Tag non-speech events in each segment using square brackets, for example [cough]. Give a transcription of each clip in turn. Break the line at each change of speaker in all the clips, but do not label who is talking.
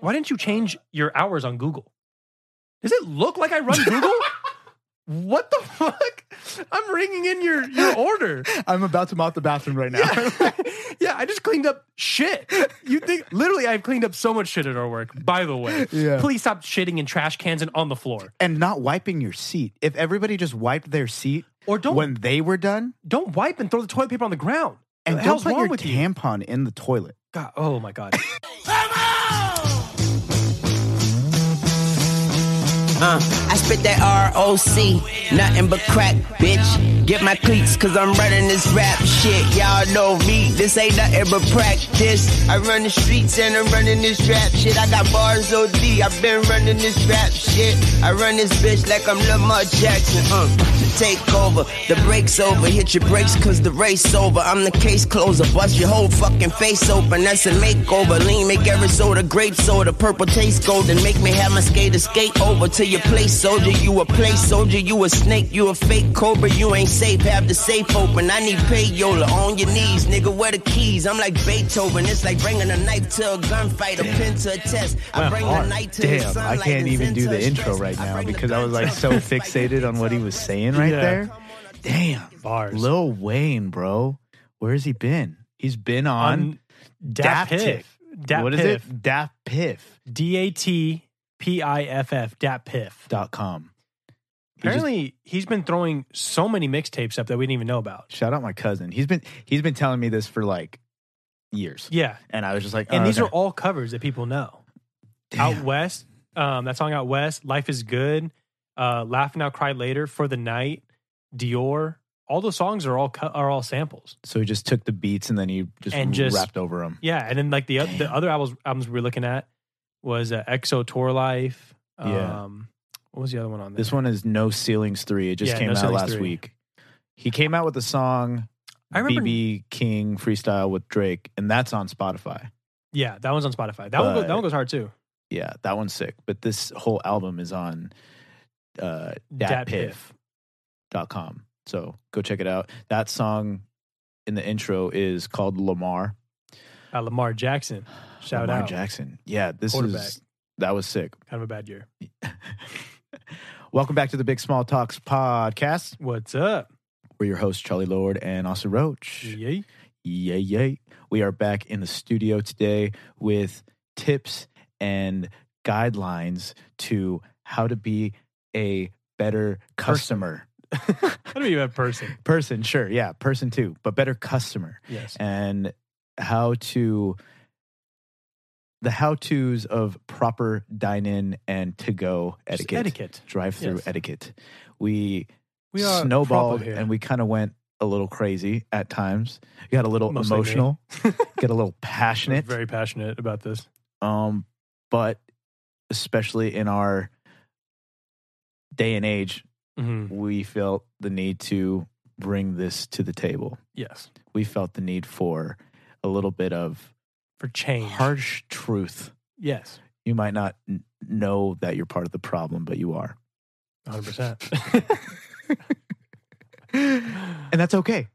why didn't you change your hours on Google? Does it look like I run
[laughs]
Google? what the fuck? I'm ringing in your your
[laughs]
order.
I'm about to mop the bathroom right now. [laughs]
Yeah. yeah, I just cleaned up shit. You think literally I've cleaned up so much shit at our work, by the way.
Yeah.
Please stop shitting in trash cans and on the floor.
And not wiping your seat. If everybody just wiped their seat
Or don't
when they were done,
don't wipe and throw the toilet paper on the ground.
and
the
don't
hell's
put
wrong
your
with you?
tampon in the toilet.
God, oh my
[laughs]
god.
I spit that ROC, nothing but crack, bitch. Get my cleats, cause I'm running this rap shit. Y'all know me, this ain't nothing but practice. I run the streets and I'm running this rap shit. I got bars OD, I've been running this rap shit. I run this bitch like I'm Lamar Jackson, uh. The takeover, the break's over, hit your brakes cause the race over. I'm the case closer, bust your whole fucking face open. That's a makeover, lean, make Arizona grape soda, purple taste golden, make me have my skater skate over to your place soldier. You a place soldier, you a snake, you a fake cobra, you ain't safe. Have the safe open. I need payola on your knees, nigga. Where the keys? I'm like Beethoven. It's like bringing a knife to a gunfight, a pen to a test. I bring the night to the
Damn, I
sunlight
can't
and
even
send
do
to
the
a
intro
stress.
right now
bring the
because I was
gun
like
to
so
[laughs] a fight.
fixated on what he was saying right
Yeah.
there. Damn.
Bars.
Lil Wayne, bro. Where's he been? He's been on
on Dat
Daft
Piff. Dat
what is
Piff.
it? Daft Piff.
D A T P I F F. Dat Piff.
dot com. He just-
Apparently, he's been throwing so many mixtapes up that we didn't even know about.
shout out my cousin. He's been he's been telling me this for like years,
Yeah,
and I was just like,
and these are all covers that people know. Out West, um, that song Out West, Life is Good, uh, Laugh Now, Cry Later, For the Night, Dior. All those songs are all co- are all samples.
so he just took the beats and then he just,
And just-
rapped over them.
Yeah, and then like the o- the other albums albums we were looking at was uh, Exo Tour Life. Um,
Yeah.
What was the other one on there?
This one is No Ceilings Three. It just
Yeah,
came
No
out
Ceilings
last
3.
week. He came out with a song
I remember.
BB King freestyle with Drake, and that's on Spotify.
Yeah, that one's on Spotify. That one goes,
But-
that one goes hard too.
Yeah, that one's sick. But this whole album is on uh,
Dat
datpiff.com. So go check it out. That song in the intro is called Lamar.
Uh, Lamar Jackson, Shout
Lamar
out.
Jackson. Yeah, this
Quarterback.
is that was sick.
kind of a bad year.
Welcome back to the Big Small Talks podcast.
What's up?
We're your hosts Charlie Lord and Austin Roach.
Yeah.
Yay, yay! We are back in the studio today with tips and guidelines to how to be a better customer.
[laughs] How do you have person?
[laughs] person, sure, yeah, person too, but better customer.
Yes.
and how to the how to's of proper dine in and to go
Just
etiquette,
etiquette.
drive through
Yes.
etiquette. We,
We are
snowballed
proper here.
and we kind of went a little crazy at times. We got a little
Mostly me. [laughs]
emotional, got a little
We're
passionate.
very passionate about this.
um, but especially in our day and age,
Mhm.
we felt the need to bring this to the table.
Yes.
We felt the need for a little bit of
For change.
harsh truth.
Yes.
You might not n- know that you're part of the problem, but
[gasps]
you are. [laughs]
100%.
And that's okay.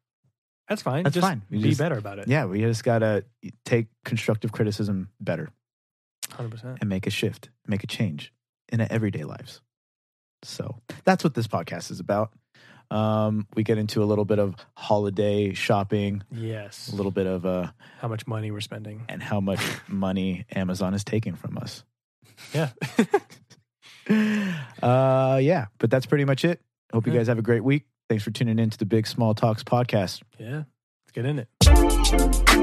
That's fine.
That's
Just
fine. We
Be
just-
better about it.
Yeah, we just got to take constructive criticism better
100%.
and make a shift, make a change in our everyday lives. So that's what this podcast is about. Um, we get into a little bit of holiday shopping,
Yes.
a little bit of uh,
How much money we're spending.
and
[laughs]
how much money Amazon is taking from us.
Yeah.
[laughs] Uh, yeah, but that's pretty much it. Hope you
Yeah.
guys have a great week. Thanks for tuning in to the Big Small Talks podcast.
yeah. Let's get in it.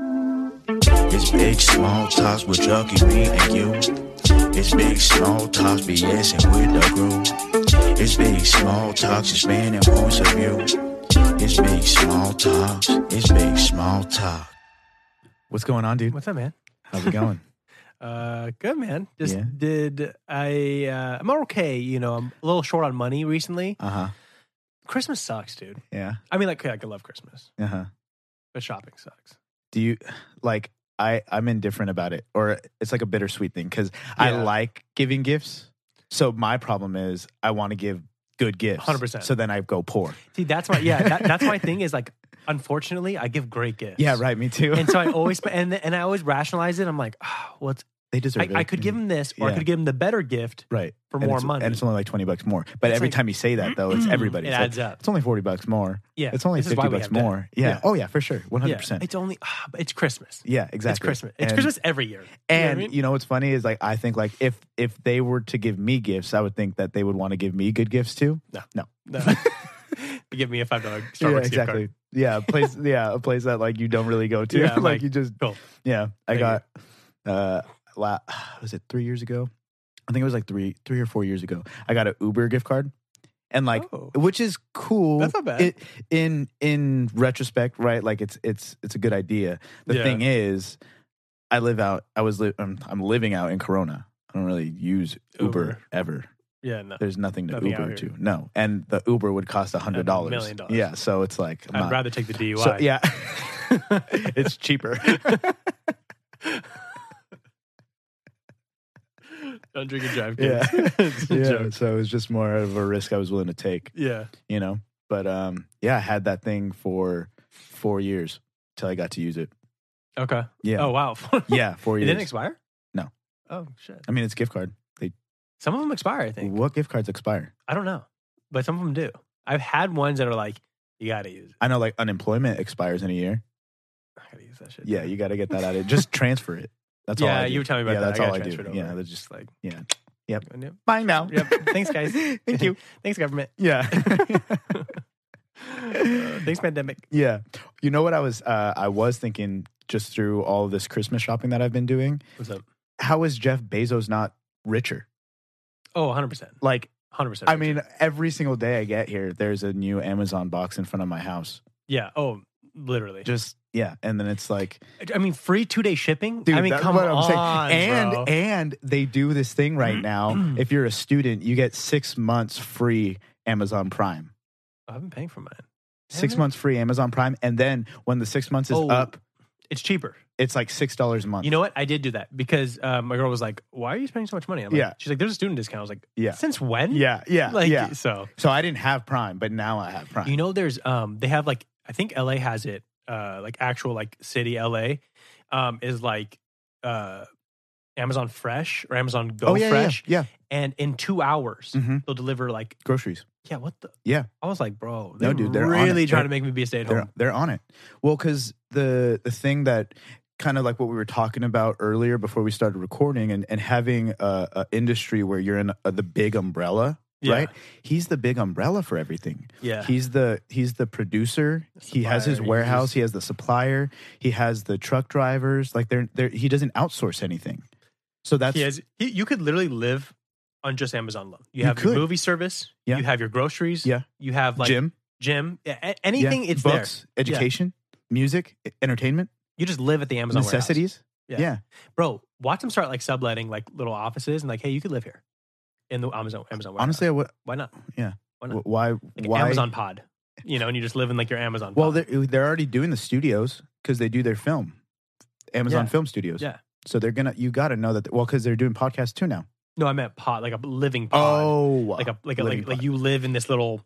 It's big small talks with Chucky, me and you. It's big small talks, BSing with the group. It's big small talks, expanding points of view. It's big small talks. It's big small talk.
What's going on, dude?
What's up, man?
How's
[laughs]
it going?
Uh, good man. Just
Yeah.
did I? Uh, I'm okay. You know, I'm a little short on money recently.
uh huh.
Christmas sucks, dude.
Yeah.
I mean, like, okay, I could love Christmas,
Uh huh.
but shopping sucks.
Do you like? I I'm indifferent about it, or it's like a bittersweet thing because I
Yeah.
like giving gifts, So my problem is I want to give good gifts.
100%.
So then I go poor.
See, that's my yeah. That, that's my thing is like, unfortunately, I give great gifts.
Yeah, right. Me too.
And so I always and and I always rationalize it. I'm like, oh, well, it's,
[laughs] they deserve
I,
it. mm,
I could give him this, or I
Yeah.
could give him the better gift
right
for
And
more
it's-
money.
and it's only like twenty bucks more. But
It's
every
like-
time you say that though,
[clears throat]
it's everybody.
It
It's like,
adds up.
It's only forty bucks more.
Yeah,
It's only
this is
fifty
why we
bucks
have debt.
more. Yeah.
Yeah.
Oh yeah, for sure, one
Yeah,
hundred percent.
It's only ah, but it's Christmas.
Yeah, exactly.
It's Christmas. It's
And-
Christmas every year.
And you know,
you know what I mean?
what's funny is like I think like if if they were to give me gifts, I would think that they would want to give me good gifts too.
No.
no, [laughs]
No. [laughs] Give me a five dollar Starbucks
yeah,
gift
exactly.
card.
Yeah, a place.
[laughs]
yeah, a place that like you don't really go to.
Yeah,
[laughs] like,
like-
you just.
Cool.
Yeah, I
Thank
got. Uh, la- [sighs] was it three years ago? I think it was like three, three or four years ago. I got an Uber gift card, and like,
Oh.
which is cool.
That's not bad.
It, in in retrospect, right? Like it's it's it's a good idea. The
Yeah.
thing is, I live out. I was li- I'm, I'm living out in Corona. I don't really use Uber,
Uber.
ever.
Yeah, no.
There's nothing to
Nothing out
Uber
here.
to. No, and the Uber would cost a hundred dollars.
million dollars.
Yeah, so it's like I'm
I'd
not-
rather take the DUI.
so, yeah, [laughs]
[laughs]
it's cheaper.
Don't drink and drive,
Yeah.
kids. [laughs] it's a
[laughs] yeah,
joke.
so it was just more of a risk I was willing to take,
Yeah.
you know. But um, yeah, I had that thing for four years till I got to use it.
Okay.
Yeah,
Oh wow. [laughs]
yeah, four
It
years.
didn't expire.
No.
Oh shit.
I mean, it's gift card. They
Some of them expire. I think.
what gift cards expire?
I don't know, but some of them do. I've had ones that are like, you gotta use it.
I know, like unemployment expires in a year.
I gotta use that shit.
Yeah, you got to get that out of Just transfer it. That's all.
yeah,
I do.
you were telling me about
yeah,
that.
That's
I got
all I do.
transferred over.
Yeah, they're just
like, [laughs]
yeah.
yep.
buying now.
Yep. Thanks,
[laughs]
guys. [laughs] Thank you. Thanks, government. [laughs]
Yeah.
Uh, thanks, pandemic.
yeah. You know what I was? Uh, I was thinking just through all this Christmas shopping that I've been doing.
What's up?
How is Jeff Bezos not richer?
Oh, 100 percent,
Like,
100 percent.
I mean, every single day I get here, there's a new Amazon box in front of my house.
yeah. Oh, literally.
Just yeah, and then it's like,
I mean, free two day shipping.
dude,
I mean,
that's
come
what I'm
on,
saying. And
bro. Mm-hmm.
and they do this thing right now. if you're a student, you get six months free Amazon Prime.
I've been paying for mine.
Six
Haven't I?
months free Amazon Prime, and then when the six months is
Oh.
up,
It's cheaper.
it's like six dollars a month.
You know what? I did do that because uh, my girl was like, "Why are you spending so much money?" I'm like,
Yeah.
She's like, "There's a student discount." I was like,
Yeah.
Since when?
Yeah, yeah,
Like
yeah.
so.
So I didn't have Prime, but now I have Prime.
You know, there's um they have like I think LA has it, uh like actual like city LA um is like uh Amazon Fresh or Amazon Go
oh yeah, yeah,
Fresh.
yeah.
And in two hours
Mhm.
they'll deliver like,
Groceries.
yeah, what the
Yeah.
I was like, bro,
No,
they're
dude, they're on
really
it.
trying
They're-
to make me be a stay at
They're
home.
they're on it. Well, because the the thing that kind of like what we were talking about earlier before we started recording, and and having a, a industry where you're in a, the big umbrella,
Yeah.
right? He's the big umbrella for everything.
Yeah.
He's the he's the producer. he has his
supplier, he
warehouse.
just-
He has the supplier. He has the truck drivers. Like they're, they're he doesn't outsource anything. So that's
he has he, you could literally live on just Amazon alone. You,
You
have your
could.
movie service,
Yeah.
you have your groceries,
Yeah.
you have like
Jim.
gym, yeah, a- anything
yeah,
it's there.
books, education, music, e- entertainment,
You just live at the Amazon warehouse.
necessities.
Yeah. bro, watch them start like subletting like little offices and like, hey, you could live here in the Amazon Amazon. Warehouse.
Honestly, I would.
why not? Why not?
wh- Why?
Like
why?
Amazon Pod, you know, and you just live in like your Amazon.
Well,
pod.
they're, they're already doing the studios because they do their film, Amazon
Yeah.
Film Studios.
Yeah.
So they're gonna. You got to know that. Well, because they're doing podcasts too now.
no, I meant pod, like a living pod, like a like a,
Oh, living
like, like
pod.
you live in this little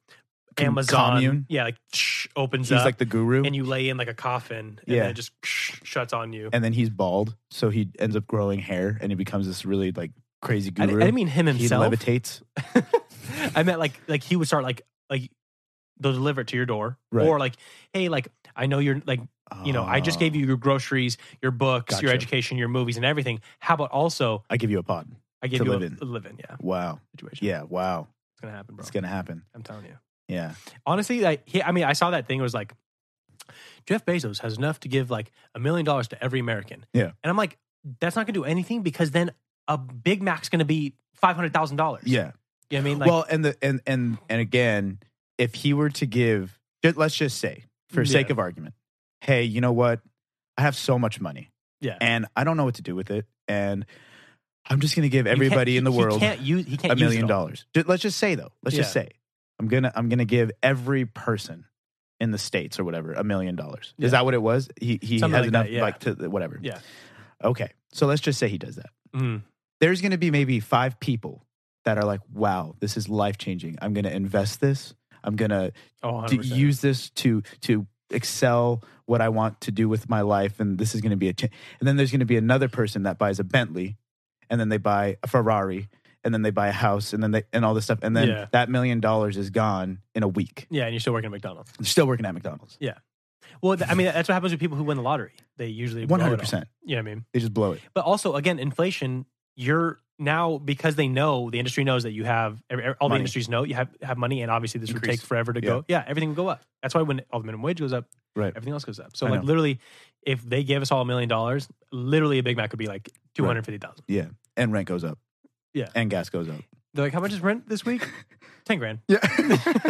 Com-
Amazon
commune?
Yeah, like shh, opens
he's
up
like the guru,
and you lay in like a coffin, and
Yeah.
then it just shh, shuts on you.
and then he's bald, so he ends up growing hair, and he becomes this really like crazy
I,
guru.
di- I didn't mean him
he
himself.
levitates.
[laughs] I meant like like he would start like like they'll deliver it to your door,
Right.
or like hey, like I know you're like you know, I just gave
Oh.
you your groceries, your books, your
Gotcha.
education, your movies, and everything. How about also
I give you a pod.
I gave
To
you
live
a,
in.
a live-in, yeah,
Wow.
situation.
Yeah. Wow.
it's gonna happen, bro.
It's gonna happen.
I'm telling you.
Yeah.
Honestly, like he, I mean, I saw that thing. It was like Jeff Bezos has enough to give like a million dollars to every American.
Yeah.
and I'm like, that's not gonna do anything because then a Big Mac's gonna be five hundred thousand dollars.
Yeah.
you know what I mean, like,
well, and the and and and again, if he were to give, ju- let's just say, for
Yeah.
sake of argument, hey, you know what? I have so much money,
yeah.
and I don't know what to do with it, and I'm just going to give
You can't-
everybody in the
he- he
world
can't use he can't
a
use it
million
all.
dollars. Ju- Let's just say though, let's just
Yeah.
say, I'm gonna I'm gonna give every person in the states or whatever a million dollars.
Yeah.
Is that what it was? He he
Something
has
like
enough
that, yeah.
like to whatever.
Yeah.
Okay, so let's just say he does that.
Mm,
There's going to be maybe five people that are like, wow, this is life changing. I'm going to invest this. I'm going to
Oh, 100%.
to use this to to excel what I want to do with my life, and this is going to be a. Ch- and then there's going to be another person that buys a Bentley, and then they buy a Ferrari, and then they buy a house, and then they and all this stuff, and then
Yeah.
that million dollars is gone in a week.
yeah, and you're still working at McDonald's.
They're still working at McDonald's.
Well, th- I mean, that's what happens with people who win the lottery. They usually blow
One
it all.
hundred percent.
You know what I mean?
They just blow it.
But also, again, inflation. You're now because they know the industry knows that you have every, every- all the
Money.
industries know you have have money, and obviously this would
Increase.
take forever to go. Yeah, everything will go up. That's why when all the minimum wage goes up,
Right.
everything else goes up. So
I
like
know.
literally, if they gave us all a million dollars, literally a Big Mac would be like two hundred fifty thousand.
And rent goes up.
Yeah.
And gas goes up.
They're like, how much is rent this
[laughs]
week? Ten grand.
Yeah.
[laughs]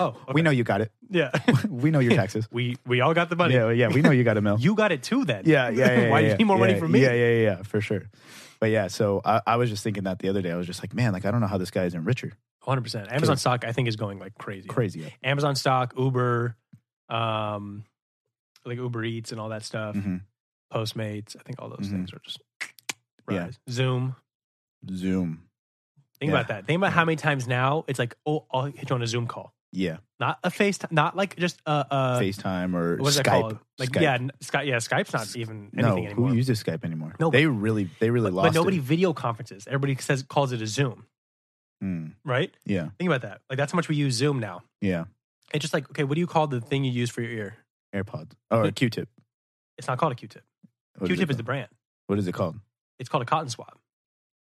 Oh, okay.
We know you got it.
Yeah, [laughs]
We know your taxes.
we we all got the money.
yeah. Yeah. We know
[laughs]
you got a mill.
You got it too. Then
Yeah, yeah,
[laughs]
yeah.
Why do
yeah,
you need more money
yeah,
from me?
Yeah, yeah, yeah, yeah, for sure. But yeah, so I, I was just thinking that the other day. I was just like, man, like I don't know how this guy isn't richer.
hundred percent. Amazon stock I think is going like crazy.
Crazy. up.
Amazon stock, Uber, um, like Uber Eats and all that stuff,
Mhm.
Postmates. I think all those
Mhm.
things are just
Yeah.
rise. Zoom.
Zoom.
Think
Yeah.
about that. Think about how many times now it's like, oh, I'll hit you on a Zoom call,
Yeah.
not a FaceTime, not like just a, a
FaceTime or
what's Uh, that
Skype.
called? Like
Skype.
yeah, n- Skype. Yeah, Skype's not even
No,
anything anymore.
who uses Skype anymore?
No,
they really, they really
but,
lost.
but nobody
It.
video conferences. Everybody says calls it a Zoom,
Mm,
right?
yeah,
Think about that. Like that's how much we use Zoom now.
yeah.
It's just like, okay, what do you call the thing you use for your ear?
AirPods or a Q-tip.
It's not called a Q-tip.
What
Q-tip is
it
the
called?
brand.
What is it called?
It's called a cotton swab.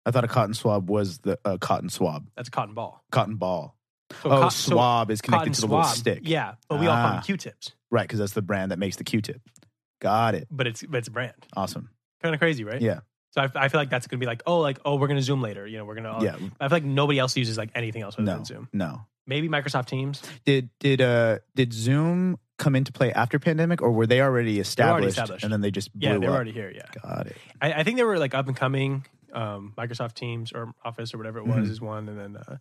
I thought a cotton swab was the uh, cotton swab,
That's a cotton ball.
cotton ball.
So
oh,
cot- so
swab is connected
cotton
to the little
swab,
stick.
Yeah, but we all call them
Ah.
Q-tips.
right, because that's the brand that makes the Q-tip. Got it.
But it's but it's a brand.
Awesome.
Kind of crazy, right?
Yeah,
So I, I feel like that's gonna be like oh like oh we're gonna Zoom later. You know we're gonna.
yeah.
Oh, I feel like nobody else uses like anything else other
No,
than Zoom.
no.
Maybe Microsoft Teams.
did did uh did Zoom come into play after pandemic, or were they already established,
established.
and then they just blew
Yeah, they're
up?
already here. Yeah,
Got it.
I, I think they were like up and coming. Um, Microsoft Teams or Office or whatever it was
Mhm.
is one, and then uh,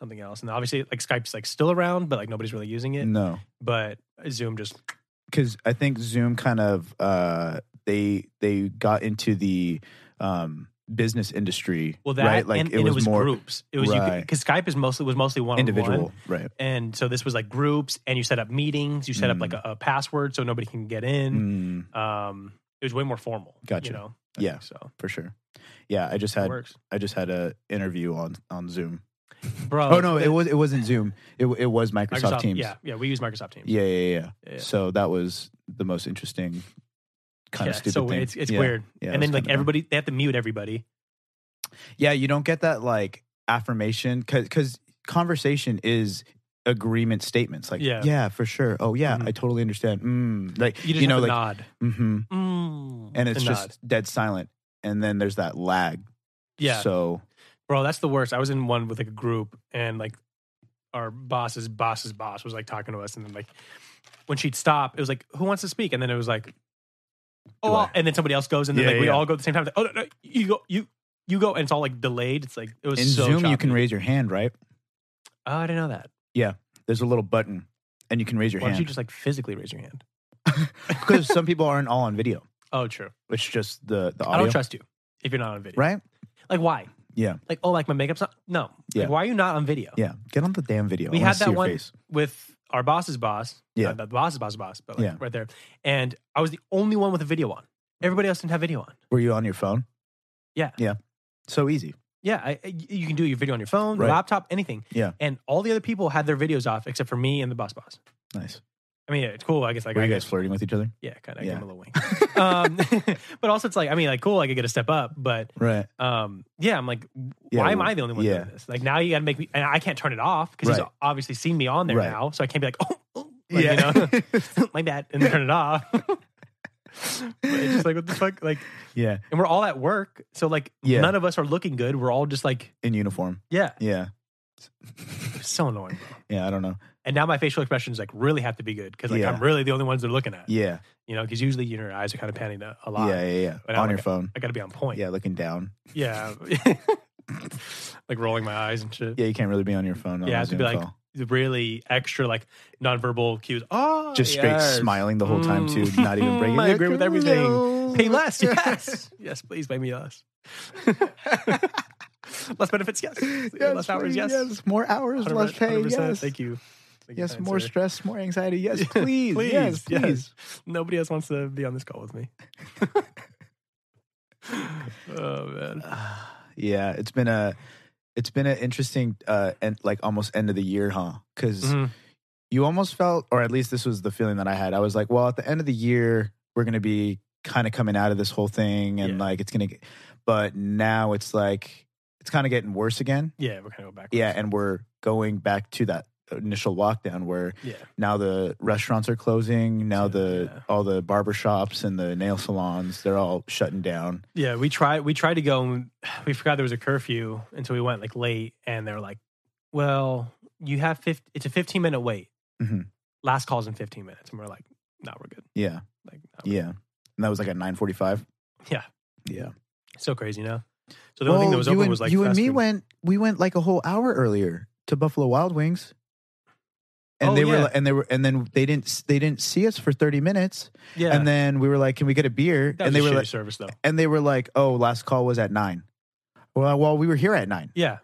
something else. And obviously, like Skype's like still around, but like nobody's really using it.
No,
But Zoom just
because I think Zoom kind of uh they they got into the um business industry.
well that
right? like
and,
it,
and
was more
groups. It was
Right.
because Skype is mostly was mostly one
individual, right?
and so this was like groups and you set up meetings you set up
Mm.
like a, a password so nobody can get in
Mm,
um it was way more formal
Gotcha.
you know I
Yeah.
think so
for sure. Yeah, I just
it
had
works
I just had a interview on on Zoom.
bro
[laughs] Oh, no,
the-
it was it wasn't Zoom. It it was Microsoft,
microsoft
Teams.
yeah yeah we use microsoft teams
yeah, yeah, yeah.
Yeah.
So that was the most interesting kind
Yeah,
of stupid
so
thing.
it's it's
Yeah.
weird
Yeah, it
and
was
then like
kinda dumb.
everybody they have to mute everybody
Yeah, you don't get that like affirmation because conversation is agreement statements. Like,
Yeah.
yeah, for sure. Oh yeah,
Mhm.
I totally understand. Mm. Like
you
you,
just
know,
have to
like
nod
mm-hmm.
Mm,
and it's
nod.
just dead silent, and then there's that lag.
yeah
So
bro that's the worst i was in one with like a group and like our boss's boss's boss was like talking to us and then like when she'd stop it was like who wants to speak and then it was like oh
Do I?
I'll- and then somebody else goes and then
Yeah,
like we
yeah.
all go at the same time It's like, oh no, no, you go you you go and it's all like delayed it's like it was
in
so
Zoom, you
choppy.
can raise your hand, right?
oh i didn't know that
There's a little button, and you can raise your
why don't you
hand
just like physically raise your hand
[laughs] because
[laughs]
some people aren't all on video.
oh true
It's just the the
i
audio,
don't trust you if you're not on video
right?
like why
Yeah.
like oh like my makeup's not no
Yeah.
like why are you not on video
Yeah, get on the damn video.
We
I wanna
had
see
that
your
one-
Face.
with our boss's boss.
Yeah.
Not the boss's boss's boss, but like
Yeah.
right there. And I was the only one with a video on. Everybody else didn't have video on.
Were you on your phone?
Yeah.
yeah. So easy.
Yeah. I, I- you can do your video on your phone,
Right.
laptop, anything.
Yeah.
And all the other people had their videos off except for me and the boss boss.
Nice.
I mean, it's cool. I guess like
Were
I
you guys
could-
flirting with each other?
yeah, kind of. I
Yeah.
gave him a little wink. um, [laughs] but also, it's like I mean, like cool. I could get a step up, but
Right.
um, yeah, I'm like,
Yeah,
why am
well,
I the only one
yeah.
doing this? Like now you got to make me, and I can't turn it off because he's
Right.
obviously seen me on there
Right.
now, so I can't be like, [laughs] oh, oh like,
[laughs]
you know, [laughs] my bad, and turn it off. But it's [laughs] just like what the fuck, like,
yeah.
and we're all at work, so like
Yeah.
none of us are looking good. We're all just like,
In uniform. [laughs]
yeah,
Yeah.
it's so annoying. Bro.
Yeah. I don't know.
And now my facial expressions like really have to be good because like
Yeah.
I'm really the only ones they're looking at,
Yeah.
you know, because usually your eyes are kind of panning a, a lot.
Yeah. Yeah. Yeah.
But
on
I'm
your
like-
phone.
I got to be on point.
Yeah. Looking down. [laughs]
yeah, like rolling my eyes and shit.
Yeah. You can't really be on your phone. On
Yeah, I
a
have to
Zoom
be like-
call.
The really extra like nonverbal cues. Oh,
just straight
yes.
smiling the whole time too,
Mm.
not
[laughs]
even breaking.
I agree with
Mm-hmm.
everything.
[laughs] No.
Pay less, yes, yes, please pay me less. [laughs] less benefits, yes. less hours,
please,
yes.
More hours, less
100%,
pay.
100%,
Yes.
Thank you. Thank you,
Yes,
kind
more
sir.
stress, more anxiety.
[laughs]
Yes, please.
Please,
Yes,
yes.
please.
Nobody else wants to be on this call with
[laughs]
me. oh man.
Uh, Yeah, it's been a it's been an interesting uh and like almost end of the year, huh? because
Mhm.
you almost felt, or at least this was the feeling that I had. I was like, well, at the end of the year, we're going to be kind of coming out of this whole thing and
Yeah.
like it's going to, but now it's like, it's kind of getting worse again.
Yeah, we're gonna go backwards.
Yeah. And we're going back to that initial lockdown where
yeah.
now the restaurants are closing. Now
Dude,
the,
yeah.
all the barber shops and the nail salons, they're all shutting down.
Yeah, we tried we tried to go [sighs] and we forgot there was a curfew until we went like late and they were like, Well, you have 50, it's a fifteen minute wait.
Mhm.
Last call's in fifteen minutes. And we're like, no, we're good.
Yeah.
Like nah, we're
Yeah. And that was like at 945.
Yeah.
Yeah.
good. so crazy, no? So the only thing that was
you
open
and,
was like
you and
fast
me
food.
went. We went like a whole hour earlier to Buffalo Wild Wings, and
Oh,
they were
yeah.
li- and they were and then they didn't they didn't see us for thirty minutes,
yeah.
and then we were like, "Can we get a beer?"
that was
and they
a
were
shitty
like,
service
[laughs]
though.
and they were like, "Oh, last call was at nine. Well, well, we were here at nine.
Yeah.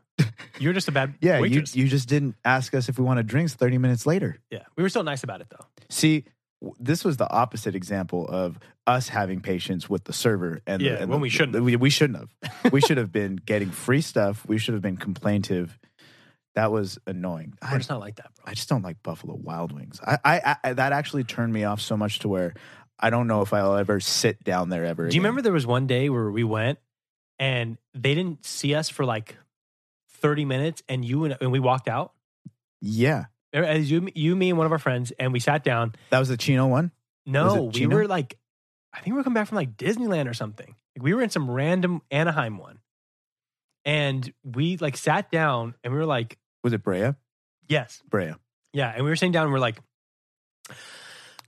You're just a bad
[laughs] Yeah, you,
waitress.
you just didn't ask us if we wanted drinks thirty minutes later.
yeah. We were still nice about it though.
See, w- this was the opposite example of us having patience with the server, and
Yeah,
the, and
when
the-
we shouldn't.
We, we shouldn't have.
[laughs]
we should have been getting free stuff. We should have been complaintive. That was annoying.
We're
I,
just not like that, bro.
I just don't like Buffalo Wild Wings. I, I, I that actually turned me off so much to where I don't know if I'll ever sit down there ever.
Do you
again.
remember there was one day where we went and they didn't see us for like 30 minutes and you and, and we walked out?
Yeah,
Remember, As you, you, me, and one of our friends, and we sat down.
that was the Chino one.
No,
it
we
Chino?
were like, I think we were coming back from like Disneyland or something. Like we were in some random Anaheim one. And we like sat down and we were like,
Was it Brea?
yes.
Brea.
Yeah. And we were sitting down and we're like,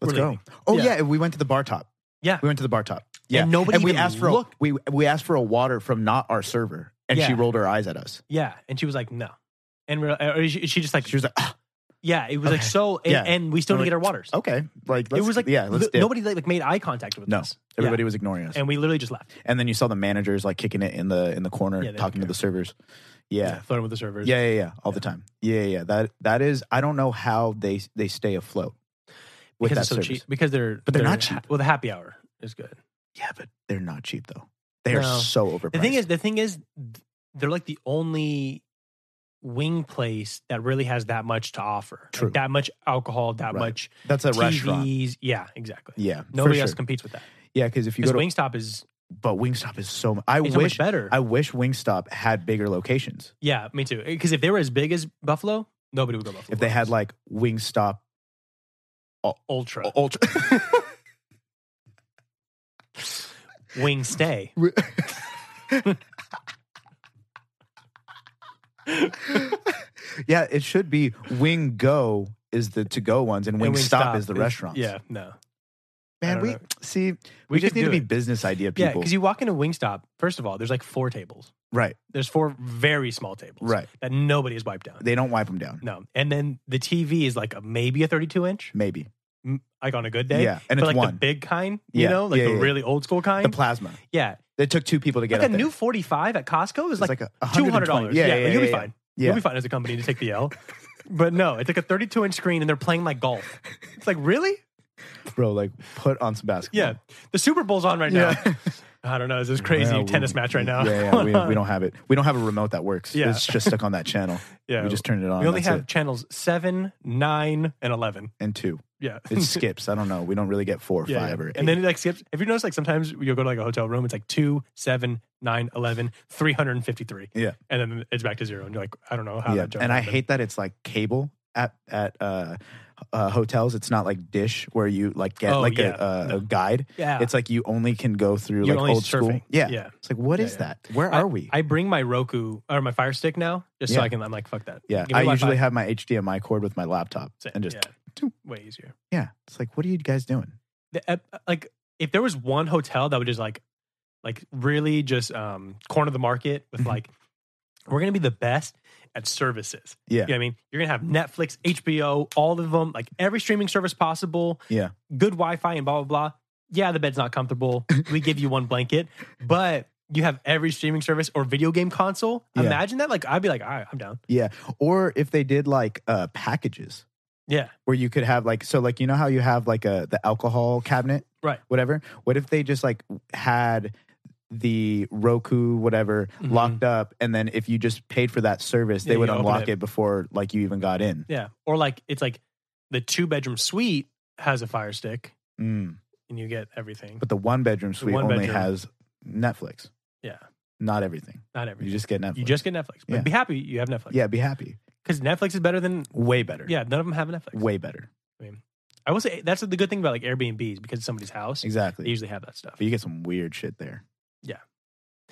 Let's
We're
go.
leaving.
Oh
Yeah.
yeah. we went to the bar top.
Yeah.
we went to the bar top. Yeah,
And nobody
we
even
asked for
looked.
a, we we asked for a water from not our server, and she
Yeah.
rolled her eyes at us.
yeah. And she was like, no. And we're, or she, she just like,
She was like, "Ah,
yeah, it was like
Okay.
so. And,
Yeah.
and we still
We're
didn't
like,
get our waters.
okay, like let's,
it was like
yeah, let's
li-
dip.
nobody like made eye contact with
No,
us. Yeah.
Everybody was ignoring us, and,
and we literally just left.
then you saw the managers like kicking it in the in the corner,
Yeah, they don't
talking to
care.
the servers. Yeah.
flirting with the servers.
yeah, yeah, yeah, all the time. Yeah, yeah, yeah. That that is. I don't know how they they stay afloat with
because
that
it's so
service.
cheap. Because they're
But they're not cheap.
Well, the happy hour is good.
Yeah, but they're not cheap though. They are
No.
so overpriced.
The thing is, the thing is, th- they're like the only wing place that really has that much to offer. Like,
True.
that much alcohol. That
Right.
much
that's a
TVs.
restaurant.
Yeah, exactly.
Yeah, for
Nobody else
sure.
competes with that.
Yeah, because if you
Because
go to
Wingstop is
but Wingstop is so. mu- I
it's so much
wish
better.
I wish Wingstop had bigger locations.
yeah, me too. Because if they were as big as Buffalo, nobody would go Buffalo.
If they had
Wild Wings.
like Wingstop uh,
Ultra
Ultra, [laughs] oh,
Wing Stay,
yeah, it should be Wing Go is the to go ones, and
And
Wingstop Stop is the restaurants.
Yeah, no.
man,
don't
we
know.
see. We,
We
just
could
need to
do
be
it.
business idea
Yeah,
people,
because you walk into Wingstop, first of all, there's like four tables.
right?
There's four very small tables
Right.
that nobody has wiped down.
They don't wipe them down.
No. And then the TV is like a, maybe a 32 inch,
Maybe
m- like on a good day.
Yeah,
but
and it's
like the
one.
big kind,
Yeah,
you know, like
yeah,
the
yeah,
really old school kind.
the plasma.
yeah.
It took two people to get
Like a
up there.
new 45 at Costco is
It's
like,
like a
$200.
Yeah,
Yeah,
yeah,
like,
yeah,
you'll be
yeah,
fine.
Yeah.
You'll be fine as a company to take the L. but no, it's like a 32 inch screen and they're playing like golf. It's like, really?
bro. Like put on some basketball.
Yeah. The Super Bowl's on right
Yeah.
now. [laughs] I don't know. Is this crazy
Yeah, we-
tennis match right now?
Yeah,
[laughs]
yeah, we, we don't have it. We don't have a remote that works.
Yeah.
It's just stuck on that channel.
[laughs] Yeah.
We just turned it on.
We only
that's
have
it.
channels seven, nine, and eleven.
and two.
Yeah,
It skips. I don't know. We don't really get four,
[laughs]
or
yeah,
five,
yeah.
or eight.
and then it like skips. If you notice, like sometimes you'll go to like a hotel room, it's like two, seven, nine, eleven, three hundred and fifty-three.
Yeah.
and then it's back to zero, and you're like, I don't know how
yeah.
that. jump
And I
happened.
hate that it's like cable at at uh, uh, hotels. It's not like Dish where you like get
Oh,
like
yeah.
a, uh,
No.
a guide.
Yeah,
It's like you only can go through
You're
like
only
old school.
surfing.
Yeah.
Yeah.
It's like what
Yeah,
is
yeah.
that? Where are we?
I bring my Roku or my Fire Stick now, just so
Yeah.
I can. I'm like, fuck that.
yeah.
Give me
I
Wi-Fi.
usually have my HDMI cord with my laptop
That's it.
and just
Yeah.
Doop.
way easier.
yeah. It's like what are you guys doing?
The, ep- like, if there was one hotel that would just like, like really just um corner the market with
Mhm.
like, we're gonna be the best at services. You
Yeah.
know what I mean? You're gonna have Netflix, HBO, all of them, like every streaming service possible.
Yeah. [laughs]
Good Wi-Fi and blah blah blah. Yeah, the bed's not comfortable. we give you one blanket, but you have every streaming service or video game console.
Yeah.
Imagine that. Like, I'd be like, all right, I'm down.
Yeah. Or if they did like uh, packages
Yeah.
where you could have like, so like, you know how you have like a, the alcohol cabinet,
Right.
Whatever. What if they just like had the Roku, whatever,
Mhm.
locked up. And then if you just paid for that service,
Yeah,
they would
you open
unlock
it.
it. before like you even got in.
Yeah. Or like, it's like the two bedroom suite has a fire stick
Mm.
and you get everything.
But the one bedroom suite
one
only
bedroom.
has Netflix,
yeah.
not everything.
Not
You
everything.
just get Netflix.
You just get Netflix. But
Yeah.
be happy you have Netflix.
yeah, be happy.
Because Netflix is better than,
Way better.
yeah, none of them have Netflix.
Way better.
I will say that's the good thing about like Airbnbs because it's somebody's house.
Exactly.
They usually have that stuff.
But you get some weird shit there.
Yeah.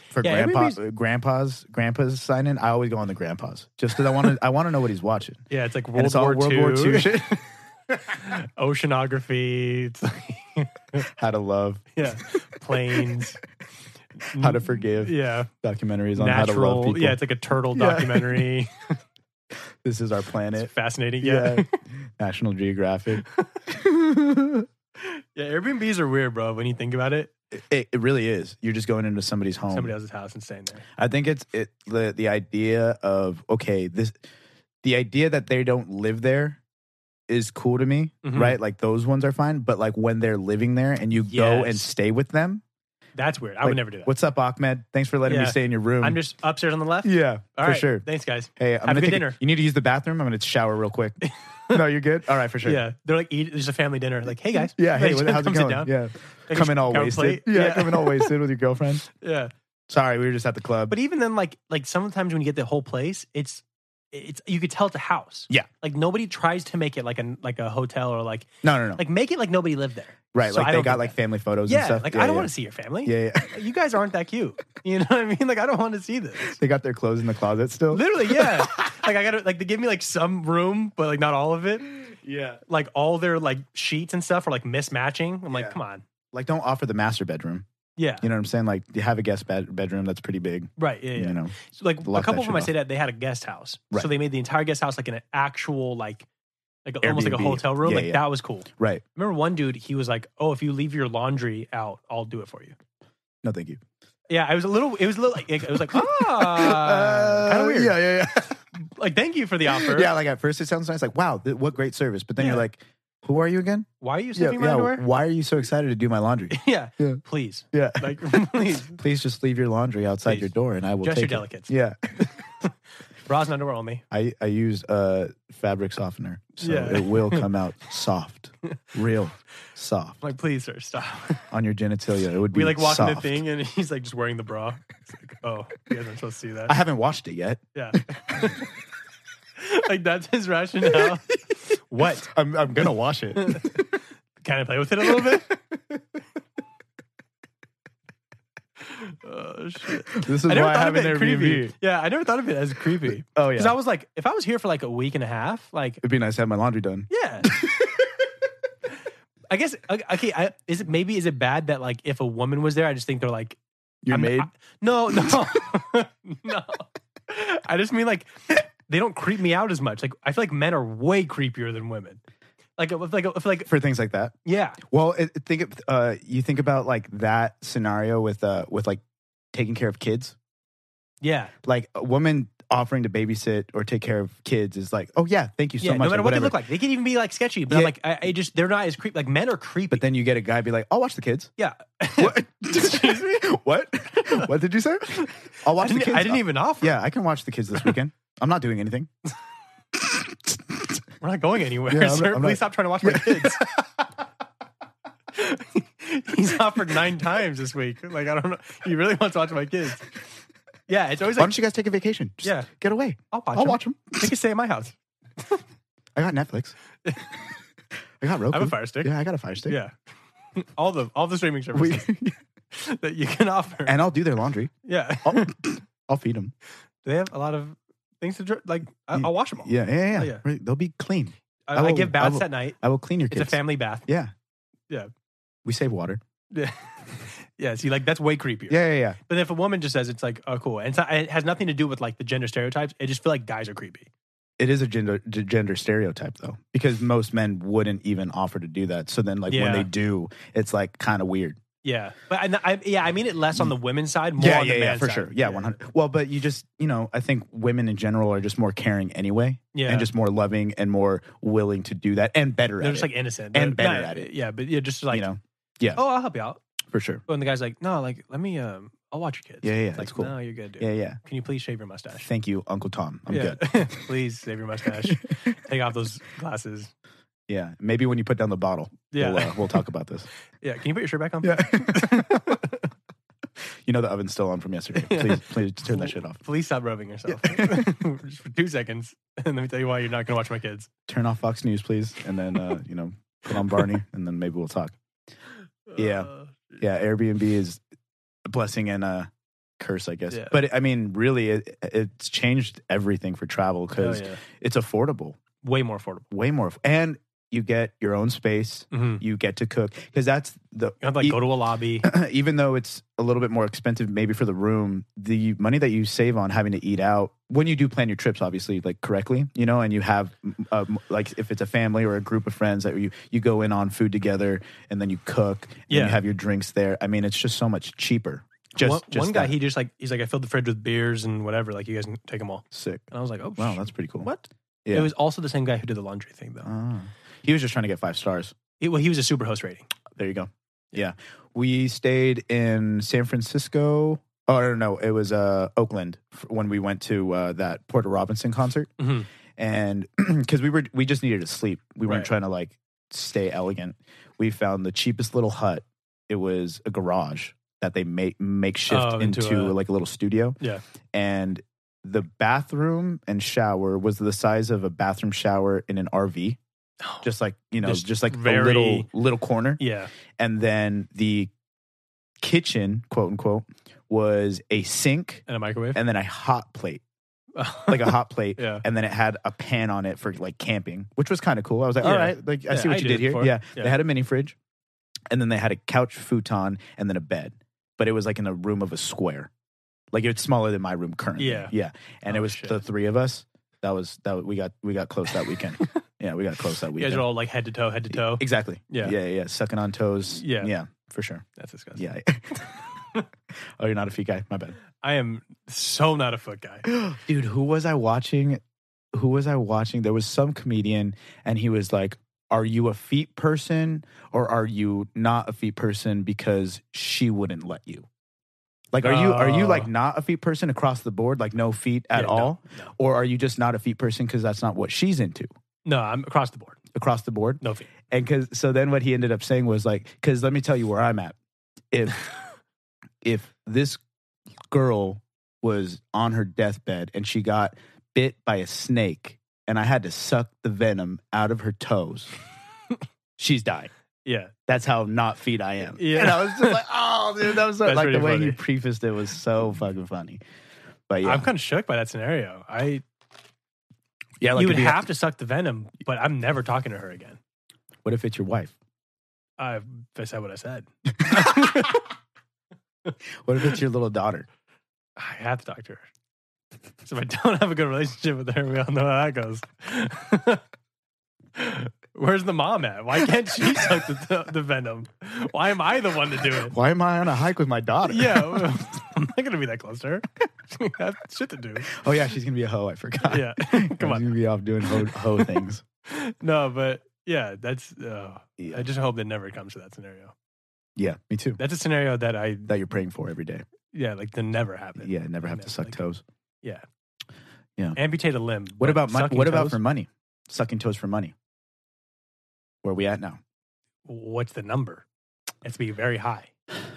For
Yeah,
grandpa, uh,
everybody's-
grandpa's grandpa's sign in, I always go on the grandpa's just because I want to. I want to know what he's watching.
Yeah, it's like World,
And it's all
War,
World
II.
War II shit.
[laughs]
[laughs]
Oceanography. It's like, [laughs]
How to love,
yeah. Planes.
how to forgive,
Mm, Yeah.
documentaries on how to love
Natural.
people.
Yeah, it's like a turtle
[laughs] Yeah.
documentary.
this is our
it's
planet.
fascinating. Yeah. [laughs]
National Geographic. [laughs]
yeah. Airbnbs are weird, bro, when you think about it.
It, it really is. You're just going into somebody's home.
Somebody else's house and staying there.
I think it's it the the idea of okay this the idea that they don't live there is cool to me,
Mhm.
right? Like those ones are fine, but like when they're living there and you go and
Yes.
stay with them,
That's weird. I
Like,
would never do that.
What's up, Ahmed? Thanks for letting
Yeah.
me stay in your room.
I'm just upstairs on the left.
yeah,
All
for
right.
sure.
Thanks, guys.
Hey, I'm
a
gonna
good
take a-
dinner.
you need to use the bathroom. I'm gonna shower
[laughs]
real quick. no, you're good. All right, for sure.
Yeah. They're like, eat. There's a family dinner. Like, hey, guys.
Yeah. Hey,
Like, [laughs]
what- how's it
come sit
going?
down.
Yeah.
Like,
Coming all
grab a plate.
wasted. Yeah,
Yeah.
coming all wasted with your girlfriend.
[laughs] Yeah.
Sorry, we were just at the club.
But even then, like like sometimes when you get the whole place, it's it's you could tell it's a house.
Yeah.
Like nobody tries to make it like a like a hotel or like
no, no, no.
like make it like nobody lived there.
right.
So
Like
I
they
don't
got
do
like
that.
family photos and
Yeah.
stuff.
Like I don't want to see your family.
Yeah, yeah. [laughs]
You guys aren't that cute. [laughs] You know what I mean? Like I don't want to see this.
They got their clothes in the closet still.
Literally, yeah. [laughs] like I gotta like they give me like some room, but like not all of it.
Yeah.
Like all their like sheets and stuff are like mismatching. I'm like,
Yeah.
come on.
Like, don't offer the master bedroom.
Yeah.
You know what I'm saying? Like, you have a guest bed- bedroom that's pretty big.
Right. Yeah. Yeah.
You know,
So, like
Lock
a couple
that
of them,
shit
I say that they had a guest house, so
Right.
they made the entire guest house like an actual like like a- almost like a
Airbnb.
hotel room.
Yeah,
like
yeah.
that was cool.
right?
Remember one dude, he was like, "Oh, if you leave your laundry out, I'll do it for you."
No, thank you.
Yeah, I was a little. It was a little. Like, it was like [laughs] ah,
[laughs]
kind of weird.
Uh, Yeah, yeah, yeah.
Like, thank you for the offer.
Yeah, like at first it sounds nice, like wow, th- what great service. But then
Yeah.
you're like, who are you again?
Why are you sniffing my underwear?
Why are you so excited to do my laundry?
[laughs] Yeah.
Yeah.
Please,
Yeah,
like, [laughs] please,
[laughs] please just leave your laundry outside
Please.
your door, and I will
just your
take it.
delicates.
Yeah,
Bras and underwear only.
I I use uh, fabric softener, so
Yeah.
it
[laughs]
will come out soft, real soft
I'm like, please, sir, stop. [laughs]
on your genitalia. It would be
We like walk in the
soft.
thing, and [laughs] he's like just wearing the bra. It's like, oh, you guys aren't supposed to see that.
I haven't watched it yet.
Yeah. [laughs] like that's his rationale. what?
[laughs] I'm I'm gonna
[laughs]
wash it.
Can I play with it a little
[laughs]
bit? oh shit.
This is
I never
why I
thought
have
of
an
it creepy.
Airbnb.
Yeah, I never thought of it as creepy.
[laughs] Oh
Because
yeah,
I was like, if I was here for like a week and a half, like
it'd be nice to have my laundry done. [laughs]
yeah. I guess okay. I, is it maybe is it bad that like if a woman was there, I just think they're like
You're
I'm-
made.
I- no, no, [laughs] no. I just mean like they don't creep me out as much. Like I feel like men are way creepier than women. Like if like if like
for things like that.
yeah,
Well, it, it- think of- uh, you think about like that scenario with uh, with like taking care of kids.
yeah,
Like a woman offering to babysit or take care of kids is like, oh yeah, thank you so
yeah.
much.
no matter
or
what they
whatever.
look like, they can even be like sketchy. But I'm
Yeah.
like I, I just they're not as creep. Like men are creepy.
But then you get a guy be like, I'll watch
[laughs]
the kids.
yeah,
What? [laughs]
Excuse me? [laughs]
What? What did you say?
I
I'll watch the
didn't,
kids. Uh,
I didn't even offer.
Yeah, I can watch the kids this weekend. I'm not doing
[laughs]
anything.
We're not going anywhere,
Yeah, I'm not-
sir.
I'm
Please stop
not-
trying to watch my kids.
[laughs]
[laughs] He's offered nine times this week. Like I don't know. He really wants to watch my kids. Yeah, it's always
Why
like
don't you guys take a vacation? Just
Yeah.
get away.
I'll watch.
I'll
them.
watch them.
They can stay at my house.
I
[laughs]
got Netflix. I got Roku.
I have a Fire Stick.
Yeah, I got a Fire Stick.
Yeah. [laughs] all the all the streaming
We, [laughs]
services [laughs] that you can offer.
and I'll do their laundry.
yeah.
I'll, [coughs] I'll feed them.
they have a lot of things to dr- like I,
Ye-
I'll watch them all.
Yeah, Oh, yeah, yeah.
Oh, yeah.
Right, They'll be clean.
I,
I
I
will-
give
I
baths
will-
at night.
I will clean your
It's
kids.
a family bath.
[laughs] Yeah.
Yeah.
We save water.
Yeah. yeah, see like that's way creepier.
Yeah, yeah, yeah.
But if a woman just says it's like, oh cool. And it's not, it has nothing to do with like the gender stereotypes. I just feel like guys are creepy.
It is a gender g- gender stereotype though, because most men wouldn't even offer to do that. So then, like
Yeah.
when they do, it's like kind of weird.
Yeah, but I, I, yeah, I mean it less on the women's side, more
yeah,
on
yeah,
the
yeah,
man's
for
side.
sure. Yeah, one hundred. Well, but you just, you know, I think women in general are just more caring anyway,
Yeah.
and just more loving and more willing to do that, and better
They're
at
just
it.
like innocent
And
They're-
better
yeah,
at it.
Yeah, but yeah, just like
you know,
oh, I'll help you out.
for sure.
But when the guy's like, no, like let me, um, I'll watch your kids.
Yeah, yeah,
It's
that's
like,
cool.
No, you're good, dude.
Yeah, yeah.
Can you please shave your mustache?
Thank you, Uncle Tom. I'm
yeah.
good.
[laughs] please shave your
[laughs]
mustache. Take off those glasses.
Yeah, maybe when you put down the bottle,
Yeah,
we'll, uh, we'll talk about this.
[laughs] yeah. Can you put your shirt back on?
Yeah. [laughs] you know the oven's still on from yesterday. Please, please turn that shit off.
Please stop rubbing yourself [laughs] just for two seconds, [laughs] and let me tell you why you're not going to watch my kids.
Turn off Fox News, please, and then uh, you know put on
[laughs]
Barney, and then maybe we'll talk. Yeah.
Uh,
Yeah, Airbnb is a blessing and a curse, I guess.
Yeah.
But I mean, really, it, it's changed everything for travel
oh,
because
yeah.
it's affordable,
Way more affordable.
way more, aff- and you get your own space.
Mm-hmm. You
You get to cook because that's the
have to like go to a
[coughs]
lobby.
even though it's a little bit more expensive maybe for the room the money that you save on having to eat out when you do plan your trips obviously like correctly you know and you have mm, uh, m- like if it's a family or a group of friends that you you go in on food together and then you cook and
Yeah.
you have your drinks there i mean it's just so much cheaper just
one,
just
one guy,
that.
he just like he's like I filled the fridge with beers and whatever. Like you guys can take them all.
sick
And I was like, oh
wow
sh-
that's pretty cool
what?
Yeah.
It was also the same guy who did the laundry thing though.
Ah. he was just trying to get five stars
He- well, he was a super host rating.
There you go. Yeah. We stayed in San Francisco. Oh, no, no, it was uh, Oakland f- when we went to uh, that Porter Robinson concert.
Mhm.
And [clears throat] because we were, we just needed to sleep. We weren't
Right.
trying to like stay elegant. We found the cheapest little hut. It was a garage that they make makeshift
Oh, into
into,
a-
like a little studio.
Yeah.
And the bathroom and shower was the size of a bathroom shower in an RV. Just like, you know,
Oh. Just
just like
very-
a little little corner
Yeah,
and then the kitchen, quote unquote, was a sink
and a [laughs] microwave.
and then a hot plate, like
[laughs]
a hot plate, [laughs]
yeah.
and then it had a pan on it for like camping, which was kind of cool. I was like, all
Yeah.
right, like I
Yeah,
see what
I
you
did
did,
it
here.
before.
Yeah.
Yeah.
they had a mini fridge, and then they had a couch, futon, and then a bed, but it was like in a room of a square, like it's smaller than my room currently.
Yeah.
yeah, and
Oh,
it was
shit.
the three of us. That was that we got we got close that
[laughs]
weekend. yeah, we got close that
You
weekend.
guys are all like head to toe, head to toe.
Exactly.
Yeah.
yeah, yeah. Sucking on toes.
Yeah.
yeah, for sure.
That's disgusting.
Yeah. [laughs] oh, you're not a feet guy. My bad.
I am so not a foot guy.
[gasps] Dude, who was I watching? Who was I watching? There was some comedian and he was like, Are you a feet person or are you not a feet person because she wouldn't let you? Like are you are you
Oh.
like not a feet person across the board, like no feet at
Yeah, no,
all?
No,
Or are you just not a feet person because that's not what she's into
No, I'm across the board.
across the board?
No feet.
And because so then what he ended up saying was like, because let me tell you where I'm at.
[laughs]
If if this girl was on her deathbed and she got bit by a snake and I had to suck the venom out of
[laughs]
her toes, she's dying.
Yeah,
That's how not feet I am.
Yeah.
And I was just like,
[laughs]
oh, dude, that was so,
That's
like the
pretty
way
funny.
he prefaced it was so fucking funny. But yeah,
I'm kind of shook by that scenario. I
yeah, like
you would
if you-
have to suck the venom, but I'm never talking to her again.
What if it's your wife?
I, I said what I said. [laughs]
What if it's your little daughter?
I have to talk to her. So if I don't have a good relationship with her, we all know how that goes. [laughs] Where's the mom at? Why can't she suck the, the, venom? Why am I the one to do it?
Why am I on a hike with my daughter?
Yeah, [laughs] I'm not gonna be that close to her. [laughs] I have shit to do.
[laughs] Oh yeah, she's gonna be a hoe. I forgot.
Yeah, [laughs] come
She's
on.
gonna be off
[laughs]
doing hoe, hoe things.
No, but yeah, that's. Uh, I
Yeah.
just hope that never comes to that scenario.
yeah, me too.
That's a scenario that I
That you're praying for every day.
yeah like to never happen.
Yeah, never have
Yeah,
to suck
like-
toes.
amputate a limb.
What
but
about mon-
sucking
what about
toes?
for money? Sucking toes for money. Where are we at now?
what's the number? It's be very high.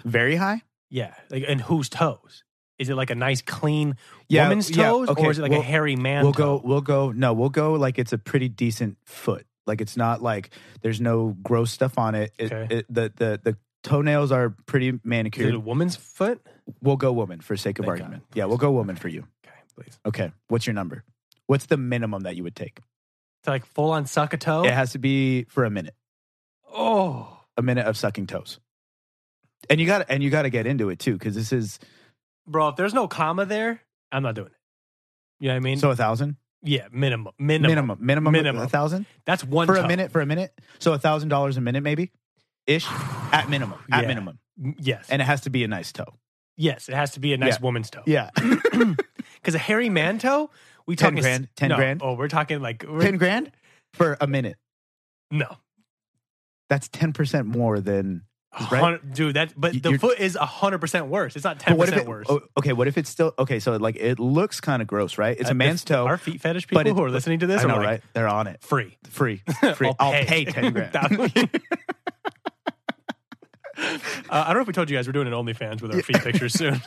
Very high.
Yeah, like and whose toes? Is it like a nice clean woman's toes, or is it like a
we'll,
hairy man?
We'll
toe?
go. We'll go. No, we'll go. Like it's a pretty decent foot. Like it's not like there's no gross stuff on it. It-
Okay.
it- the the the toenails are pretty
Is it a
manicured.
woman's foot?
We'll go woman for sake of
Thank
argument.
God.
Yeah, we'll go woman for you.
Okay, please.
Okay. What's your number? What's the minimum that you would take?
To like full on suck a toe.
It has to be for a minute.
Oh,
A minute of sucking toes. And you got and you got to get into it too cuz this is
bro, if there's no comma there, I'm not doing it. You know what I mean?
so a thousand
yeah, minimum, minimum,
minimum minimum,
Minimum.
a thousand
That's one
for
toe. [sighs]
a minute for a minute so a thousand dollars a minute maybe ish at minimum at
Yeah.
minimum
M- Yes.
and it has to be a nice toe.
yes, it has to be a nice
Yeah.
woman's toe.
Yeah,
Because a hairy man toe, we
10
talking s-
grand, 10
no.
grand.
Oh, we're talking like we're-
[laughs] ten grand for a minute.
no,
That's ten percent more than. Right?
right? dude. That but the
You're-
foot is hundred percent worse. It's not
But
ten
what if it,
percent worse.
oh, okay, what if it's still okay? So like it looks kind of gross, right? It's
Uh,
a man's
if
toe.
Our feet fetish
but
people
it-
who are listening to this
I know,
are like
right? They're on it
free. [laughs]
free. free. I'll, pay. ten grand. [laughs]
Uh, I don't know if we told you guys we're doing an OnlyFans with our feet pictures
[laughs]
soon.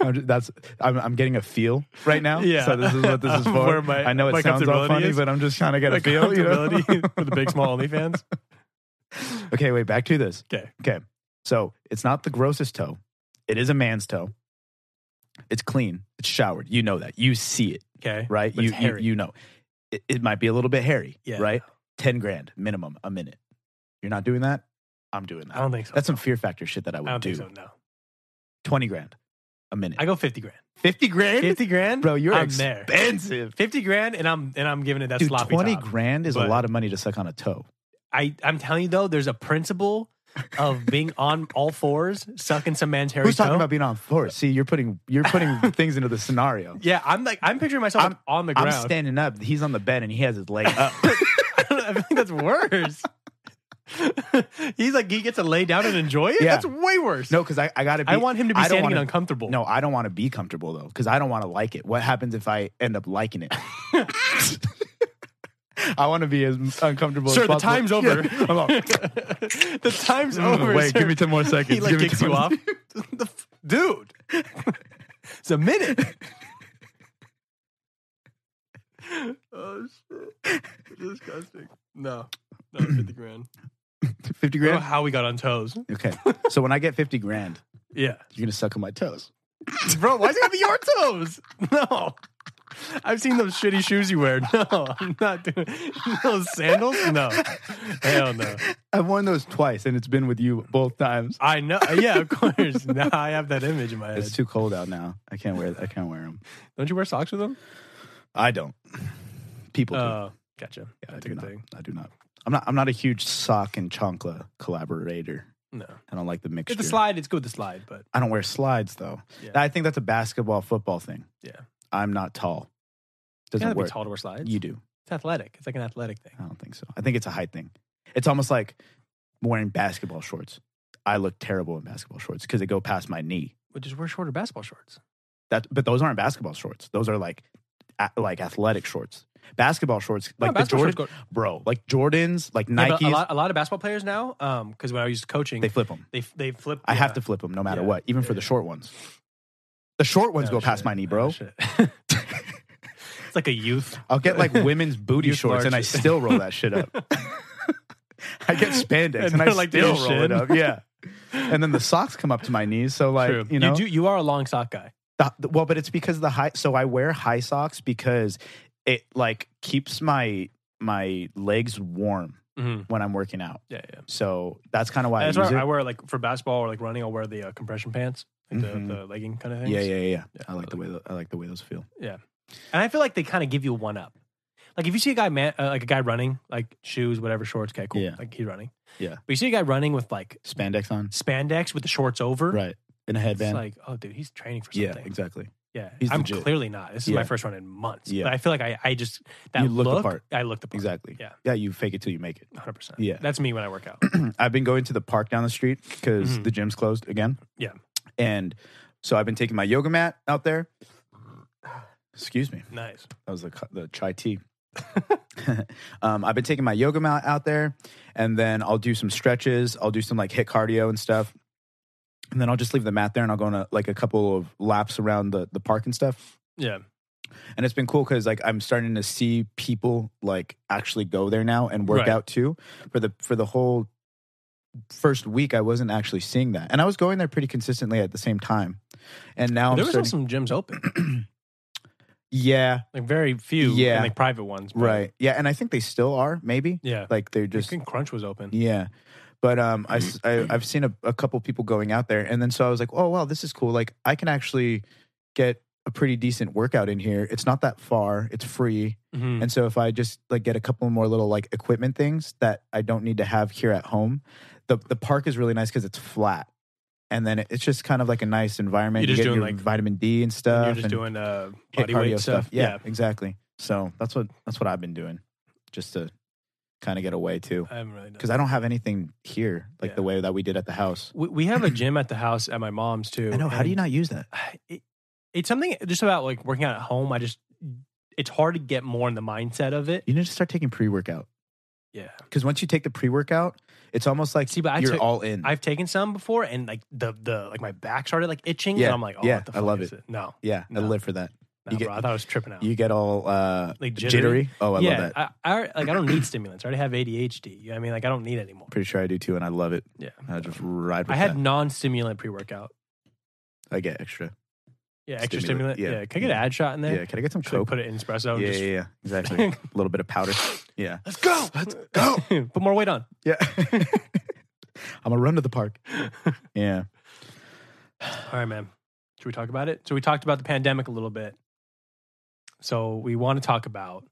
I'm just- that's I'm, I'm getting a feel right now.
Yeah.
So this is what this is
[laughs]
for.
Where my-
I know it
my
sounds all
comfortability
funny,
is.
but I'm just trying to get a
The
feel. You know? [laughs]
comfortability for the big small OnlyFans.
Okay, wait. Back to this.
Okay.
Okay. So it's not the grossest toe. It is a man's toe. It's clean. It's showered. You know that. You see it,
Okay.
right?
But
you,
it's hairy.
you you know. It, it might be a little bit hairy.
Yeah.
Right. Ten grand minimum a minute. You're not doing that. I'm doing
I
that.
don't think so.
That's some fear factor shit that I
I
would
don't
do.
think so. No.
Twenty grand a minute.
I go fifty grand.
Fifty grand,
Fifty grand,
bro. You're
I'm there.
expensive.
Fifty grand, and I'm and I'm giving it that
Dude,
sloppy
twenty
top.
grand is a
but-
lot of money to suck on a toe.
I I'm telling you though, there's a principle of
[laughs]
being on all fours, sucking some man's hairy
Who's
toe.
talking about being on floor? See, you're putting you're putting
[laughs]
things into the scenario.
yeah, I'm like I'm picturing myself
I'm-
on the
I'm
ground.
standing up. He's on the bed and he has his leg up.
[laughs] I, don't, I think that's worse. [laughs] He's like he gets to lay down and enjoy it.
Yeah.
That's way worse.
no, because I, I gotta. Be,
I want him to be
I don't
standing
wanna-
and uncomfortable.
No, I don't want to be comfortable though, because I don't want to like it. What happens if I end up
[laughs]
liking it? I want to be as uncomfortable.
sir,
as
the
possible.
time's over.
Yeah. I'm
[laughs]
off.
the time's over.
Wait,
sir.
give me ten more seconds.
[laughs] He like
Give me
kicks
10
you
more
off, The f- dude. It's a minute. [laughs] oh shit! Disgusting. No, no, fifty [clears throat] grand.
seconds. [laughs] Fifty
I don't know
grand.
how we got on toes.
Okay, so when I get fifty grand,
Yeah,
you're gonna suck on my toes.
[laughs] bro. Why's it gotta be your toes? [laughs] No. I've seen those shitty shoes you wear. [laughs] No, I'm not doing [laughs] those sandals. No, hell no.
I've worn those twice, and it's been with you both times.
I know. Uh, Yeah, of course. [laughs] Now I have that image in my head.
Uh, It's too cold out now. I can't wear. I can't wear them.
Don't you wear socks with them?
I don't. People
Oh,
do.
gotcha.
Yeah, I
That's a
do
good
not.
thing.
I do not. I'm not. I'm not a huge sock and chancla collaborator.
No,
I don't like the mixture.
it's a slide. It's good with the slide, but
I don't wear slides though.
Yeah.
I think that's a basketball football thing.
Yeah.
I'm not tall.
you
Doesn't
gotta
work.
be tall to wear slides.
You do.
It's athletic. It's like an athletic thing.
I don't think so. I think it's a height thing. It's almost like wearing basketball shorts. I look terrible in basketball shorts because they go past my knee.
But just wear shorter basketball shorts.
That, but those aren't basketball shorts. Those are like, a, like athletic shorts. Basketball shorts,
No,
like the
basketball
Jordan,
shorts go-
bro, like Jordans, like
Yeah,
Nikes.
but a lot, a lot of basketball players now, because when I was coaching,
they
they
flip them.
they, they flip.
I have
yeah.
to flip them no matter
Yeah.
what, even
Yeah,
for the
yeah.
short ones. The short ones
Oh,
go past
shit.
my knee,
Oh,
bro.
shit. [laughs] it's like a
[laughs]
youth.
I'll get
[laughs]
like women's booty
Youth
shorts, and I
large.
still roll that
[laughs]
shit up. I get spandex,
And
and, I
they're like to
still
your
roll
shin.
it up. Yeah, and then the socks come up to my knees. So like,
True.
you know,
do. You are a long sock guy.
the- the- well, but it's because the high. So I wear high socks because it like keeps my my legs warm
Mm-hmm.
when I'm working out.
Yeah, yeah.
So that's kind of why
That's
I use
why
it.
I wear like for basketball or like running. I'll wear the uh, compression pants, like
Mhm.
the, the legging kind of things.
yeah, yeah, yeah, yeah.
Yeah,
I like the way tho- I like the way those feel.
And I feel like they kind of give you one up. Like if you see a guy, man, uh, like a guy running, like shoes, whatever, shorts, okay, cool.
Yeah.
Like he's running.
Yeah.
But you see a guy running with like
Spandex on,
spandex with the shorts over.
right? In a
It's
headband.
like, oh, dude, he's training for
yeah,
something.
exactly.
Yeah,
He's
I'm
legit.
clearly not. This is my
Yeah.
first run in months.
Yeah.
But I feel like I, I just that
You look
look,
the part.
I look the part.
Exactly.
Yeah.
Yeah, you fake it till you make it.
100. percent
Yeah.
that's me when I work out.
[coughs] [clears throat] I've been going to the park down the street because
Mhm.
the gym's closed again.
Yeah.
And so I've been taking my yoga mat out there. Excuse me.
nice.
That was the, cu- the chai tea. [laughs] um, I've been taking my yoga mat out there and then I'll do some stretches. I'll do some like hit cardio and stuff. And then I'll just leave the mat there and I'll go on a, like a couple of laps around the, the park and stuff.
Yeah,
And it's been cool because like I'm starting to see people like actually go there now and work
Right.
out too. For the for the whole first week, I wasn't actually seeing that, and I was going there pretty consistently at the same time. And now
there
I'm
was some
starting.
gyms open,
yeah,
like very few.
Yeah.
and like private ones. but-
right. Yeah, and I think they still are. Maybe
Yeah,
like they're
just
just
Crunch was open.
yeah. But um,
Mm-hmm.
I, s- I have seen a, a couple people going out there, and then so I was like, oh wow, this is cool. Like I can actually get a pretty decent workout in here. It's not that far. It's free.
Mhm.
And so if I just like get a couple more little like equipment things that I don't need to have here at home, the the park is really nice because it's flat, and then it- it's just kind of like a nice environment.
You're just
you get
doing,
your
like-
vitamin D and
And
stuff.
you're just
and
doing uh,
ca-
body weight stuff.
Yeah, exactly. So that's what that's what I've been doing, just to kind of get away too.
I haven't really done
Because I don't have anything here like
Yeah.
the way that we did at the house.
We, we
[coughs]
have a gym at the house at my mom's too.
I know. How do you
and
not use that?
[sighs] It, it's something just about like working out at home. I just it's hard to get more in the mindset of it.
You need to start taking pre workout.
Yeah,
Because once you take the pre workout, it's almost like
See, but I
you're
took-
all in.
I've taken some before, and like the the like my back started like itching,
Yeah,
and I'm like, oh,
yeah,
what the
I
fuck
love
is it? No,
yeah, I
No.
live for that.
no
You get-
bro, I thought I was tripping out.
You get all uh,
Like
jittery.
jittery?
Oh, I
yeah,
love that.
I, I like I don't need stimulants. I already have ADHD. You know what I mean, like I don't need any more.
Pretty sure I do too, and I love it.
Yeah,
I just ride. With
I had
that.
non-stimulant pre-workout.
I get extra.
Yeah, extra
Stimulant,
stimulant.
yeah.
Yeah. can I get an ad shot in there?
Yeah, can I get some
Should I
coke?
put it in espresso. and
yeah,
just,
yeah,
[laughs]
yeah, exactly. a little bit of powder. Yeah,
Let's go. Let's go. [laughs] put more weight on.
yeah. [laughs] I'm gonna run to
[laughs]
the park. Yeah,
All right, man. Should we talk about it? So we talked about the pandemic a little bit. So we want to talk about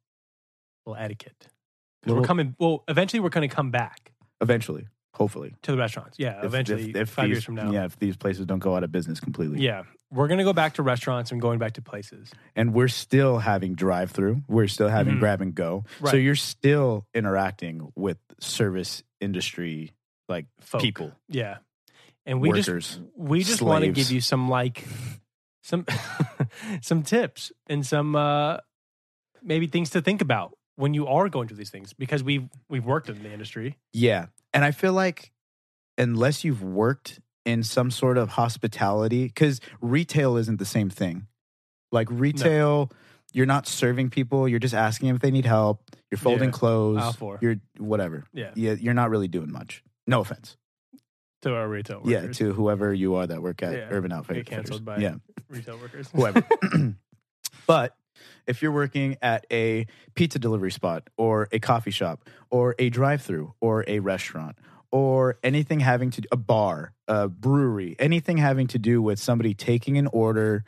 a little etiquette. 'Cause
Little-
we're coming. Well, eventually we're going to come back
eventually, hopefully,
to the restaurants. Yeah,
If-
eventually,
if- if
five
these-
years from now.
Yeah, if these places don't go out of business completely.
yeah, we're going to go back to restaurants and going back to places.
and we're still having drive through. We're still having
Mhm.
grab and go. So
Right.
you're still interacting with service industry like
Folk.
people,
Yeah, and we just
workers.
we just want to
slaves.
give you some like some [laughs] some tips and some uh maybe things to think about when you are going through these things because we've we've worked in the industry
Yeah. And I feel like unless you've worked in some sort of hospitality, because retail isn't the same thing. Like retail, you're not serving people, you're just asking them if they need help, you're folding
Yeah.
clothes,
Aisle four.
you're whatever.
yeah
Yeah, you're not really doing much. No offense.
to our retail workers
Yeah, to whoever you are that work at
Yeah.
Urban Outfitters.
Get canceled by- [laughs]
yeah,
retail workers
whoever. [clears throat] but if you're working at a pizza delivery spot or a coffee shop or a drive-through or a restaurant or anything having to a bar, a brewery, anything having to do with somebody taking an order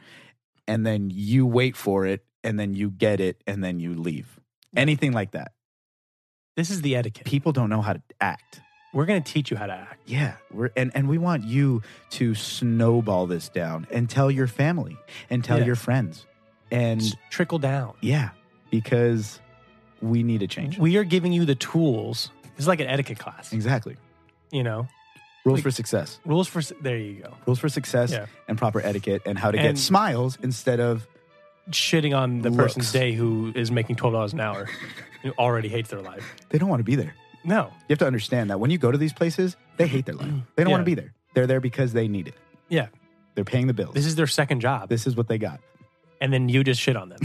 and then you wait for it and then you get it and then you leave. Anything like that.
[laughs] this is the etiquette
People don't know how to act.
we're going to teach you how to act
Yeah, we're and, and we want you to snowball this down and tell your family and tell
Yeah.
your friends. And
It's trickle down
yeah, because we need a change.
we are giving you the tools it's like an etiquette class
exactly.
you know
Rules for success.
rules for s- there you go
Rules for success
Yeah.
and proper etiquette and how to get
And-
smiles instead of
shitting on the person's
Looks.
day who is making $12 an [laughs] hour who already hates their life
they don't want to be there.
no
You have to understand that when you go to these places, they hate their life.
[clears throat]
They don't
Yeah.
want to be there. They're there because they need it.
yeah
They're paying the bills.
this
This,
is their second job
is what they got
and then you just shit
[laughs]
on them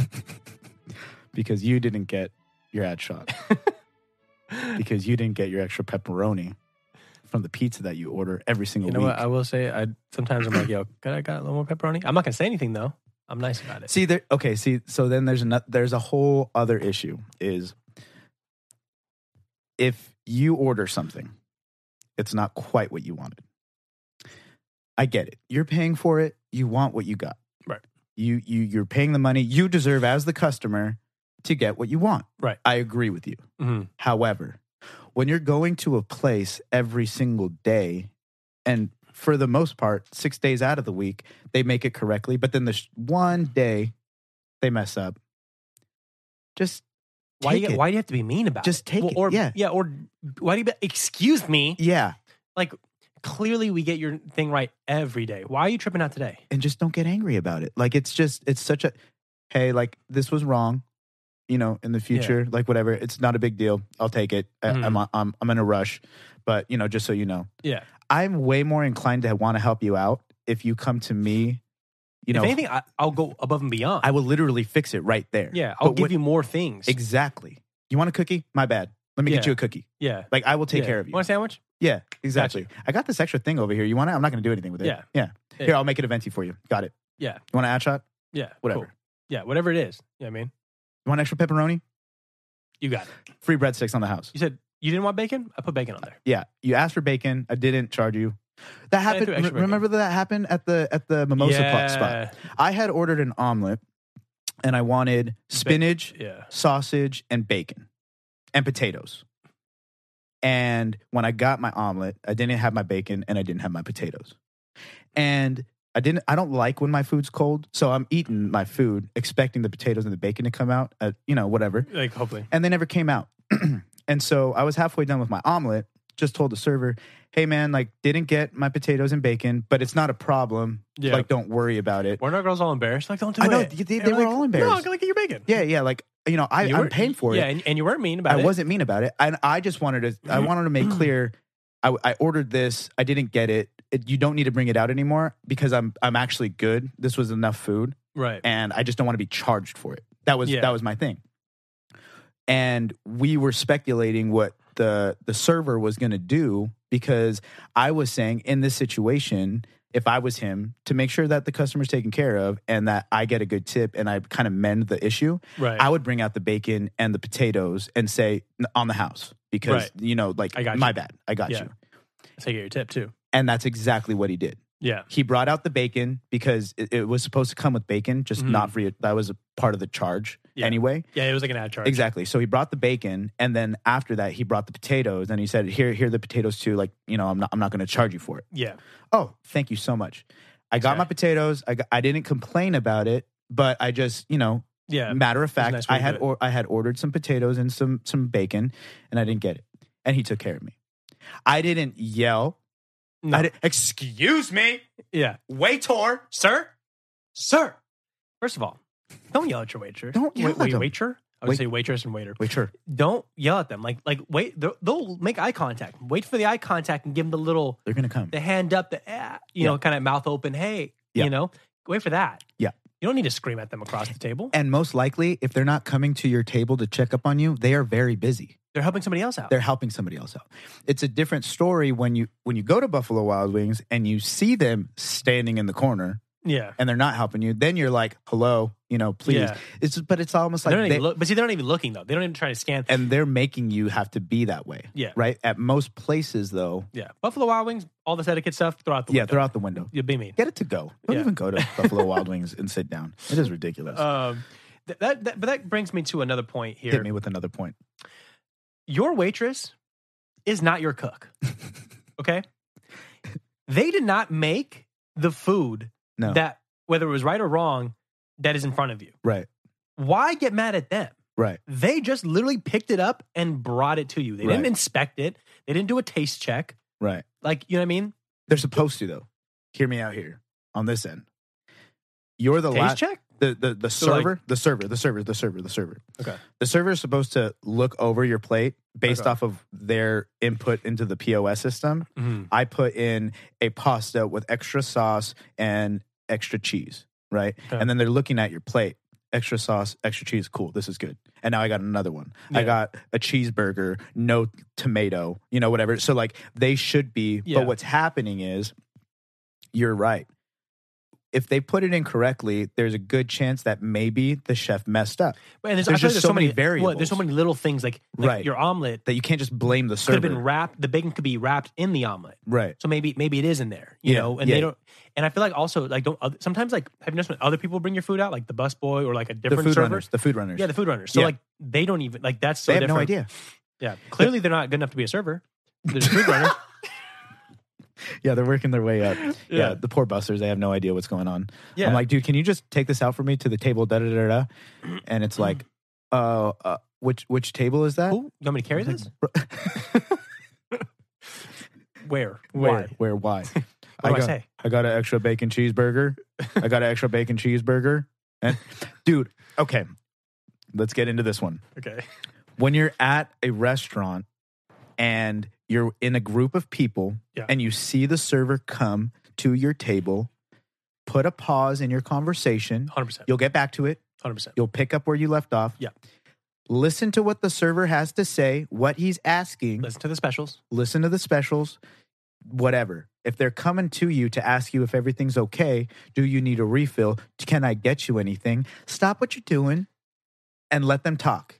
because you didn't get your ad
[laughs]
shot. because you didn't get your extra pepperoni from the pizza that you order every single
You know
week.
what? I will say, I sometimes I'm like, yo, could I got a little more pepperoni? I'm not gonna say anything though. I'm nice about it.
See there. Okay. See. So then there's another. There's a whole other issue. Is if you order something, it's not quite what you wanted. I get it. You're paying for it. You want what you got.
Right.
You you you're paying the money. You deserve as the customer to get what you want.
Right.
I agree with you.
Mhm.
However, when you're going to a place every single day, and for the most part, six days out of the week, they make it correctly, but then there's one day they mess up. Just
Why
take
you,
it.
why do you have to be mean about
Just
it?
take it,
Or
yeah.
yeah, or why do you? Be, excuse me.
Yeah,
Clearly, we get your thing right every day. Why are you tripping out today?
and just don't get angry about it. Like it's just it's such a hey, like this was wrong. You know, in the future, like whatever, it's not a big deal. I'll take it. I,
Mhm.
I'm I'm I'm in a rush, but you know, just so you know,
Yeah.
I'm way more inclined to want to help you out if you come to me. You know,
if anything, I, I'll go above and beyond.
I will literally fix it right there.
yeah, I'll
But
give
when-
you more things.
exactly. You want a cookie? My bad. Let me
Yeah.
get you a cookie.
yeah,
Like I will take care of you.
Want a sandwich?
Yeah, exactly. I got this extra thing over here. You want it? I'm not going to do anything with it.
Yeah.
yeah.
Yeah.
Here, I'll make it a venti for you. Got it.
Yeah.
You want an ad shot?
Yeah,
Whatever.
cool. Yeah, whatever it is. Yeah, I mean,
You want extra pepperoni?
you got it.
Free breadsticks on the house.
You said you didn't want bacon. I put bacon on there.
Yeah. You asked for bacon. I didn't charge you.
I threw
That happened.
extra
re-
bacon.
remember that happened at the at the mimosa pot spot.
yeah,
I had ordered an omelet, and I wanted spinach,
Yeah,
sausage, and bacon, and potatoes. And when I got my omelet, I didn't have my bacon and I didn't have my potatoes. And I didn't I don't like when my food's cold, so I'm eating my food expecting the potatoes and the bacon to come out, uh, you know, whatever
Like hopefully.
and they never came out. [clears throat] and so I was halfway done with my omelet, just told the server, "Hey man, like didn't get my potatoes and bacon, but it's not a problem.
Yeah.
Like don't worry about it."
Weren't our girls all embarrassed? Like, don't do
I know
it.
they- they,
And
they
we're
were
like,
all embarrassed.
No, like you're bacon.
yeah, yeah, like you know, I
You
I'm
weren't-
paying for it.
Yeah, and, and you weren't mean about
I
it.
wasn't mean about it, and I just wanted to. I wanted
[clears throat]
to make clear. I, I ordered this. I didn't get it. it. You don't need to bring it out anymore because I'm I'm actually good. This was enough food
Right.
and I just don't want to be charged for it. That was
Yeah.
that was my thing. And we were speculating what the the server was going to do because I was saying in this situation, if I was him, to make sure that the customer's taken care of and that I get a good tip and I kind of mend the issue,
Right.
I would bring out the bacon and the potatoes and say "N- on the house because
Right.
you know like
I got
my
you.
bad, I got
Yeah.
you.
so you get your tip too.
And that's exactly what he did
Yeah.
he brought out the bacon because it, it was supposed to come with bacon, just
Mhm.
not free. That was a part of the charge
Yeah.
anyway.
Yeah, it was like an ad charge.
Exactly. So he brought the bacon, and then after that, he brought the potatoes, and he said, "Here, here are the potatoes too. Like, you know, I'm not, I'm not going to charge you for it."
Yeah.
Oh, thank you so much. I got
Okay.
my potatoes. I, got, I didn't complain about it, but I just, you know,
Yeah.
matter of fact,
nice way
I
to
had
do it.
or, I had ordered some potatoes and some some bacon, and I didn't get it, and he took care of me. I didn't yell.
No.
I didn't, Excuse me,
Yeah.
waiter.
Sir? Sir. First of all, don't yell at your waitress.
Don't yell
wait,
at
wait,
them.
waiter. I would
Wait-
say waitress and waiter.
Waiter.
Don't yell at them. Like like wait they'll- they'll make eye contact. Wait for the eye contact and give them the little
They're gonna come.
the hand up the ah, you
Yeah.
know kind of mouth open hey,
Yeah.
you know. Wait for that.
Yeah.
You don't need to scream at them across the table.
And most likely, if they're not coming to your table to check up on you, they are very busy.
They're helping somebody else out.
They're helping somebody else out. It's a different story when you when you go to Buffalo Wild Wings and you see them standing in the corner
yeah.
and they're not helping you. Then you're like, "Hello, you know, please."
Yeah.
It's but it's almost
they
like
don't
they,
even look, but see, they're not even looking though. They don't even try to scan.
and they're making you have to be that way.
Yeah.
Right. At most places, though.
Yeah, Buffalo Wild Wings, all this etiquette stuff, throw out the
yeah,
window.
they're out the window.
You'll be mean.
Get it to go. Don't
Yeah.
even go
[laughs]
to Buffalo Wild Wings and sit down. It is ridiculous.
Um, th- that, that, but that brings me to another point here.
Hit me with another point.
Your waitress is not your
[laughs]
cook. Okay, they did not make the food
No.
that, whether it was right or wrong, that is in front of you.
right.
Why get mad at them?
Right.
They just literally picked it up and brought it to you. They
Right.
didn't inspect it. They didn't do a taste check.
Right.
Like you know what I mean?
They're supposed to though. Hear me out here on this end. You're the
taste
last
check.
the the, the
So, like-
server, the server, the server, the server, the server.
Okay.
The server is supposed to look over your plate based
Okay.
off of their input into the POS system.
Mhm.
I put in a pasta with extra sauce and extra cheese, right?
Okay.
And then they're looking at your plate. Extra sauce, extra cheese, cool. This is good. And now I got another one. I
Yeah.
got a cheeseburger, no tomato, you know, whatever. So like they should be,
Yeah.
but what's happening is you're right. If they put it in correctly, there's a good chance that maybe the chef messed up.
But- And there's, I
There's
feel like
just so many
well, there's so
variables.
many little things like, like
Right.
your omelet
That you can't just blame the
could
server.
have been wrapped. The bacon could be wrapped in the omelet,
right.
so maybe maybe it is in there, you
Yeah,
know. And
yeah.
they don't. And I feel like also like don't oth- sometimes like have you noticed when other people bring your food out, like the busboy or like a
The
different
food
server?
runners. The food runners.
Yeah, the food runners. So
Yeah.
like they don't even like that's so
they have
different.
no idea.
Yeah, clearly they're not good enough to be a server. They're just food
[laughs]
runner.
Yeah, they're working their way up. Yeah.
[laughs] Yeah.
the poor busters, they have no idea what's going on.
Yeah,
I'm like, dude, can you just take this out for me to the table? Da da da da. da?" And
[clears throat]
it's like, uh, uh, which which table is that?
Who? you want me to carry
I was
this?
like,
Where?
where
Why?
where why?
[laughs] What do I
got,
say?
I got an extra bacon cheeseburger. I got an extra bacon cheeseburger. And dude, okay, let's get into this one.
Okay.
When you're at a restaurant and you're in a group of people
Yeah.
and you see the server come to your table, put a pause in your conversation.
Hundred percent.
You'll get back to it.
Hundred percent.
You'll pick up where you left off.
Yeah.
Listen to what the server has to say, what he's asking.
Listen to the specials.
Listen to the specials, whatever. If they're coming to you to ask you if everything's okay, do you need a refill? Can I get you anything? Stop what you're doing and let them talk.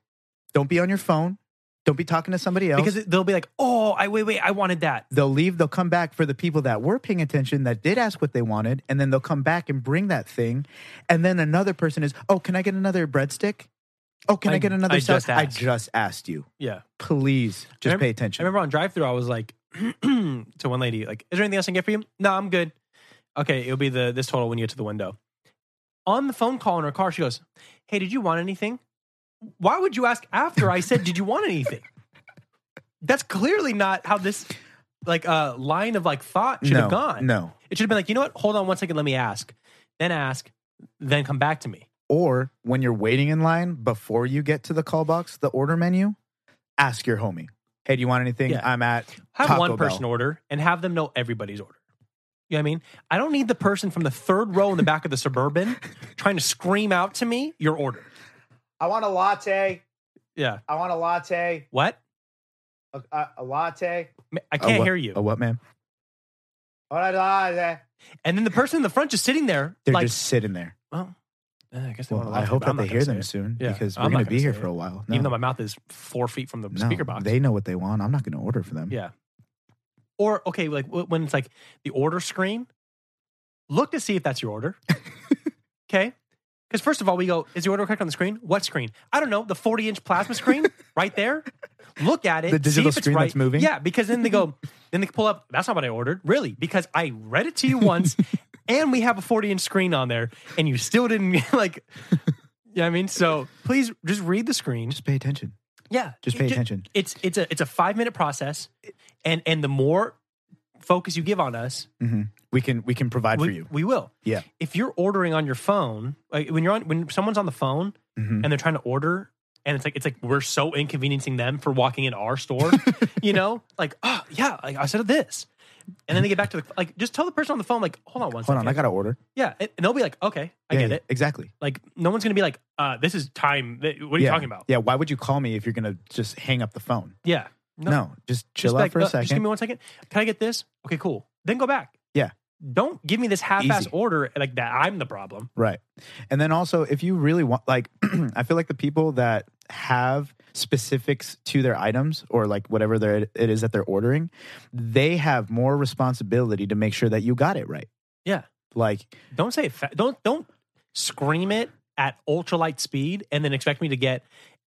Don't be on your phone. Don't be talking to somebody else.
Because it- they'll be like, oh, I wait, wait, I wanted that.
they'll leave, they'll come back for the people that were paying attention that did ask what they wanted, and then they'll come back and bring that thing. And then another person is, oh, can I get another breadstick? Oh, can I,
I-
get another
I
sauce?
just
I
asked.
just asked you.
Yeah.
Please just
remember-
pay
I
attention.
remember on drive through, I was like [clears throat] to one lady, like, "Is there anything else I can get for you?" No, I'm good. Okay, it'll be the this total when you get to the window. On the phone call in her car, she goes, "Hey, did you want anything? Why would you ask after I said did you want anything? [laughs] That's clearly not how this like uh line of like thought should
no,
have gone.
No.
It should have been like, you know what? Hold on one second, let me ask, then ask, then come back to me.
Or when you're waiting in line before you get to the call box, the order menu, ask your homie. Hey, do you want anything?
Yeah.
I'm at
Have
Taco
one person
Bell.
order and have them know everybody's order. You know what I mean? I don't need the person from the third row in the back of the
[laughs]
suburban trying to scream out to me your order.
I want a latte.
Yeah.
I want a latte.
What?
A, a, a latte.
Ma- I
A
can't
Uh, what- Oh.
hear you.
A what, man?
I want a latte.
and then the person in the front just sitting there,
They're
like,
just sitting there.
well, eh, I guess they want
Well,
to.
I hope that they hear them
It.
soon
Yeah,
because
I'm
we're
not
going to
gonna
be here
say
for
it.
a while.
Even though
No,
my mouth is four feet from the
no,
speaker box.
They know what they want. I'm not going to order for them.
Yeah. Or okay, like wh- when it's like the order screen, look to see if that's your order. okay. Because first of all, we go, is the order correct on the screen? What screen? I don't know. The 40 inch plasma screen right there. Look at it.
The
see
digital
if it's
screen
right.
that's moving?
Yeah, because then they
[laughs]
go, then they pull up, that's not what I ordered. Really? Because I read it to you once and we have a 40 inch screen on there and you still didn't [laughs] like, yeah, I mean, so please just read the screen.
Just pay attention.
Yeah,
Just
it
pay
ju-
attention.
It's it's a it's a five minute process, and and the more focus you give on us,
Mm-hmm. We can we can provide for
we,
you.
we will.
Yeah.
If you're ordering on your phone, like when you're on when someone's on the phone
Mhm.
and they're trying to order, and it's like it's like we're so inconveniencing them for walking in our
[laughs]
store, you know, like oh yeah, like I said this, and then they get back to the like just tell the person on the phone like hold on one
Hold
second.
on, I got to order.
yeah, and they'll be like okay, I
Yeah,
get
yeah,
it.
Exactly.
Like no one's gonna be like uh this is time. What are you
yeah.
talking about?
Yeah. Why would you call me if you're going to just hang up the phone?
Yeah.
No, just chill
Just
out
like,
for
"Uh,
a second.
Just give me one second. Can I get this? Okay, cool. Then go back.
Yeah.
Don't give me this half-ass
Easy.
order like that. I'm the problem.
Right. And then also, if you really want, like, [clears throat] I feel like the people that have specifics to their items or like whatever their, it is that they're ordering, they have more responsibility to make sure that you got it right.
Yeah.
Like,
Don't say it. Fa- don't don't scream it at ultralight speed and then expect me to get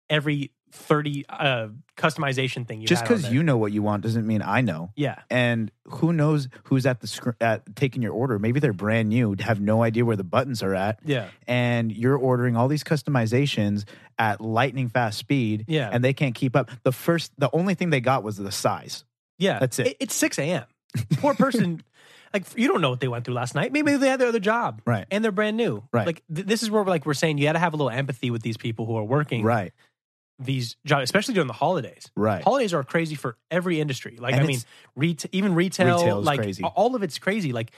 every thirty uh, customization thing you
just
had on
because
there.
you know what you want doesn't mean I know.
Yeah.
And who knows who's at the scr- at taking your order? Maybe they're brand new, have no idea where the buttons are at,
Yeah.
and you're ordering all these customizations at lightning fast speed.
Yeah.
and they can't keep up. The first, the only thing they got was the size.
Yeah.
That's it.
it's six a.m. Poor person. [laughs] like you don't know what they went through last night. Maybe they had their other job.
Right.
And they're brand new.
Right.
Like th- this is where we're like we're saying you got to have a little empathy with these people who are working
Right.
these jobs, especially during the holidays.
Right.
holidays are crazy for every industry. Like
And
I mean,
it's-
reta- even retail,
Retail is
like
crazy.
all of it's crazy. Like,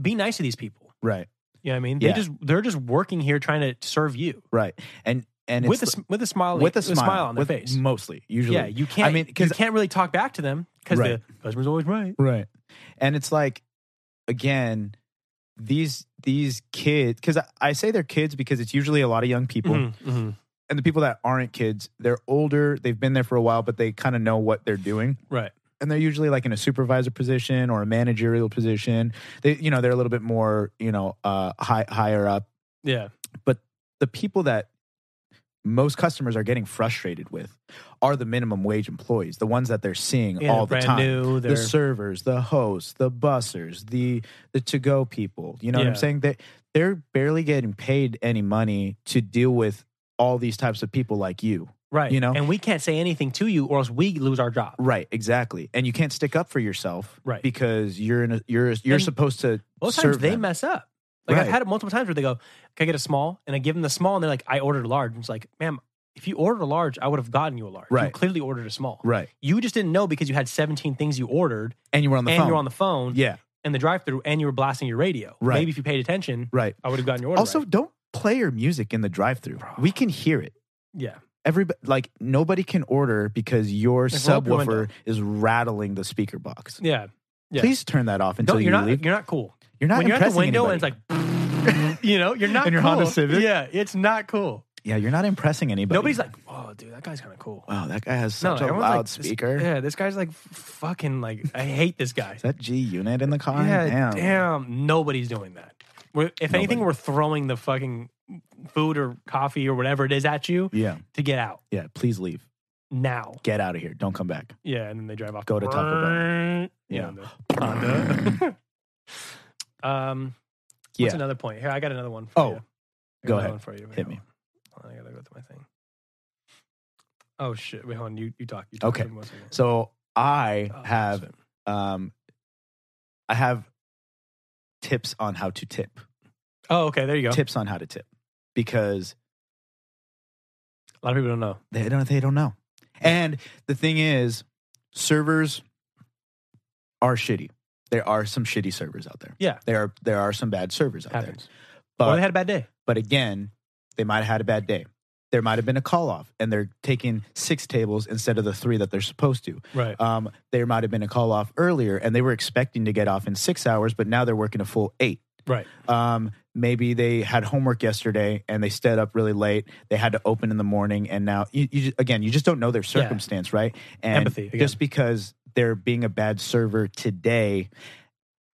be nice to these people.
Right.
You know what I mean?
Yeah.
They just they're just working here trying to serve you
Right. And and
with a
it's
sm- with a smile
with a
with
smile,
on their
with-
face.
mostly usually.
yeah, you can't.
I mean,
you
because
can't really talk back to them because
Right.
the customer's always right.
right, and it's like again these these kids because I, I say they're kids because it's usually a lot of young people
Mhm, mhm.
and the people that aren't kids they're older they've been there for a while but they kind of know what they're doing
Right.
and they're usually like in a supervisor position or a managerial position they you know they're a little bit more you know uh high, higher up
Yeah.
the people that most customers are getting frustrated with are the minimum wage employees, the ones that they're seeing
yeah
all the
brand
time.
New,
The
they're-
servers, the hosts, the bussers, the the to go people. You know what I'm
Yeah.
saying? They they're barely getting paid any money to deal with all these types of people like you.
right.
you know?
and we can't say anything to you, or else we lose our job.
Right, exactly. And you can't stick up for yourself
Right.
because you're in a, you're you're
And
supposed to
Most
serve
times they
them.
mess up. Like I've
Right.
had it multiple times where they go, "Can I get a small?" And I give them the small, and they're like, "I ordered a large." And it's like, "Ma'am, if you ordered a large, I would have gotten you a large. You
Right.
clearly ordered a small.
Right.
You just didn't know because you had 17 things you ordered,
And you were on the
and
phone.
you're on the phone,
yeah,
and the drive-through, and you were blasting your radio.
Right.
Maybe if you paid attention,
right.
I would have gotten your order.
Also,
right.
don't play your music in the drive-through. We can hear it.
yeah,
everybody like nobody can order because your
Like, roll up your
subwoofer
window.
is rattling the speaker box.
yeah. Yeah.
Please turn that off until
Don't, you're
you
not.
leave.
You're not cool.
You're not
when you're at the
impressing
window
anybody.
and it's like, [laughs] you know,
[laughs]
you're not.
In your
cool.
Honda Civic?
Yeah, it's not cool.
yeah, you're not impressing anybody.
Nobody's like, "Oh, dude, that guy's kind of cool."
wow, that guy has such a
everyone's like,
loud
this-
speaker.
yeah, this guy's like f- fucking like I hate this guy.
Is that G unit in the car?
yeah,
damn.
damn. Nobody's doing that. We're, if anything,
Nobody.
we're throwing the fucking food or coffee or whatever it is at you
Yeah.
to get out
Yeah. Please leave.
now.
Get out of here. Don't come back.
Yeah, and then they drive off.
Go to Taco
Bell.
Yeah.
Yeah.
[laughs]
Honda. um, what's another point? Here, I got another one. For
Oh,
you. I got
go
another
ahead.
One for you.
Hit me.
Hold on, I gotta go through my thing. Oh shit! Wait, hold on. You you talk. You talk.
Okay.
Give me one second.
So I
Oh,
have
shit.
um I have tips on how to tip.
Oh, okay. There you go.
Tips on how to tip. Because
A lot of people don't know.
They don't. They don't know. And the thing is, servers are shitty. There are some shitty servers out there.
Yeah.
There are there are some bad servers out there.
happens.
But
or they had a bad day.
but again, they might have had a bad day. There might have been a call off, and they're taking six tables instead of the three that they're supposed to.
Right.
Um, there might have been a call off earlier, and they were expecting to get off in six hours, but now they're working a full eight.
right.
Um, maybe they had homework yesterday and they stayed up really late. They had to open in the morning, and now you, you ju- again, you just don't know their circumstance, right? And
Empathy, again.
just because they're being a bad server today,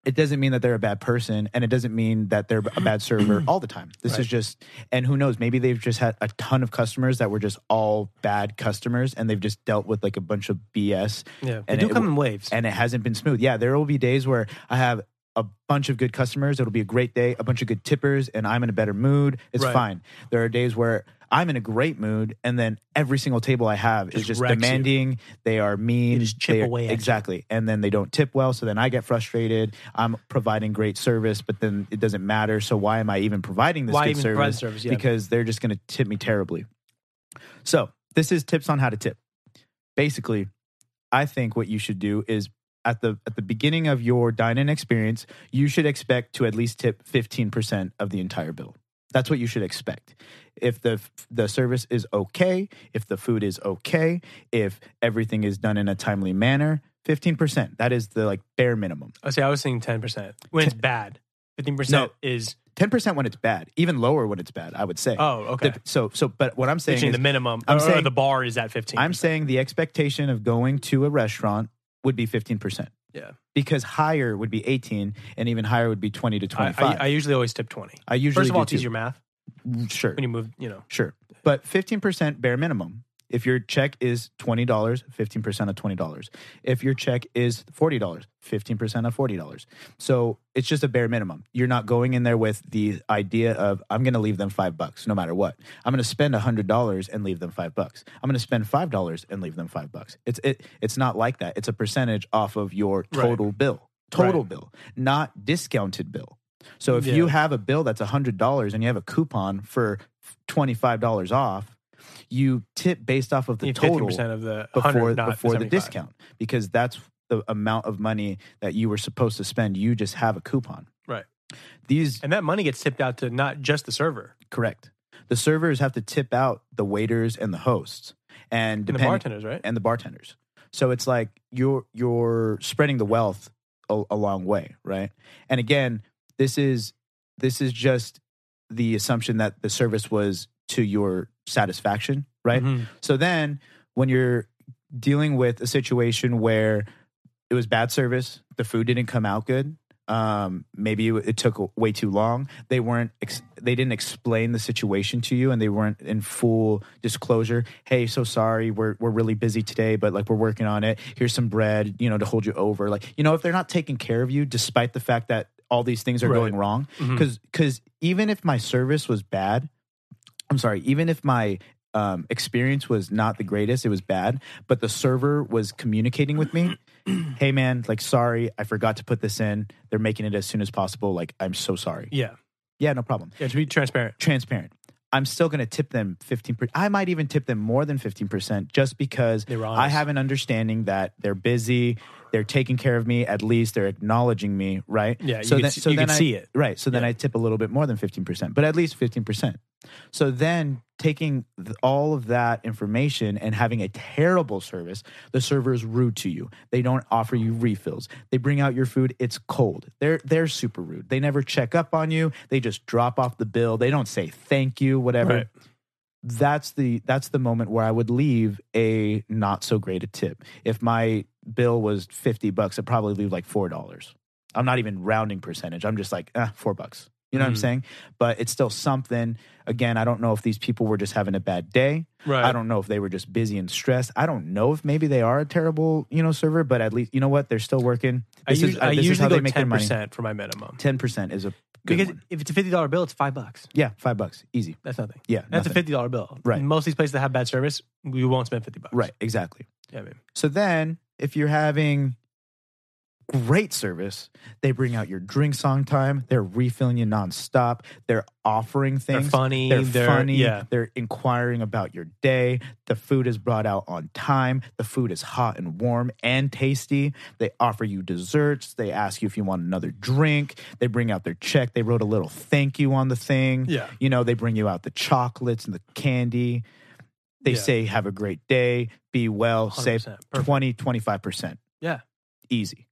it doesn't mean that they're a bad person, and it doesn't mean that they're a bad server all the time. This
Right.
is just, and who knows? Maybe they've just had a ton of customers that were just all bad customers, and they've just dealt with like a bunch of BS
Yeah. They
and
do
it
come
w-
in waves.
and it hasn't been smooth. Yeah, there will be days where I have a bunch of good customers. It'll be a great day, a bunch of good tippers, and I'm in a better mood. It's
Right.
fine. There are days where I'm in a great mood, and then every single table I have is
Just
just
wrecks you.
demanding. They are mean.
just chip
They are-
away at you.
exactly, and then they don't tip well. So then I get frustrated. I'm providing great service, but then it doesn't matter. So why am I even providing this
Why
good
even
service?
provide the service? Yeah.
Because they're just going to tip me terribly. So this is tips on how to tip. Basically, I think what you should do is at the at the beginning of your dine-in experience, you should expect to at least tip 15% of the entire bill. That's what you should expect. If the the service is okay, if the food is okay, if everything is done in a timely manner, 15%. That is the like bare minimum.
I see. I was thinking ten percent when it's bad. Fifteen percent
No.
is
10% when it's bad, even lower when it's bad, I would say.
oh okay.
The- so so but what I'm saying
Reaching
is
the minimum.
I'm
or, or
saying-
the bar is at fifteen.
I'm saying the expectation of going to a restaurant would be 15%.
Yeah.
Because higher would be 18 and even higher would be 20 to
I,
25.
I, I usually always tip twenty.
I usually
First of
do
all, it's
too.
easier math
Sure.
when you move. You know.
Sure. But 15% bare minimum. If your check is $20, 15% of $20. If your check is $40, 15% of $40. So it's just a bare minimum. You're not going in there with the idea of, I'm going to leave them five bucks no matter what. I'm going to spend $100 and leave them five bucks. I'm going to spend $5 and leave them five bucks. It's, it, it's not like that. It's a percentage off of your
Right.
total bill, total bill, not discounted bill. So if
Yeah.
you have a bill that's $100 and you have a coupon for $25 off, you tip based off of the
Fifteen
total
percent of the
before,
100, not
before the
75.
discount because that's the amount of money that you were supposed to spend. You just have a coupon.
Right.
These,
and that money gets tipped out to not just the server
correct. The servers have to tip out the waiters and the hosts and,
and the
depending-
bartenders, right?
and the bartenders. So it's like you're you're spreading the wealth a, a long way, right? And again, this is this is just the assumption that the service was to your satisfaction, right?
Mhm.
So then when you're dealing with a situation where it was bad service, the food didn't come out good, um, maybe it, it took way too long. They weren't, ex- they didn't explain the situation to you, and they weren't in full disclosure. Hey, so sorry, we're we're really busy today, but like we're working on it. Here's some bread, you know, to hold you over. Like you know, if they're not taking care of you, despite the fact that all these things are
Right.
going wrong,
Mhm.
because because even if my service was bad, I'm sorry, even if my um, experience was not the greatest, it was bad, but the server was communicating with me. hey man, like sorry, I forgot to put this in. They're making it as soon as possible. Like I'm so sorry.
Yeah,
Yeah, no problem.
yeah. To be transparent,
Transparent. I'm still going to tip them 15%. I might even tip them more than 15% just because
They were honest.
I have an understanding that they're busy, they're taking care of me, at least they're acknowledging me, right?
Yeah, you could s- you could
I-
see it.
Right. So then
Yeah.
I tip a little bit more than 15%, but at least 15%. So then taking th- all of that information and having a terrible service, the server is rude to you. They don't offer you refills. They bring out your food, it's cold. They're they're super rude. They never check up on you. They just drop off the bill. They don't say thank you, whatever.
Right.
That's the that's the moment where I would leave a not so great a tip. If my bill was 50 bucks, I'd probably leave like $4. I'm not even rounding percentage. I'm just like, eh, 4 bucks. You know what I'm
Mm.
saying? But it's still something. Again, I don't know if these people were just having a bad day.
Right.
I don't know if they were just busy and stressed. I don't know if maybe they are a terrible, you know, server, but at least you know what? They're still working.
I,
This
usually,
is, uh,
I
this is
usually
how
go
they make their
ten
money.
percent for my minimum
10% is a good
because
one.
if it's a fifty dollar bill, it's five bucks.
Yeah, five bucks. Easy.
That's nothing.
Yeah.
That's a
nothing.
fifty dollar bill.
Right.
Most of these places that have bad service, we won't spend fifty bucks.
Right, exactly.
Yeah, I mean,
So then, if you're having great service, they bring out your drink song time. They're refilling you nonstop. They're offering
they're
things.
funny.
They're funny.
Yeah.
They're inquiring about your day. The food is brought out on time. The food is hot and warm and tasty. They offer you desserts. They ask you if you want another drink. They bring out their check. They wrote a little thank you on the thing.
Yeah.
You know, they bring you out the chocolates and the candy. They
Yeah.
say, have a great day, be well, safe.
100%. Perfect.
20, 25%.
Yeah.
Easy.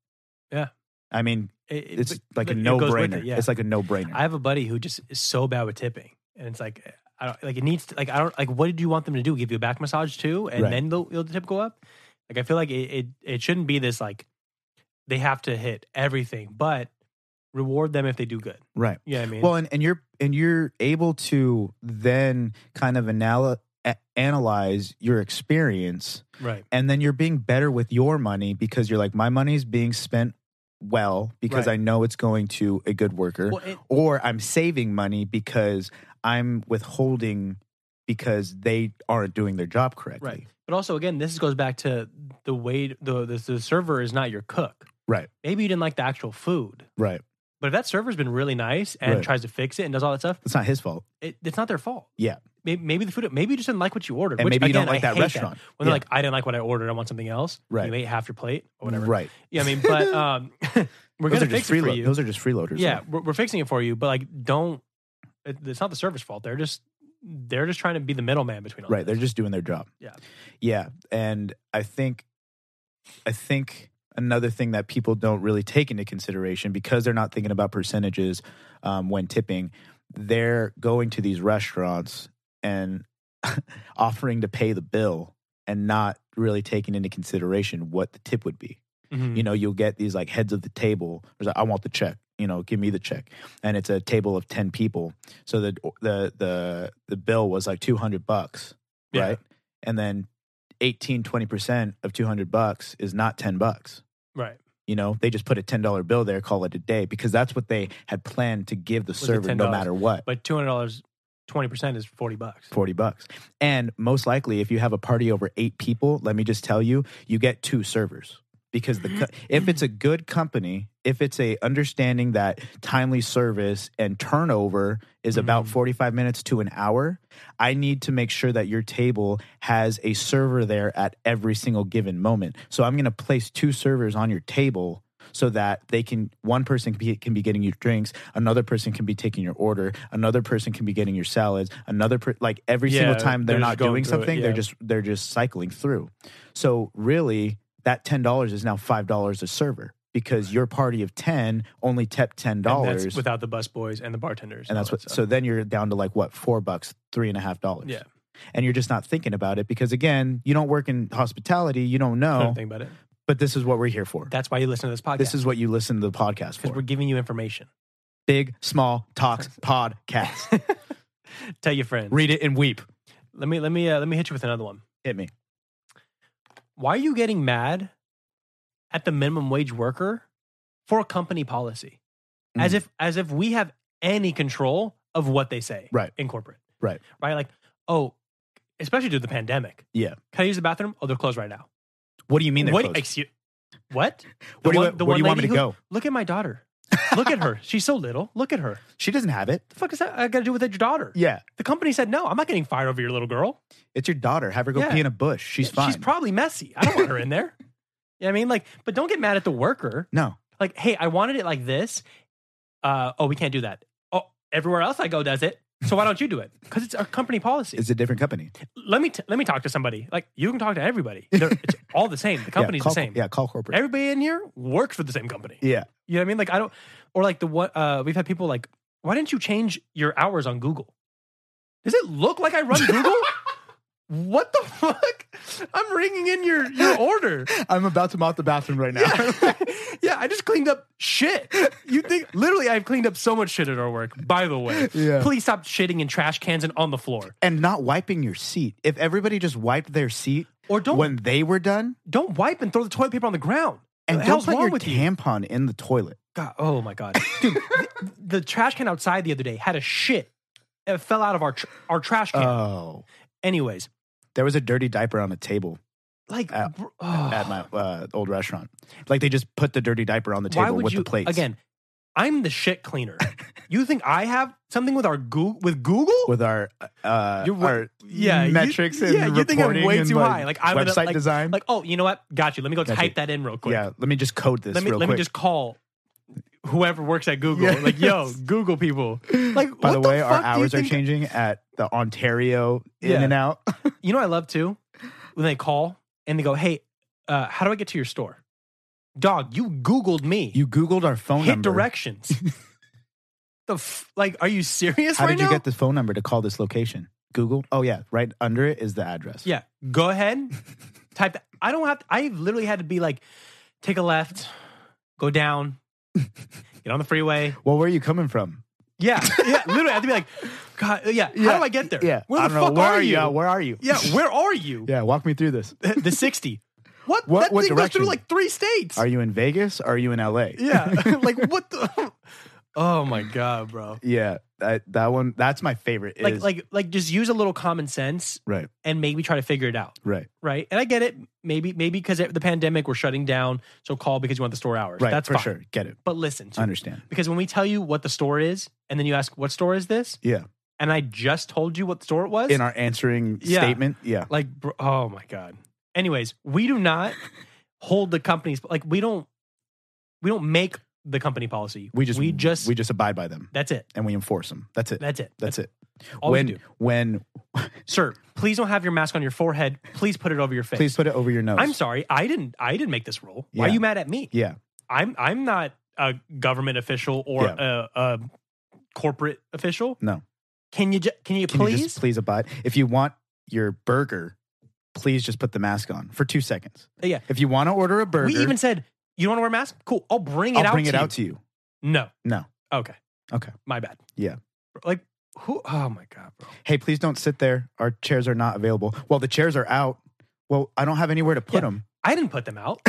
Yeah.
I mean,
It- it-
it's
but-
like a
but it
no
goes with
brainer.
it, yeah.
It's like a no brainer.
I have a buddy who just is so bad with tipping, and it's like I don't like it needs to, like I don't like what did you want them to do? Give you a back massage too, and
Right.
then the, the tip go up? Like I feel like it, it it shouldn't be this like they have to hit everything, but reward them if they do good.
Right.
Yeah, I mean,
Well, and, and you're and you're able to then kind of anal- a- analyze your experience,
right,
and then you're being better with your money because you're like, my money's being spent well because
Right.
I know it's going to a good worker,
well, it,
or I'm saving money because I'm withholding because they aren't doing their job correctly.
right. But also, again, this goes back to the way the, the the server is not your cook.
Right.
Maybe you didn't like the actual food,
Right.
but if that server's been really nice and
Right.
tries to fix it and does all that stuff,
It's not his fault,
it, it's not their fault.
Yeah.
Maybe, maybe the food. Maybe you just didn't like what you ordered.
and
which,
maybe you
again,
don't like
I
that
hate
restaurant.
When they're
Yeah.
like, I didn't like what I ordered. I want something else.
Right.
You ate half your plate or whatever.
Right.
Yeah, I mean,
[laughs]
but um, [laughs] we're
Those
gonna
are just
fix it for
freelo-
you.
Those are just freeloaders.
yeah, we're, we're fixing it for you. But like, don't. It, it's not the server's fault. They're just they're just trying to be the middleman between all
right they're
this.
just doing their job
Yeah.
yeah and i think i think another thing that people don't really take into consideration because they're not thinking about percentages um, when tipping they're going to these restaurants and [laughs] offering to pay the bill and not really taking into consideration what the tip would be
Mhm.
you know you'll get these like heads of the table it's like, i want the check you know give me the check and it's a table of 10 people so the the the, the bill was like 200 bucks
Yeah.
right and then 18 20% of 200 bucks is not 10 bucks
right.
you know they just put a $10 bill there call it a day because that's what they had planned to give the
it
server no
$10?
matter what
But two hundred dollars, twenty percent is forty bucks.
40 bucks and most likely if you have a party over eight people let me just tell you you get two servers because the co- if it's a good company if it's a understanding that timely service and turnover is about
Mm.
45 minutes to an hour i need to make sure that your table has a server there at every single given moment so i'm going to place two servers on your table so that they can one person can be, can be getting your drinks another person can be taking your order another person can be getting your salads another per, like every
Yeah,
single time they're,
they're just
not
going
doing
through it,
something
yeah.
they're just they're just cycling through so really that $10 is now $5 a server because your party of 10 only tipped $10
And that's without the bus boys and the bartenders.
and
all
that's
that
what
stuff.
so then you're down to like what four bucks three and a half dollars
Yeah.
and you're just not thinking about it because again you don't work in hospitality you don't
I
know
don't think about it.
but this is what we're here for
That's why you listen to this podcast.
this is what you listen to the podcast
because
for
we're giving you information.
big small
[laughs]
talks podcast
Tell your friends.
read it and [laughs] weep
Let me let me uh, let me hit you with another one.
hit me
Why are you getting mad at the minimum wage worker for a company policy? As
Mm.
if as if we have any control of what they say
Right.
in corporate.
Right.
Right. Like, oh, especially due to the pandemic.
Yeah.
Can I use the bathroom? Oh, they're closed right now.
what do you mean they're
what
closed?
excuse what? The
where do you,
one- the
where do you
one
want
lady
me to
who-
go
Look at my daughter. Look at her. She's so little. Look at her.
she doesn't have it
The fuck is that? I gotta do with your daughter.
yeah
The company said no, I'm not getting fired over your little girl.
it's your daughter have her go
Yeah.
pee in a bush she's
Yeah,
fine
She's probably messy. I don't want her in
[laughs]
there. You know what I mean? Like, but don't get mad at the worker.
no
Like, hey, I wanted it like this. Uh, oh, we can't do that. Oh, everywhere else I go does it. So why don't you do it? Because it's our company policy.
it's a different company
let me t- let me talk to somebody. Like you can talk to everybody. They're, it's all the same. The company's
yeah, call,
the same.
yeah call corporate
Everybody in here works for the same company.
yeah
You know what I mean? Like I don't, or like the what uh, we've had people like, why didn't you change your hours
[laughs]
on Google? Does it look like I run Google? what the fuck? I'm ringing in your your
[laughs]
order.
I'm about to mouth the bathroom right now.
Yeah. yeah, I just cleaned up shit. You think literally I've cleaned up so much shit at our work, by the way.
Yeah.
Please stop shitting in trash cans and on the floor.
[laughs] And not wiping your seat. If everybody just wiped their seat
Or don't
when they were done,
don't wipe and throw the toilet paper on the ground.
and
the
don't
hell's
put
Uh, wrong
your
with you?
tampon in the toilet.
God, oh my god, dude! the, the trash can outside the other day had a shit. It fell out of our tr- our trash can.
Oh,
Anyways,
there was a dirty diaper on a table
like
at-
br- oh,
at my uh, old restaurant. Like they just put the dirty diaper on the
why
table
would
with
you
the plates.
again? I'm the shit
[laughs]
cleaner. you think I have something with our Google with Google?
with our uh,
You're wa-
our
yeah, you-
metrics and
yeah, you think I'm
reporting
way
and,
too
like,
high. Like, I'm gonna,
website
like-
design.
like, oh, you know what? Got you. Let me go
Got
type
you.
that in real quick.
yeah, let me just code this
let me
real
let
quick.
me just call whoever works at Google.
Yeah.
Like,
[laughs]
yo, Google people. [laughs] Like,
By
what
the way, our
fuck do you
hours are
think-
changing at the Ontario In
Yeah.
and Out.
You know, what I love too when they call and they go, "Hey, uh, how do I get to your store?" Dog, you Googled me.
You Googled our phone
hit
number. [laughs]
directions. the f- like, are you serious
How
right
did you
now?
get the phone number to call this location? Google. Oh yeah, right under it is the address.
yeah, go ahead.
[laughs]
type. That. I don't have. To, I've literally had to be like, take a left, go down, get on the freeway.
Well, where are you coming from?
Yeah, yeah. Literally, I have to be like, God, yeah. How
Yeah,
do I get there?
Yeah.
Where
I
the
don't
fuck
know. Where
are you?
Uh, Where are you?
yeah, where are you?
[laughs] yeah. Walk me through
[laughs]
this.
The sixty. What?
What-
that
what
thing goes
direction?
through like three states.
Are you in Vegas? Are you in L.A.?
Yeah. [laughs] like what the Oh my god, bro.
[laughs] Yeah. That, that one. That's my favorite.
Like
is-
like like just use a little common sense
right.
and maybe try to figure it out,
Right.
right? And I get it. Maybe maybe because the pandemic we're shutting down, so call because you want the store hours.
Right.
That's
for
fine.
sure. Get it.
But listen, to
I
me.
understand.
because when we tell you what the store is and then you ask what store is this?
Yeah.
And I just told you what store it was?
In our answering
Yeah.
statement. Yeah.
like bro, oh my god. Anyways, we do
[laughs]
not hold the companies like we don't we don't make the company policy.
We just
we just
we just abide by them
that's it.
and we enforce them. That's it.
That's it.
That's it.
all we
when
do.
when
sir please don't have your mask on your forehead please put it over your face
please put it over your nose.
i'm sorry i didn't i didn't make this rule why are
Yeah.
you mad at me
Yeah.
i'm i'm not a government official or a, a corporate official
No.
can you ju- can you
Can
please
you just please abide? If you want your burger, please just put the mask on for two seconds.
yeah
If you want to order a burger,
we even said you want to wear a mask cool i'll bring it
I'll
out
bring
to
it
you.
out to you.
no
No.
okay
Okay.
my bad
Yeah.
like who oh my god bro
Hey, please don't sit there. Our chairs are not available. Well, the chairs are out. Well, I don't have anywhere to put
Yeah.
them.
i didn't put them
[laughs]
out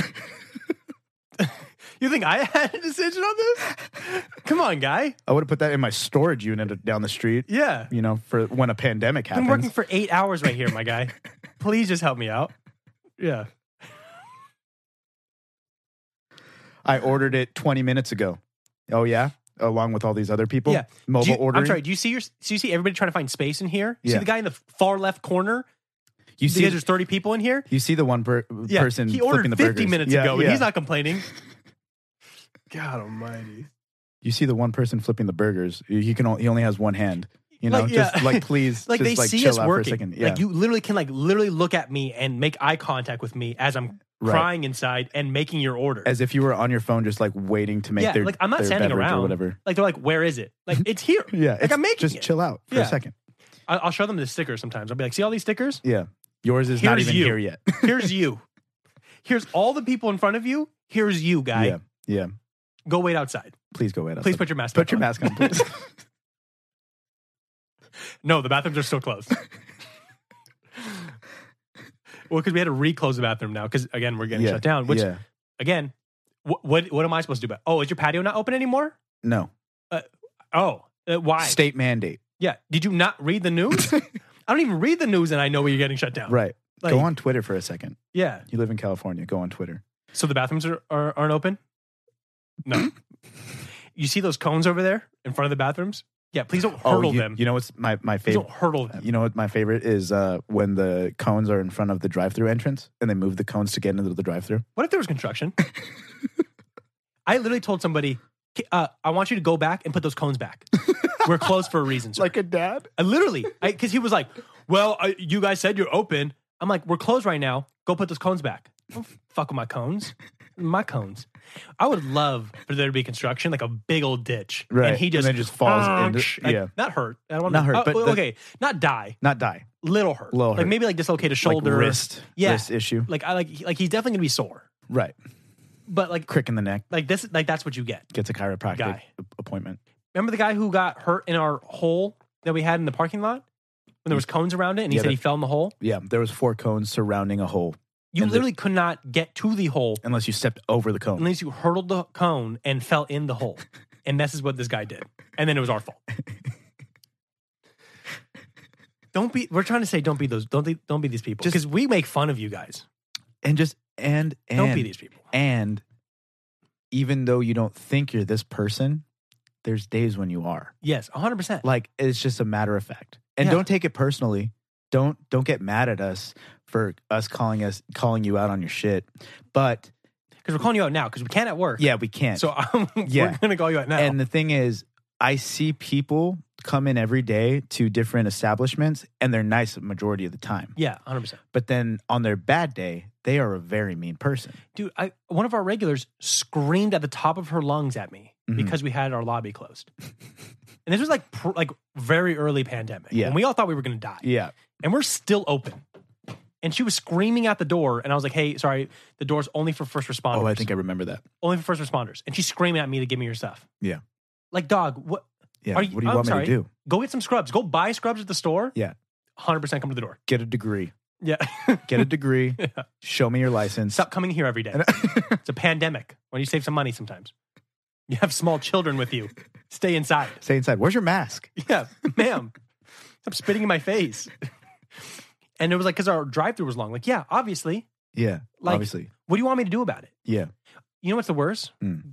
you think i [laughs] had a decision on this come on guy
I would have put that in my storage unit down the street,
yeah
you know, for when a pandemic
I've been
happens.
working for eight hours right here, my
[laughs]
guy. Please just help me out. Yeah.
I ordered it 20 minutes ago. Oh, yeah? Along with all these other people?
Yeah. Do
Mobile
you,
ordering.
I'm sorry. Do you see your? Do you see everybody trying to find space in here? You See
Yeah.
the guy in the far left corner.
You
See,
see,
there's 30 people in here.
you see the one per-
Yeah.
person
he
flipping
ordered
the
50
burgers.
minutes
Yeah,
ago, and
yeah.
he's not complaining. God Almighty.
you see the one person flipping the burgers. He can. o- He only has one hand. You know,
Like, yeah. [laughs]
just like please,
Like
just,
they
like,
see
chill
us
out
working.
for a second. Yeah,
Like you literally can like literally look at me and make eye contact with me as I'm
Right.
crying inside and making your order.
as if you were on your phone, just like waiting to make
Yeah,
their
like, I'm not
their
standing
beverage
around.
or whatever.
like they're like, where is it? Like it's
[laughs]
here.
Yeah,
Like, I'm making
Just
it.
chill out for
Yeah.
a second.
I- I'll show them the stickers sometimes. I'll be like, see all these stickers?
Yeah, yours is not
Here's
even
you.
here yet.
here's you. Here's all the people in front of you. Here's you, guy.
yeah, yeah.
Go wait outside.
Please go wait.
Please
outside.
put your mask.
put
back
your
on.
mask on, [laughs] please.
No, the bathrooms are still closed. well, because we had to reclose the bathroom now because again we're getting
Yeah,
shut down. Which
yeah,
again, wh- what what am I supposed to do? About oh, is your patio not open anymore?
no
Oh, uh, why?
state mandate.
yeah. Did you not read the
[laughs]
news? I don't even read the news, and I know where you're getting shut down.
Right.
Like,
go on Twitter for a second.
Yeah.
You live in California. Go on Twitter.
So the bathrooms are, are aren't open?
[clears throat]
No. you see those cones over there in front of the bathrooms? Yeah, please don't hurdle
Oh, you,
them.
You know what's my my
please
favorite.
don't hurdle them.
You know what my favorite is uh, when the cones are in front of the drive-through entrance and they move the cones to get into the drive-through.
What if there was
[laughs]
construction? I literally told somebody, "K- uh, I want you to go back and put those cones back. We're closed for a reason.
[laughs]
Sir. Like,
a dad.
I literally, because he was like, Well, I, you guys said you're open. I'm like, We're closed right now. Go put those cones back. Don't fuck with my cones. My cones. I would love for there to be construction, like a big old ditch.
Right.
And he just
then just falls
Ah,
into
sh- like,
yeah.
not hurt. I don't want
Not hurt,
Oh,
but the-
okay, not die.
Not die.
little hurt,
Little
like
hurt.
maybe like dislocate a
Like
shoulder,
wrist,
Yeah.
wrist issue.
Like I like he- like he's definitely gonna be sore,
Right.
but like
Crick in the neck.
like this like that's what you get.
Gets a chiropractic
Guy.
appointment.
Remember the guy who got hurt in our hole that we had in the parking lot when there was cones around it, and he
Yeah,
said
that-
he fell in the hole.
Yeah, there was four cones surrounding a hole.
You
And the-
literally could not get to the hole
Unless you stepped over the cone.
unless you hurdled the cone and fell in the
[laughs]
hole, and this is what this guy did. And then it was our fault. Don't be. We're trying to say don't be those. Don't be, don't be these people
Just-
because we make fun of you guys.
And just and and
don't be these people.
and even though you don't think you're this person, there's days when you are.
Yes, hundred percent.
Like it's just a matter of fact. And
Yeah.
don't take it personally. Don't don't get mad at us for us calling us calling you out on your shit. But
Because we're calling you out now because we can't at work.
yeah, we can't.
So [laughs] um,
Yeah.
we're gonna call you out now.
And the thing is, I see people come in every day to different establishments and they're nice the majority of the time.
yeah, hundred percent.
But then on their bad day, they are a very mean person.
Dude, I, one of our regulars screamed at the top of her lungs at me
Mhm.
because we had our lobby closed. and this was like pr- like very early pandemic.
Yeah.
And we all thought we were gonna die.
Yeah.
and we're still open. And she was screaming at the door, and I was like, "Hey, sorry, the door's only for first responders.
Oh, I think I remember that.
only for first responders." And she's screaming at me to give me your stuff.
Yeah.
like dog, what?
Yeah.
Are you-
what do you
I'm
want
sorry.
me to do?
Go get some scrubs. Go buy scrubs at the store.
Yeah.
hundred percent come to the door.
Get a degree.
Yeah, [laughs]
Get a degree.
Yeah.
Show me your license.
stop coming here every day. it's a pandemic. Why don't you save some money sometimes? You have small children with you. Stay inside.
Stay inside. Where's your mask?
Yeah, ma'am. Stop spitting in my face. and it was like because our drive-through was long. Like, yeah, obviously.
Yeah.
Like,
obviously.
What do you want me to do about it?
Yeah.
You know what's the worst?
Mm.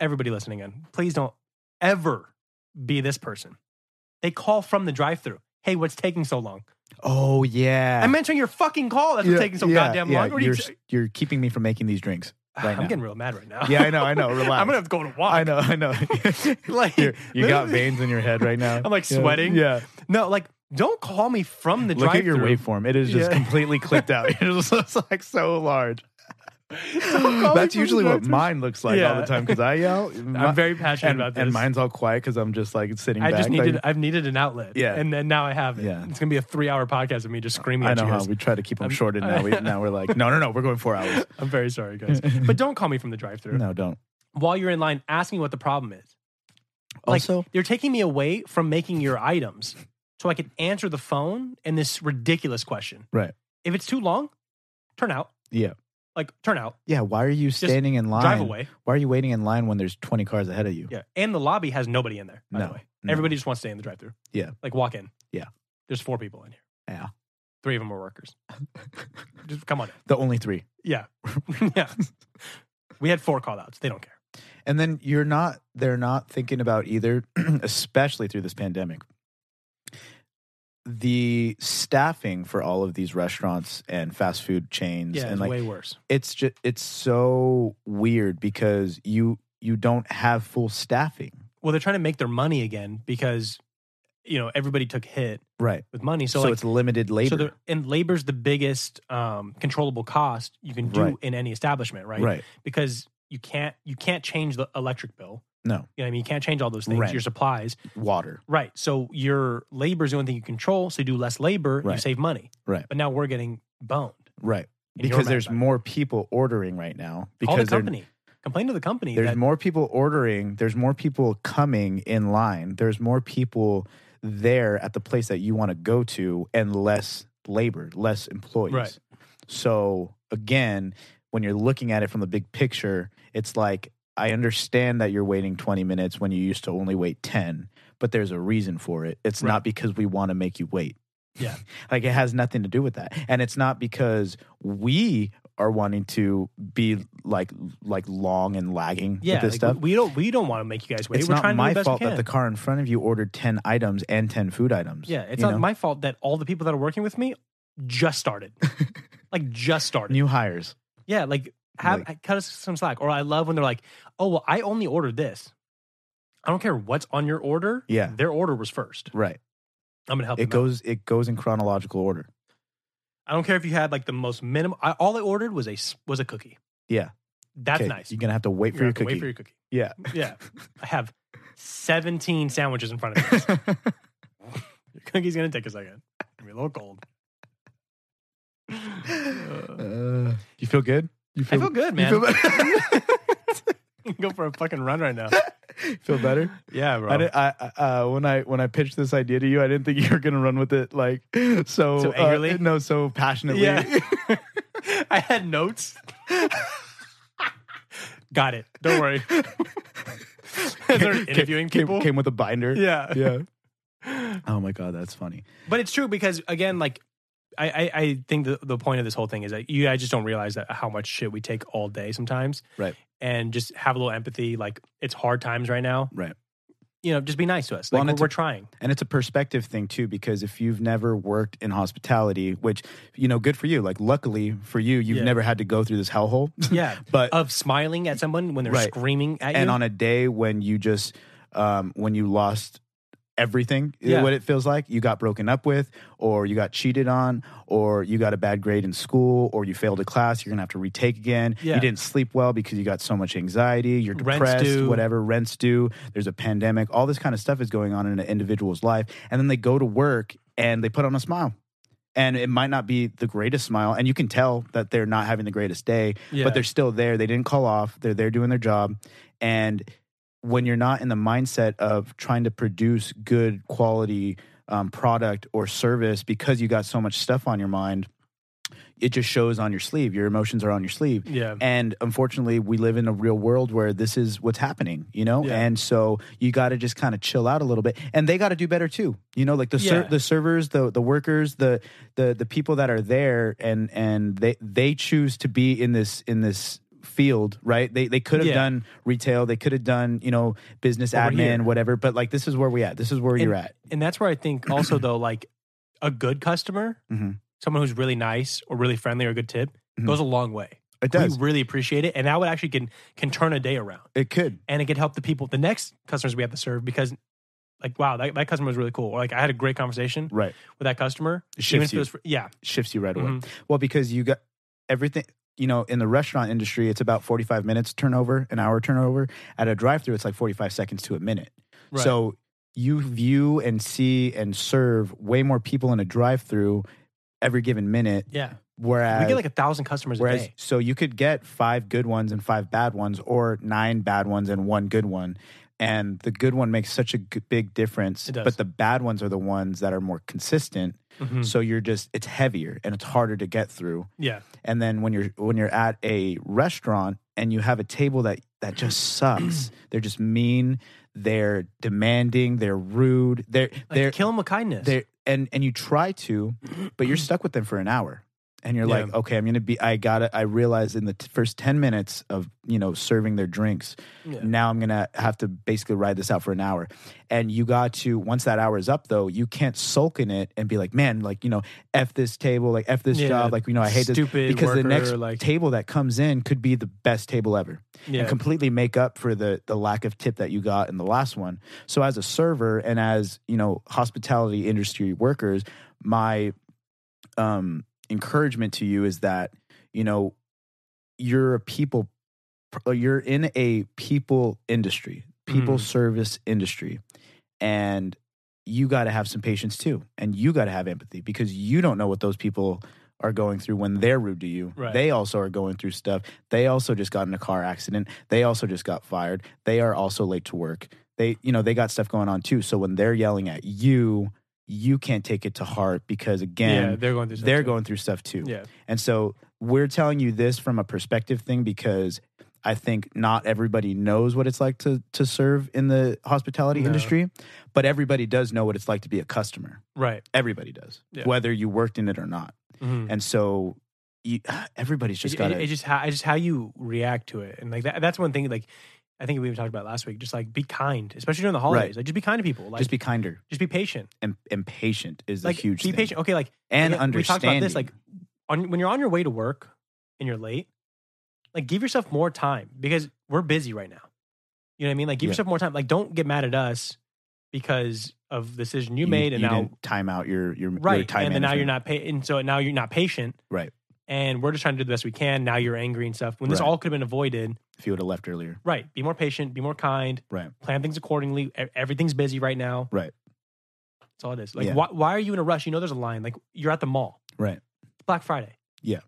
Everybody listening in, please don't ever be this person. They call from the drive through. Hey, what's taking so long?
Oh yeah.
I'm answering your fucking call. That's what's
Yeah,
taking so
yeah,
goddamn
yeah.
long. What are you
You're,
t-
you're keeping me from making these drinks. right
I'm
now.
getting real mad right now.
Yeah, I know, I know.
[laughs]
Relax.
I'm gonna have to go to walk.
I know,
[laughs]
I know. [laughs]
Like,
You're- you got
literally-
veins in your head right now.
[laughs] I'm, like,
Yeah.
sweating.
Yeah.
No, like, don't call me from the
Look
drive
at your
[laughs] through.
waveform. It is just
Yeah. [laughs]
completely clipped out. It is just, like so large.
call me
That's
from
usually
the
what
drive-thru.
mine looks like all
Yeah.
the time because I yell.
[laughs] I'm very passionate
and,
about this.
and mine's all quiet because I'm just like sitting
I
back.
just
like-
needed. I've needed an outlet.
Yeah.
And then now I have it.
Yeah.
It's gonna be a three hour podcast of me just screaming.
I
at
know
you
how
guys.
we try to keep them
I'm-
shorted now. We, now we're like, no, no, no, we're going four hours.
[laughs] I'm very sorry,
[laughs]
guys. but don't call me from the drive through.
No, don't.
while you're in line, ask me what the problem is. Like,
Also-
you're taking me away from making your items so I can answer the phone and this ridiculous question.
Right.
If it's too long, turn out.
Yeah.
Like, turn out,
Yeah. Why are you standing in line?
drive away.
Why are you waiting in line when there's 20 cars ahead of you?
Yeah. And the lobby has nobody in there, by
No,
the way.
no.
Everybody just wants to stay in the drive through.
Yeah.
Like, walk in.
Yeah.
There's four people in here.
Yeah.
Three of them are
[laughs]
workers. just come on in.
The only three.
Yeah. [laughs] yeah. We had four call outs. They don't care.
And then you're not, they're not thinking about either, [clears throat] especially through this pandemic. The staffing for all of these restaurants and fast food chains
Yeah.
and
It's
like
way worse.
it's just it's so weird because you you don't have full staffing.
Well, they're trying to make their money again because, you know, everybody took hit
Right.
with money. So,
So,
like,
it's limited labor.
So the and labor's the biggest um, controllable cost you can do
Right.
in any establishment, right?
right.
Because you can't you can't change the electric bill.
No.
You know what I mean, you can't change all those things,
Rent.
your supplies.
Water.
Right. So your labor's the only thing you control, so you do less labor, you
Right.
save money.
Right.
But now we're getting boned.
Right.
And you're
Because
mad
there's
about it.
more people ordering right now
Call the
because they're
company. Complain to the company
There's
that
more people ordering. There's more people coming in line. There's more people there at the place that you want to go to and less labor, less employees.
Right.
So, again, when you're looking at it from the big picture, it's like, I understand that you're waiting 20 minutes when you used to only wait 10, but there's a reason for it. It's
Right.
not because we want to make you wait.
Yeah.
[laughs] like, it has nothing to do with that. And it's not because we are wanting to be like like long and lagging
yeah,
with this
like,
stuff.
we don't we don't want to make you guys wait.
it's
we're
not
trying to
my
do the best
fault
we
that
can.
the car in front of you ordered 10 items and 10 food items.
yeah, it's
you
not
know?
my fault that all the people that are working with me just
[laughs]
started. like just started.
new hires.
Yeah, like have
Like-
cut us some slack. Or I love when they're like, "Oh well, I only ordered this. I don't care what's on your order.
Yeah.
their order was first.
Right.
I'm gonna help.
It
It
goes it goes in chronological order.
I don't care if you had like the most minimum. I, all I ordered was a s- was a cookie.
Yeah.
that's
'Kay,
nice.
You're going to have to wait
You're
for your
gonna have to
cookie.
wait for your cookie. [laughs]
yeah.
Yeah, I have [laughs] 17 sandwiches in front of me. your cookie's gonna take a second. me a little cold. [laughs]
Uh, you feel good? You
I feel good, man.
You
[laughs]
feel,
Go for a fucking run right now.
be- feel better?
Yeah, bro.
I, did, I I- uh, when I when I pitched this idea to you, I didn't think [laughs] you were gonna run with it like so,
So
uh,
angrily?
no, so passionately. [laughs]
yeah. [laughs] I had notes. [laughs] Got it. Don't [laughs] worry. As they're interviewing
came,
people.
came with a binder.
yeah.
[laughs] yeah.
[laughs]
Oh my god, that's funny.
But it's true because again, like I, I, I think the, the point of this whole thing is that you I just don't realize that how much shit we take all day sometimes.
Right.
And just have a little empathy. Like it's hard times right now.
Right.
You know, just be nice to us.
Well,
Like,
and
we're,
it's a-
we're
[laughs]
trying.
And it's a perspective thing too, because if you've never worked in hospitality, which you know, good for you. Like, luckily for you, you've
Yeah.
never had to go through this hellhole. [laughs]
Yeah.
But
of smiling at someone when they're
Right.
screaming at
and
you.
on a day when you just um, when you lost everything is
Yeah.
what it feels like you got broken up with or you got cheated on or you got a bad grade in school or you failed a class you're gonna have to retake again
Yeah.
you didn't sleep well because you got so much anxiety you're
Rent's
depressed
due.
whatever rents due there's a pandemic all this kind of stuff is going on in an individual's life and then they go to work and they put on a smile and it might not be the greatest smile and you can tell that they're not having the greatest day
Yeah.
but they're still there they didn't call off they're there doing their job and when you're not in the mindset of trying to produce good quality um, product or service because you got so much stuff on your mind it just shows on your sleeve your emotions are on your sleeve
yeah.
and unfortunately, we live in a real world where this is what's happening, you know?
Yeah.
And so you got to just kind of chill out a little bit. And they got to do better too. You know, like the ser-
Yeah.
the servers, the the workers, the the the people that are there and and they they choose to be in this in this field, right? They they could have
Yeah.
done retail, they could have done, you know, business
Over
admin,
here.
whatever, but like this is where we at. This is where you're at.
And that's where I think
[clears throat]
also though, like a good customer,
Mhm.
someone who's really nice or really friendly or a good tip
Mhm.
goes a long way.
It does.
We really appreciate it. And that would actually can can turn a day around.
it could.
And it could help the people, the next customers we have to serve because like, wow, that, that customer was really cool. Or like I had a great conversation
Right.
with that customer.
It
even
shifts
if it
you.
was fr- yeah.
shifts you right away.
Mhm.
Well, because you got everything, you know, in the restaurant industry, it's about 45 minutes turnover, an hour turnover. At a drive through, it's like 45 seconds to a minute.
Right.
So you view and see and serve way more people in a drive through every given minute.
yeah.
Whereas,
We get like a thousand customers a
whereas
day.
so you could get five good ones and five bad ones, or nine bad ones and one good one. And the good one makes such a g- big difference,
It does.
but the bad ones are the ones that are more consistent.
Mhm.
So you're just it's heavier and it's harder to get through.
Yeah.
And then when you're when you're at a restaurant and you have a table that
[clears throat]
that just sucks, they're just mean, they're demanding, they're rude, they're
Like
they're
kill them with kindness.
they're and and you try to, but you're stuck with them for an hour. And you're
Yeah.
like, okay, I'm gonna be. I gotta. I realize in the t- first ten minutes of you know serving their drinks,
Yeah.
now I'm gonna have to basically ride this out for an hour. And you got to once that hour is up though, you can't sulk in it and be like, man, like you know, f this table, like f this
Yeah.
job, like you know, I hate
Stupid
this because
worker,
the next
like-
table that comes in could be the best table ever
yeah.
and completely make up for the the lack of tip that you got in the last one. So as a server and as you know hospitality industry workers, my um, encouragement to you is that you know you're a people uh, you're in a people industry, people
Mm.
service industry, and you got to have some patience too, and you got to have empathy because you don't know what those people are going through when they're rude to you.
Right.
They also are going through stuff. They also just got in a car accident. They also just got fired. They are also late to work. They, you know, they got stuff going on too. So when they're yelling at you, you can't take it to heart because
yeah,
again,
they're going through stuff
they're
too.
going through stuff too.
Yeah.
And so we're telling you this from a perspective thing because I think not everybody knows what it's like to to serve in the hospitality
No.
industry, but everybody does know what it's like to be a customer.
Right.
Everybody does,
Yeah.
whether you worked in it or not.
Mhm.
And so you, [sighs] everybody's just
it,
got
it, it just how it's just how you react to it and like that, that's one thing like i think we even talked about last week just like be kind especially during the holidays like just be kind to people like
just be kinder
just be patient
and, and patient is
like
a huge
be
thing.
patient okay like
and
like, we
understanding.
talked about this like on when you're on your way to work and you're late like give yourself more time because we're busy right now you know what i mean like give
Yeah.
yourself more time like don't get mad at us because of the decision you, made and now
didn't time out your your your
right
time
and then now you're
management.
not pa- and so now you're not patient
Right.
and we're just trying to do the best we can now you're angry and stuff when this
Right.
all could have been avoided
if you would have left earlier.
Right. Be more patient. Be more kind.
Right.
Plan things accordingly. E- Everything's busy right now.
Right.
That's all it is. Like,
Yeah.
why, why are you in a rush? You know, there's a line. Like, you're at the mall.
Right.
It's Black Friday.
Yeah.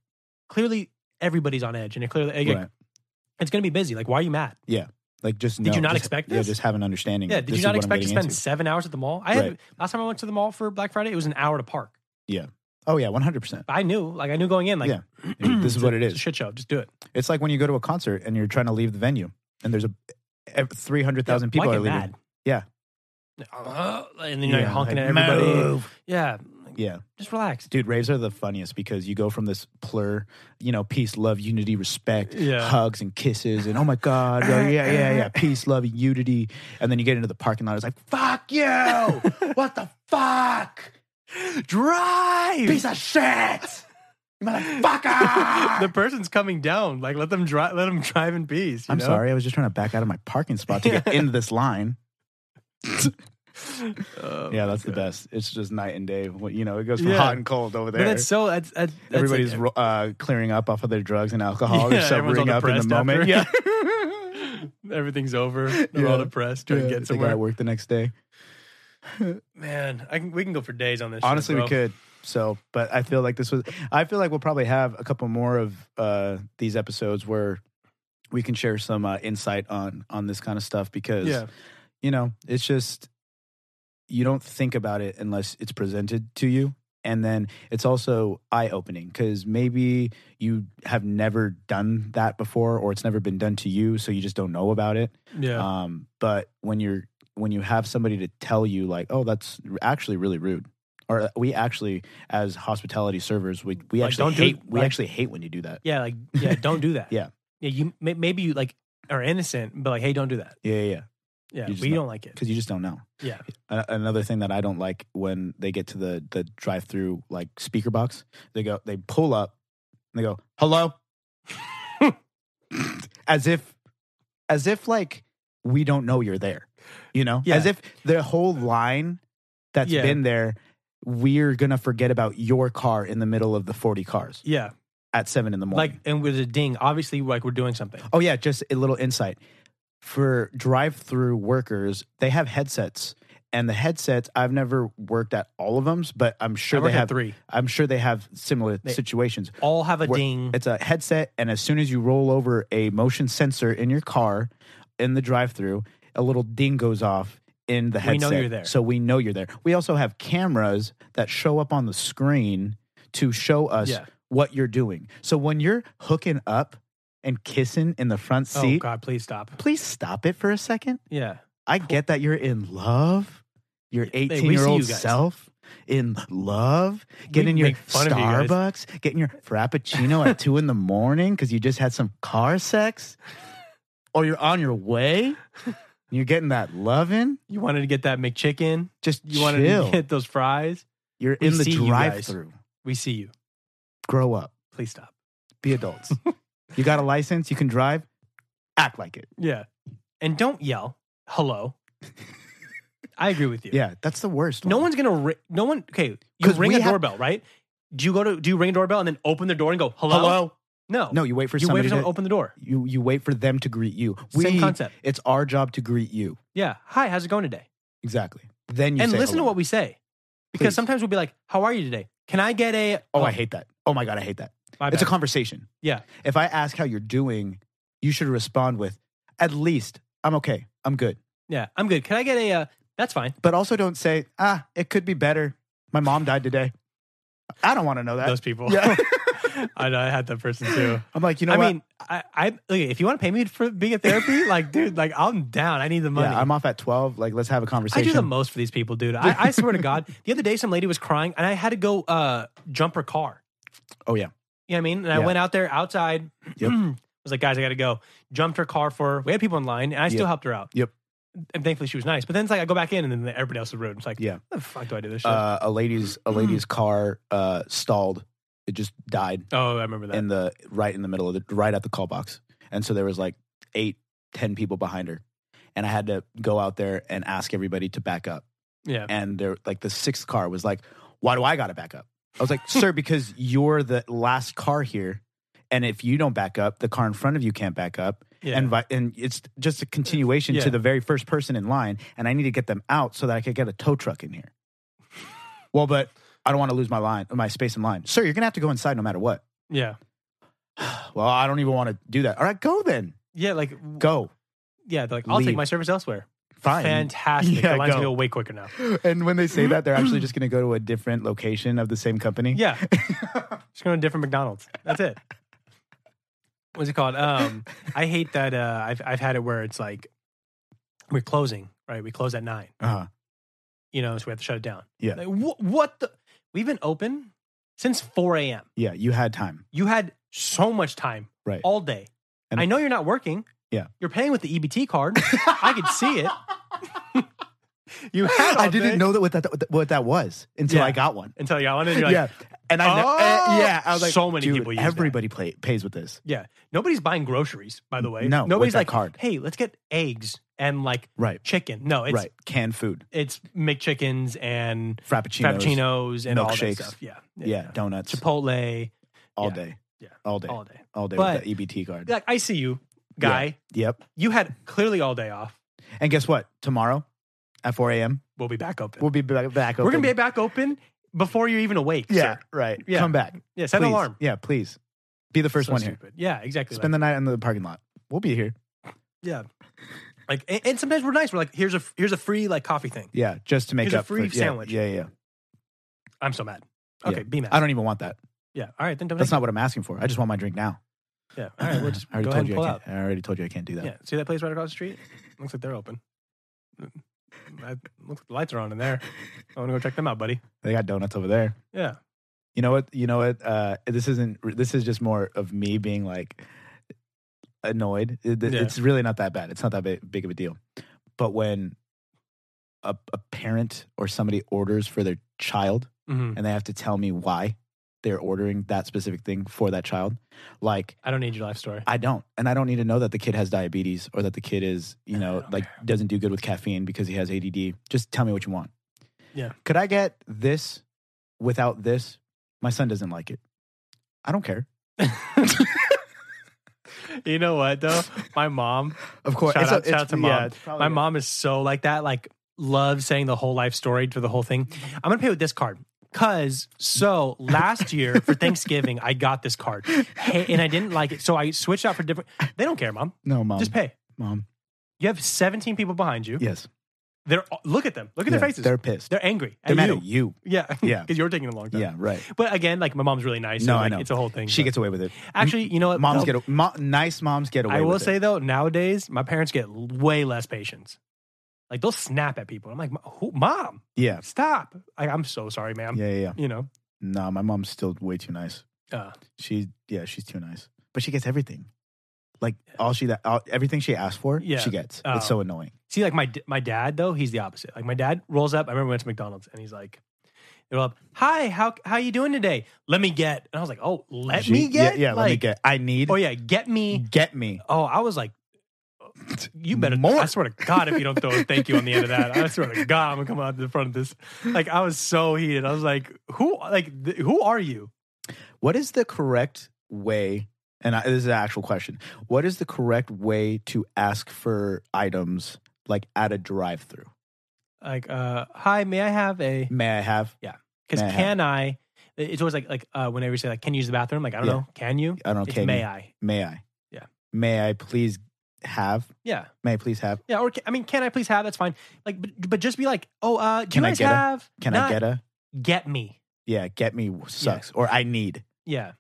Clearly, everybody's on edge, and it clearly like,
Right.
it's going to be busy. Like, why are you mad?
Like just
Did
know-
you not
just-
expect
Yeah,
this?
just have an understanding.
Yeah.
of
Did
this
you
is
not
what I'm
expect to
getting
spend
into.
seven hours at the mall? I had
Right.
last time I went to the mall for Black Friday, it was an hour to park.
Oh yeah, one hundred
[clears throat]
percent.
I knew, like, I knew going in, like, [clears throat]
Yeah. This is what it
it's a
is.
shit show. Just do it.
It's like when you go to a concert and you're trying to leave the venue, and there's a three hundred thousand
Yeah, why
people are
get
leaving.
mad?
Yeah.
Uh, and then you're
Yeah,
honking
like,
at everybody.
"Move."
Yeah.
Yeah,
Just relax. [laughs]
dude, raves are the funniest because you go from this plur, you know, peace, love, unity, respect,
Yeah.
hugs and kisses, and oh my god, oh, yeah, yeah,
[laughs]
yeah, peace, love, unity, and then you get into the parking lot, it's like fuck
[laughs]
you, what the fuck,
Drive.
piece
[laughs]
of shit, motherfucker.
the person's coming down. Like let them drive. Let them drive in peace. you
I'm
know?
sorry, I was just trying to back out of my parking spot to get
[laughs]
into this line.
Oh,
Yeah,
my
that's the
God.
best. It's just night and day. What- You know, it goes from
Yeah.
hot and cold over
But
there.
that's so. That's, that's that's
Everybody's
like-
ro uh, clearing up off of their drugs and alcohol.
Yeah,
They're
everyone's all
sobering up in the
depressed [laughs]
moment.
after. [laughs]
Yeah,
Everything's over. They're all
Yeah.
depressed. Trying to
Yeah,
get
they got
somewhere.
to work the next day.
Man, I can. We can go for days on this. shit,
Honestly,
bro.
we could. So, but I feel like this was. I feel like we'll probably have a couple more of uh, these episodes where we can share some uh, insight on on this kind of stuff because
Yeah.
you know it's just you don't think about it unless it's presented to you and then it's also eye opening because maybe you have never done that before or it's never been done to you so you just don't know about it
Yeah.
um, but when you're when you have somebody to tell you like oh that's r- actually really rude or uh, we actually as hospitality servers we, we
Like,
actually
don't do-
hate we
like-
actually hate when you do that
yeah. Like yeah. Don't do that.
[laughs] Yeah.
Yeah. You may, maybe you like are innocent, but like hey, don't do that.
yeah yeah, yeah.
Yeah.
You just
We
know.
don't like it.
because you just don't know.
Yeah.
A- another thing that I don't like when they get to the the drive through like speaker box, they go, they pull up, and they go, "Hello," [laughs] as if, as if like we don't know you're there, you know,
Yeah.
as if the whole line that's
Yeah.
been there, we're gonna forget about your car in the middle of the forty cars
Yeah.
at seven in the morning.
Like and with a ding, obviously, like we're doing something.
Oh yeah, just a little insight. For drive-through workers, they have headsets. And the headsets, I've never worked at all of them, but I'm sure
I
they
work at
have
three.
I'm sure they have similar
They-
situations.
All have a
Where-
ding.
It's a headset and as soon as you roll over a motion sensor in your car in the drive-through, a little ding goes off in the
We know
headset.
you're there.
So we know you're there. We also have cameras that show up on the screen to show us
Yeah.
what you're doing. So when you're hooking up and kissing in the front
Oh
seat,
God, please stop.
please stop it for a second.
Yeah.
I get that you're in love, your
we see
18 year old
you guys.
self in love, getting your
make fun of you guys.
Starbucks, getting your Frappuccino at two in the morning because you just had some
[laughs]
car sex,
Oh,
or you're on your way, and [laughs] you're getting that loving.
You wanted to get that McChicken.
Just
You wanted
chill.
to [laughs] get those fries.
you're
we
in the
see you guys.
drive through.
We see you.
Grow up,
Please stop.
be
[laughs]
adults. you got a license, you can drive, act like it.
Yeah. And don't yell. Hello. I agree with you.
Yeah, that's the worst.
No
one.
one's gonna. Ri- no one. Okay. You
'Cause
ring
we
a
have-
doorbell, right? Do you go to? Do you ring a doorbell and then open the door and go hello?
Hello?
No.
No, you wait for
you wait
somebody
for someone
to
to open the door.
you you wait for them to greet you.
Same concept.
It's our job to greet you.
Yeah. Hi. How's it going today?
Exactly. Then you
and
say "Oh,
listen to
hello.
what we say, because
Please.
sometimes we'll be like, "How are you today? Can I get a?"
Oh, I hate that. Oh my god, I hate that.
my
it's a
bad.
conversation.
Yeah.
If I ask how you're doing, you should respond with, at least I'm okay, I'm good.
yeah. I'm good. Can I get a? Uh, that's fine.
But also don't say, ah, it could be better. My mom died today. I don't want to know that.
Those people.
Uh, Yeah.
[laughs]
[laughs]
I know. I had that person too.
I'm like, [laughs] you know
I
what?
mean, I, I okay, if you want to pay me for being a therapy, like, dude, like, I'm down. I need the money.
yeah, I'm off at 12. Like, let's have a
I
conversation.
do the most for these people, dude. I,
[laughs]
I swear to God, the other day some lady was crying and I had to go uh, jump her car.
oh
You
yeah.
know what I mean? And I
Yeah.
went out there outside. [clears throat]
Yep.
was like, guys, I got to go. Jumped her car for her. We had people in line and I still
Yep.
helped her out.
Yep.
And thankfully she was nice. But then it's like, I go back in and then everybody else is rude. It's like,
Yeah.
what the fuck do I do this shit?
Uh, a lady's
Mm-hmm.
a lady's car uh, stalled. It just died.
oh, I remember that.
in the right in the middle of the right at the call box. And so there was like eight, ten people behind her. And I had to go out there and ask everybody to back up.
yeah.
And there like the sixth car was like, Why do I gotta back up? I was like, Sir, because you're the last car here. And if you don't back up, the car in front of you can't back up.
Yeah.
And, vi- and it's just a continuation
Yeah. [laughs]
to the very first person in line. And I need to get them out so that I could get a tow truck in here. Well, but I don't want to lose my line, my space in line. Sir, you're gonna have to go inside no matter what.
Yeah.
Well, I don't even want to do that. All right, go then.
Yeah. Like,
Go.
yeah. They're like, I'll take
Leave.
my service elsewhere.
Fine.
Fantastic.
Yeah,
the line's
go.
going to go way quicker now.
[laughs] and when they say that, they're
[clears throat]
actually just gonna go to a different location of the same company.
Yeah. Just going to different McDonald's. That's it. What's it called? Um, I hate that. Uh, I've, I've had it where it's like, we're closing, right? We close at nine,
Uh-huh.
you know, so we have to shut it down.
Yeah.
Like, wh- what the? We've been open since 4 a.m.
Yeah. You had time.
You had so much time
Right.
all day.
And-
I know you're not working.
Yeah.
You're paying with the EBT card. I could see it.
[laughs]
you had all
I didn't
day.
know that what that what that was until
Yeah.
I got one.
until y'all wanted. You're like,
yeah, and I ne-
"Oh!"
eh, yeah, I was like,
So many
dude,
people use that."
everybody play, pays with this,
yeah. Nobody's buying groceries, by the way.
No, with
nobody's
that
like,
card.
hey, let's get eggs and like
right?
chicken. No, it's
right, canned food,
it's McChickens and
frappuccinos,
frappuccinos and all that
milkshakes.
stuff. Yeah,
yeah, donuts,
Chipotle
all
yeah.
day,
Yeah.
all day,
all day.
all day
But-
with the EBT card.
Like, I see you, guy.
Yep.
You had clearly all day off.
And guess what? Tomorrow at 4 a.m.
We'll be back open.
we'll be back. back
We're
open.
gonna be back open before you're even awake.
yeah,
sir.
right.
Yeah.
Come back.
yeah. Set an
Please.
alarm.
Yeah, please. Be the first
So
one
stupid. Yeah, exactly.
here.
like-
Spend the night in the parking lot. We'll be here.
Yeah. Like and, and sometimes we're nice. We're like, here's a here's a free like coffee thing.
Yeah, just to make
Here's a
up
free
for, yeah,
sandwich.
Yeah, yeah, yeah.
I'm so mad.
Yeah.
Okay, be mad.
I don't even want that.
yeah. All right, then don't
That's
make-
not what I'm asking for. I just want my drink now.
Yeah. All right,
[clears throat]
we'll just
I
go
already
ahead
told
and
you
pull
I
out.
can't- I already told you I can't do that.
Yeah. See that place right across the street? Looks like they're open. I, looks like the lights are on in there. I want to go check them out, buddy.
They got donuts over there.
Yeah.
You know what? You know what? Uh, this isn't. This is just more of me being like annoyed. It- it-
Yeah.
It's really not that bad. It's not that big, big of a deal. But when a, a parent or somebody orders for their child
hmm
and they have to tell me why they're ordering that specific thing for that child, like
I don't need your life
[laughs]
story.
I don't, and I don't need to know that the kid has diabetes or that the kid is, you know,
don't
like doesn't do good with caffeine because he has ADD. Just tell me what you want.
Yeah.
Could I get this without this? My son doesn't like it. I don't care.
you know what though? My mom,
Of course.
Shout
it's a-
out- shout
it's-
out to mom.
yeah, it's probably
my
good.
mom is so like that. Like loves saying the whole life story to the whole thing.
Mm-hmm.
I'm gonna pay with this card. Cause so last year for Thanksgiving I got this card hey, and I didn't like it, so I switched out for different. They don't care, mom.
No, mom.
Just pay.
Mom.
You have 17 people behind you.
Yes.
They're look at them. Look at
Yeah,
their faces.
They're
They're,
pissed.
angry.
They're
at
mad
you.
at you.
Yeah, [laughs]
Yeah.
Because you're taking a long time.
Yeah, right.
But again, like my mom's really nice.
No,
so,
I
like,
know.
It's a whole thing.
She
but-
gets away with it.
actually. You know what?
Moms
though?
get mo- nice. Moms get away.
I will
with it.
say though, nowadays my parents get l- way less patience. Like they'll snap at people. I'm like, "Ma- who, mom,
Yeah.
stop! Like, I'm so sorry, ma'am.
Yeah, yeah, yeah.
You know,
No, my mom's still way too nice.
uh,
She, yeah, she's too nice, but she gets everything. Like all she that all, everything she asked for,
Yeah.
she gets.
Oh.
It's so annoying.
see, like my d- my dad though, he's the opposite. Like my dad rolls up. I remember we went to McDonald's and he's like, they roll up, hi, how how you doing today? Let me get. And I was like, oh, let
She-
me get.
Yeah, yeah let me
Like,
get. I need.
Oh yeah, get me.
Get me.
Oh, I was like,
[laughs]
you better.
More.
I swear to God, if you don't throw a thank you on the end of that, I swear to God, I'm gonna come out to the front of this. Like I was so heated. I was like, who? Like th- who are you?
What is the correct way? And I, this is an actual question. What is the correct way to ask for items like at a drive-through?
Like, uh, hi, may I have a?
May I have?
Because
May I have-
can I? It's always like like uh, whenever you say like, can you use the bathroom? Like I don't
Yeah.
know, can you?
I don't know.
It's
Can
may
you-
I?
May I?
Yeah.
May I please have?
Yeah,
May I please have?
yeah. Or ca- I mean, can I please have? That's fine. Like, but, but just be like, oh, uh, do
Can
you
I
guys
get a-
have?
Can I get a?
it? Get me.
Yeah, get me sucks. Or I need.
Yeah.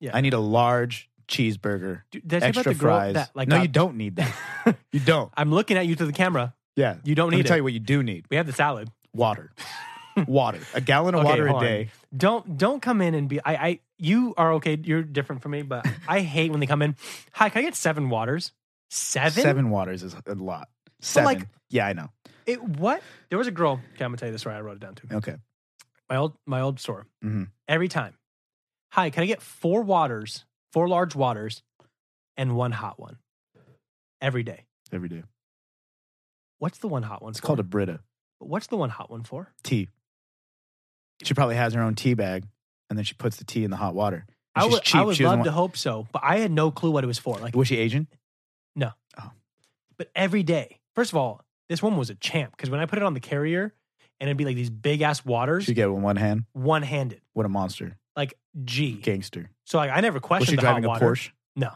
Yeah.
I need a large cheeseburger.
Dude, did I say about
extra
the girl
fries.
that like?
no,
got-
you don't need that. You don't.
[laughs] I'm looking at you through the camera.
Yeah.
[laughs] You don't
Let me
need
tell
it.
you what you do need:
we have the salad. [laughs]
water, water, a gallon of
Okay,
water a
hold on.
day.
don't don't come in and be I, I you are okay you're different from me
[laughs]
but i hate when they come in hi can i get seven waters seven,
waters is a lot.
But,
Seven.
like-
yeah, I know.
It, what there was a girl okay i'm gonna tell you this story i wrote it down too
Okay.
my old my old store
Mhm.
every time hi can i get four waters four large waters and one hot one every day
Every day.
what's the one hot one
It's called a Brita
what's the one hot one for
tea. She probably has her own tea bag, and then she puts the tea in the hot water.
I
And she's
would,
cheap.
I would
she
love
doesn't
to
want-
hope so but i had no clue what it was for like
Was she Asian?
But every day, first of all, this woman was a champ because when I put it on the carrier, and it'd be like these big ass waters,
She get it with one hand.
one handed.
What a monster,
Like G.
gangster.
So like I never
Was
questioned
she
the hot
driving a
water.
Porsche?
No,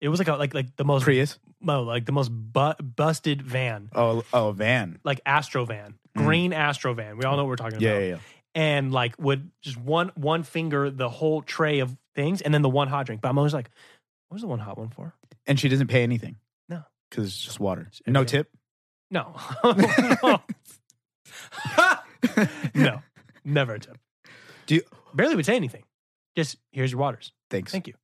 it was like a like like the most
Prius?
mo like the most bu- busted van,
Oh, oh, a van.
like Astro van,
Mm.
green Astro van. We all know what we're talking
Yeah,
about.
yeah, yeah.
And like would just one one finger the whole tray of things, and then the one hot drink. But I'm always like, what was the one hot one for?
And she doesn't pay anything.
No.
because it's just water. No
okay.
tip. [laughs]
No, [laughs] [laughs] no, never a tip.
Do you-
barely would say anything. Just here's your waters.
Thanks.
Thank you.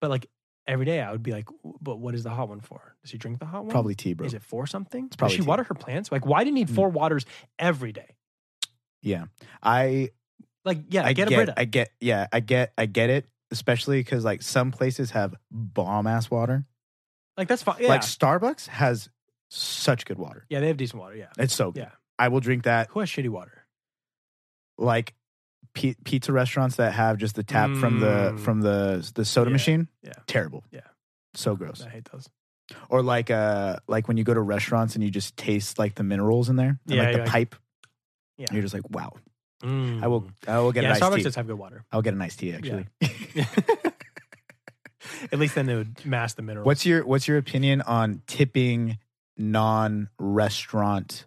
But like every day, I would be like, but what is the hot one for? Does she drink the hot one?
Probably tea, bro.
Is it for something? Does
probably
she
tea.
water her plants? Like, why do you need
Mm.
four waters every day?
Yeah, I
Like, yeah,
I
get,
get,
a Brita.
I get, yeah, I get, I get it. Especially because like some places have bomb ass water.
like, that's fine. Yeah.
Like Starbucks has such good water.
yeah, they have decent water. Yeah.
It's so good.
Yeah.
I will drink that.
Who has shitty water?
Like pi- pizza restaurants that have just the tap from the
Mm.
from the the soda
Yeah,
machine.
yeah.
terrible.
Yeah.
so gross.
I hate those.
Or like uh like when you go to restaurants and you just taste like the minerals in there.
Yeah,
And like the
you're like-
pipe.
Yeah.
You're just like wow.
Mm.
I will. I will get
yeah,
an
Starbucks
iced tea.
does have good water.
I'll get an iced
[laughs]
tea actually. [laughs]
At least then it would mask the minerals.
What's your What's your opinion on tipping non restaurant,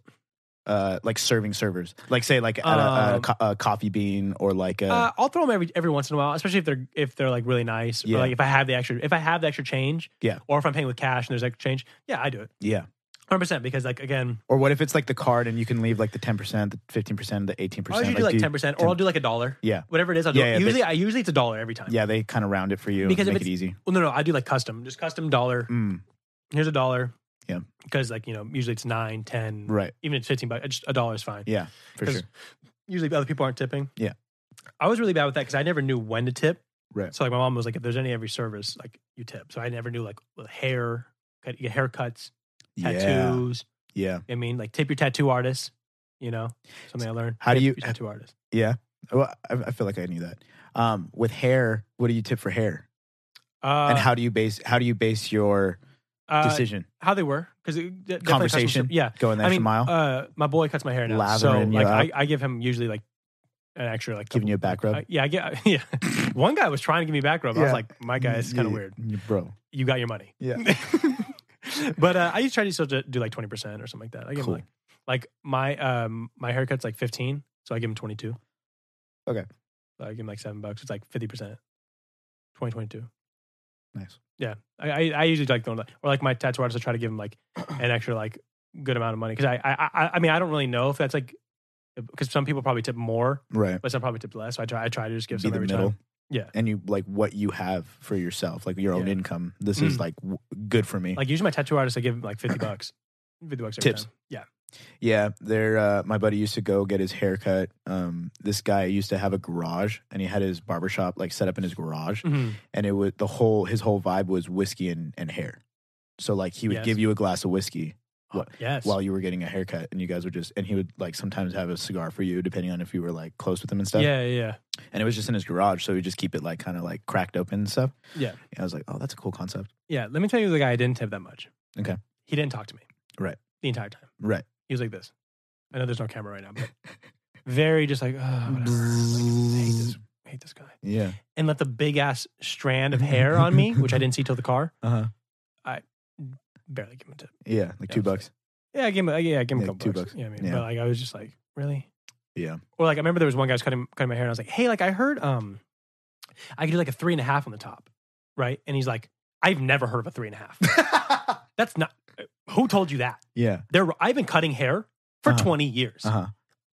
uh, like serving servers? Like say like at a, a,
Um,
co- a coffee bean or like a
Uh, I'll throw them every every once in a while, especially if they're if they're like really nice,
Yeah.
or like if I have the extra if I have the extra change,
Yeah.
or if I'm paying with cash and there's extra change, yeah, I do it,
yeah.
hundred percent because like again,
Or what if it's like the card and you can leave like the ten percent, the fifteen percent, the eighteen
I'll
percent.
usually do like ten percent, or I'll do like a dollar,
Yeah.
whatever it is. I'll do
Yeah, yeah,
it.
they-
usually I usually it's a dollar every time.
Yeah, they kind of round it for you
Because if
and make it
it's-
easy.
Well, no, no, I do like custom, just custom dollar.
Mm,
Here's a dollar.
Yeah.
Because like you know, usually it's nine, ten,
right,
even if it's fifteen bucks. Just a dollar is fine.
Yeah, for
'Cause
sure.
Usually other people aren't tipping.
Yeah.
I was really bad with that because I never knew when to tip.
Right.
So like my mom was like, if there's any every service, like you tip. So I never knew like with hair, cut, you get haircuts,
Yeah,
tattoos.
yeah,
I mean, like tip your tattoo artist. You know, something I learned.
How do
Tip
you-
your tattoo artist?
yeah. Well, I, I feel like I knew that. Um, with hair, what do you tip for hair?
Uh,
and how do you base how do you base your
uh,
decision?
how they were because
Conversation?
Yeah,
Going the
I
extra
mean,
mile,
uh, my boy cuts my hair now, so
Lathering you
like I,
up?
I give him usually like an extra like
giving you a back rub.
I- yeah, I get [laughs] yeah. One guy was trying to give me back rub. I was
Yeah.
like, my guy, it's kind of
Yeah,
weird.
yeah, bro.
You got your money. [laughs]
Yeah.
but uh, I used to try to still do do, like twenty percent or something like that. I give
Cool.
him like like my um my haircut's like fifteen, so I give him twenty two.
Okay.
So I give him like seven bucks. It's like fifty percent. Twenty twenty two.
Nice.
Yeah, I, I I usually like going like or like my tattoo artist. I try to give him like an extra like good amount of money because I, I I I mean I don't really know if that's like because some people probably tip more,
Right.
but some probably tip less. So I try I try to just give
Be
some
the
every
middle.
time. Yeah.
And you like what you have for yourself, like your own
Yeah.
income. This
Mm.
is like w- good for me.
Like usually my tattoo artist, I give him like fifty bucks, fifty bucks every
Tips.
time. Yeah,
yeah. There, uh, my buddy used to go get his haircut. Um, this guy used to have a garage and he had his barbershop like set up in his garage.
Mm-hmm.
And it was the whole, his whole vibe was whiskey and, and hair. So like he would
Yes.
give you a glass of whiskey Wha-
yes.
while you were getting a haircut and you guys would just, and he would like sometimes have a cigar for you depending on if you were like close with him and stuff.
yeah, yeah, yeah.
and it was just in his garage, so we just keep it like kind of like cracked open and stuff.
Yeah.
And I was like, oh, that's a cool concept,
Yeah, let me tell you the guy I didn't tip that much.
Okay.
He didn't talk to me.
Right.
The entire time.
right?
He was like this. I know there's no camera right now,
[laughs]
but very just like, oh, whatever. Like, I hate this, I hate this guy.
[laughs] Yeah.
And let the big ass strand of hair on me, which I didn't see till the car,
Uh huh.
barely give him a tip.
Yeah, like
Yeah,
two
it was
bucks.
Yeah, I gave him, yeah, I gave him
Yeah,
a couple
two
bucks.
bucks.
Yeah, I mean,
Yeah.
but like I was just like, really?
Yeah.
Or like I remember there was one guy who was cutting cutting my hair, and I was like, hey, like I heard, um, I could do like a three and a half on the top, right? And he's like, I've never heard of a three and a half.
[laughs]
That's not. Who told you that?
Yeah.
There, I've been cutting hair for
Uh-huh.
20 years.
Uh huh.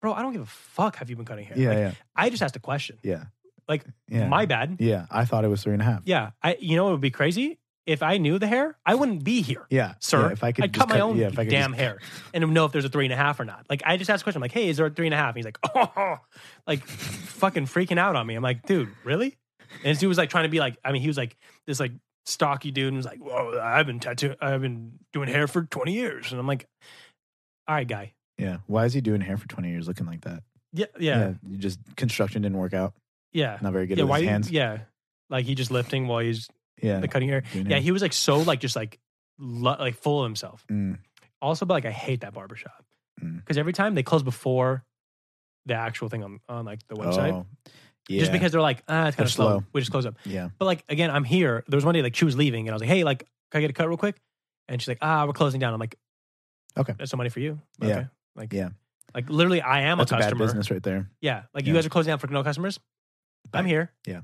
Bro, I don't give a fuck have you been cutting hair.
Yeah,
Like,
yeah,
I just asked a question.
yeah.
Like,
yeah.
My bad. Yeah.
Yeah, I thought it was three and a half.
I you know it would be crazy if I knew the hair, I wouldn't be here.
Yeah,
Sir,
yeah, if I could
I'd
just
cut my own
yeah, if I could
damn
just-
hair and know if there's a three and a half or not. Like I just asked a question, I'm like, hey, is there a three and a half? And he's like, [laughs] oh, like fucking freaking out on me. I'm like, dude, really? And this dude was like trying to be like, I mean, he was like this like stocky dude and was like, whoa, I've been tattoo, I've been doing hair for 20 years. And I'm like, all right, guy.
Yeah. Why is he doing hair for twenty years looking like that?
Yeah, yeah,
you just construction didn't work out.
yeah.
Not very good
yeah,
with
why?
his hands.
Yeah, like he just lifting while he's
Yeah.
like, cutting hair.
doing
Yeah,
hair.
he was like so like just like lo- like full of himself.
Mm.
Also, but like I hate that barbershop
Mm.
because every time they close before the actual thing on, on like the website.
Oh, yeah.
Just because they're like, ah, it's kind
They're
of slow.
slow.
We just close up.
Yeah.
But like again, I'm here. There was one day like she was leaving, and I was like, hey, like, can I get a cut real quick? And she's like, ah, we're closing down. I'm like,
Okay.
that's some money for you.
Yeah.
like
Yeah.
like literally, I am
That's
a
a bad
customer.
business right there.
yeah, like you
Yeah.
guys are closing down for no customers. I'm
Bye.
here.
Yeah.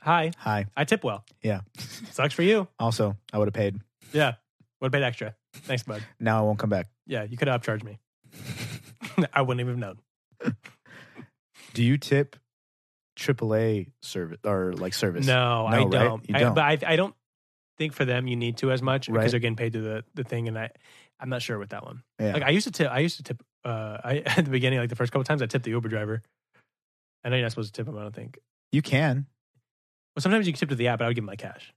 Hi,
Hi.
I tip well.
Yeah.
[laughs] Sucks for you.
Also, I would have paid.
Yeah, would have paid extra. Thanks, bud.
Now I won't come back.
Yeah, you could have upcharged me. [laughs] I wouldn't even have known.
Do you tip AAA service or like service?
No, I
No, right?
don't.
You
I,
don't.
But I, I don't think for them you need to as much
Right.
because they're getting paid to the, the thing, and I I'm not sure with that one.
Yeah.
Like I used to tip. I used to tip. Uh, I [laughs] at the beginning, like the first couple times, I tipped the Uber driver. I know you're not supposed to tip him. I don't think.
you can.
Well, sometimes you can tip to the app, but I would give him my cash.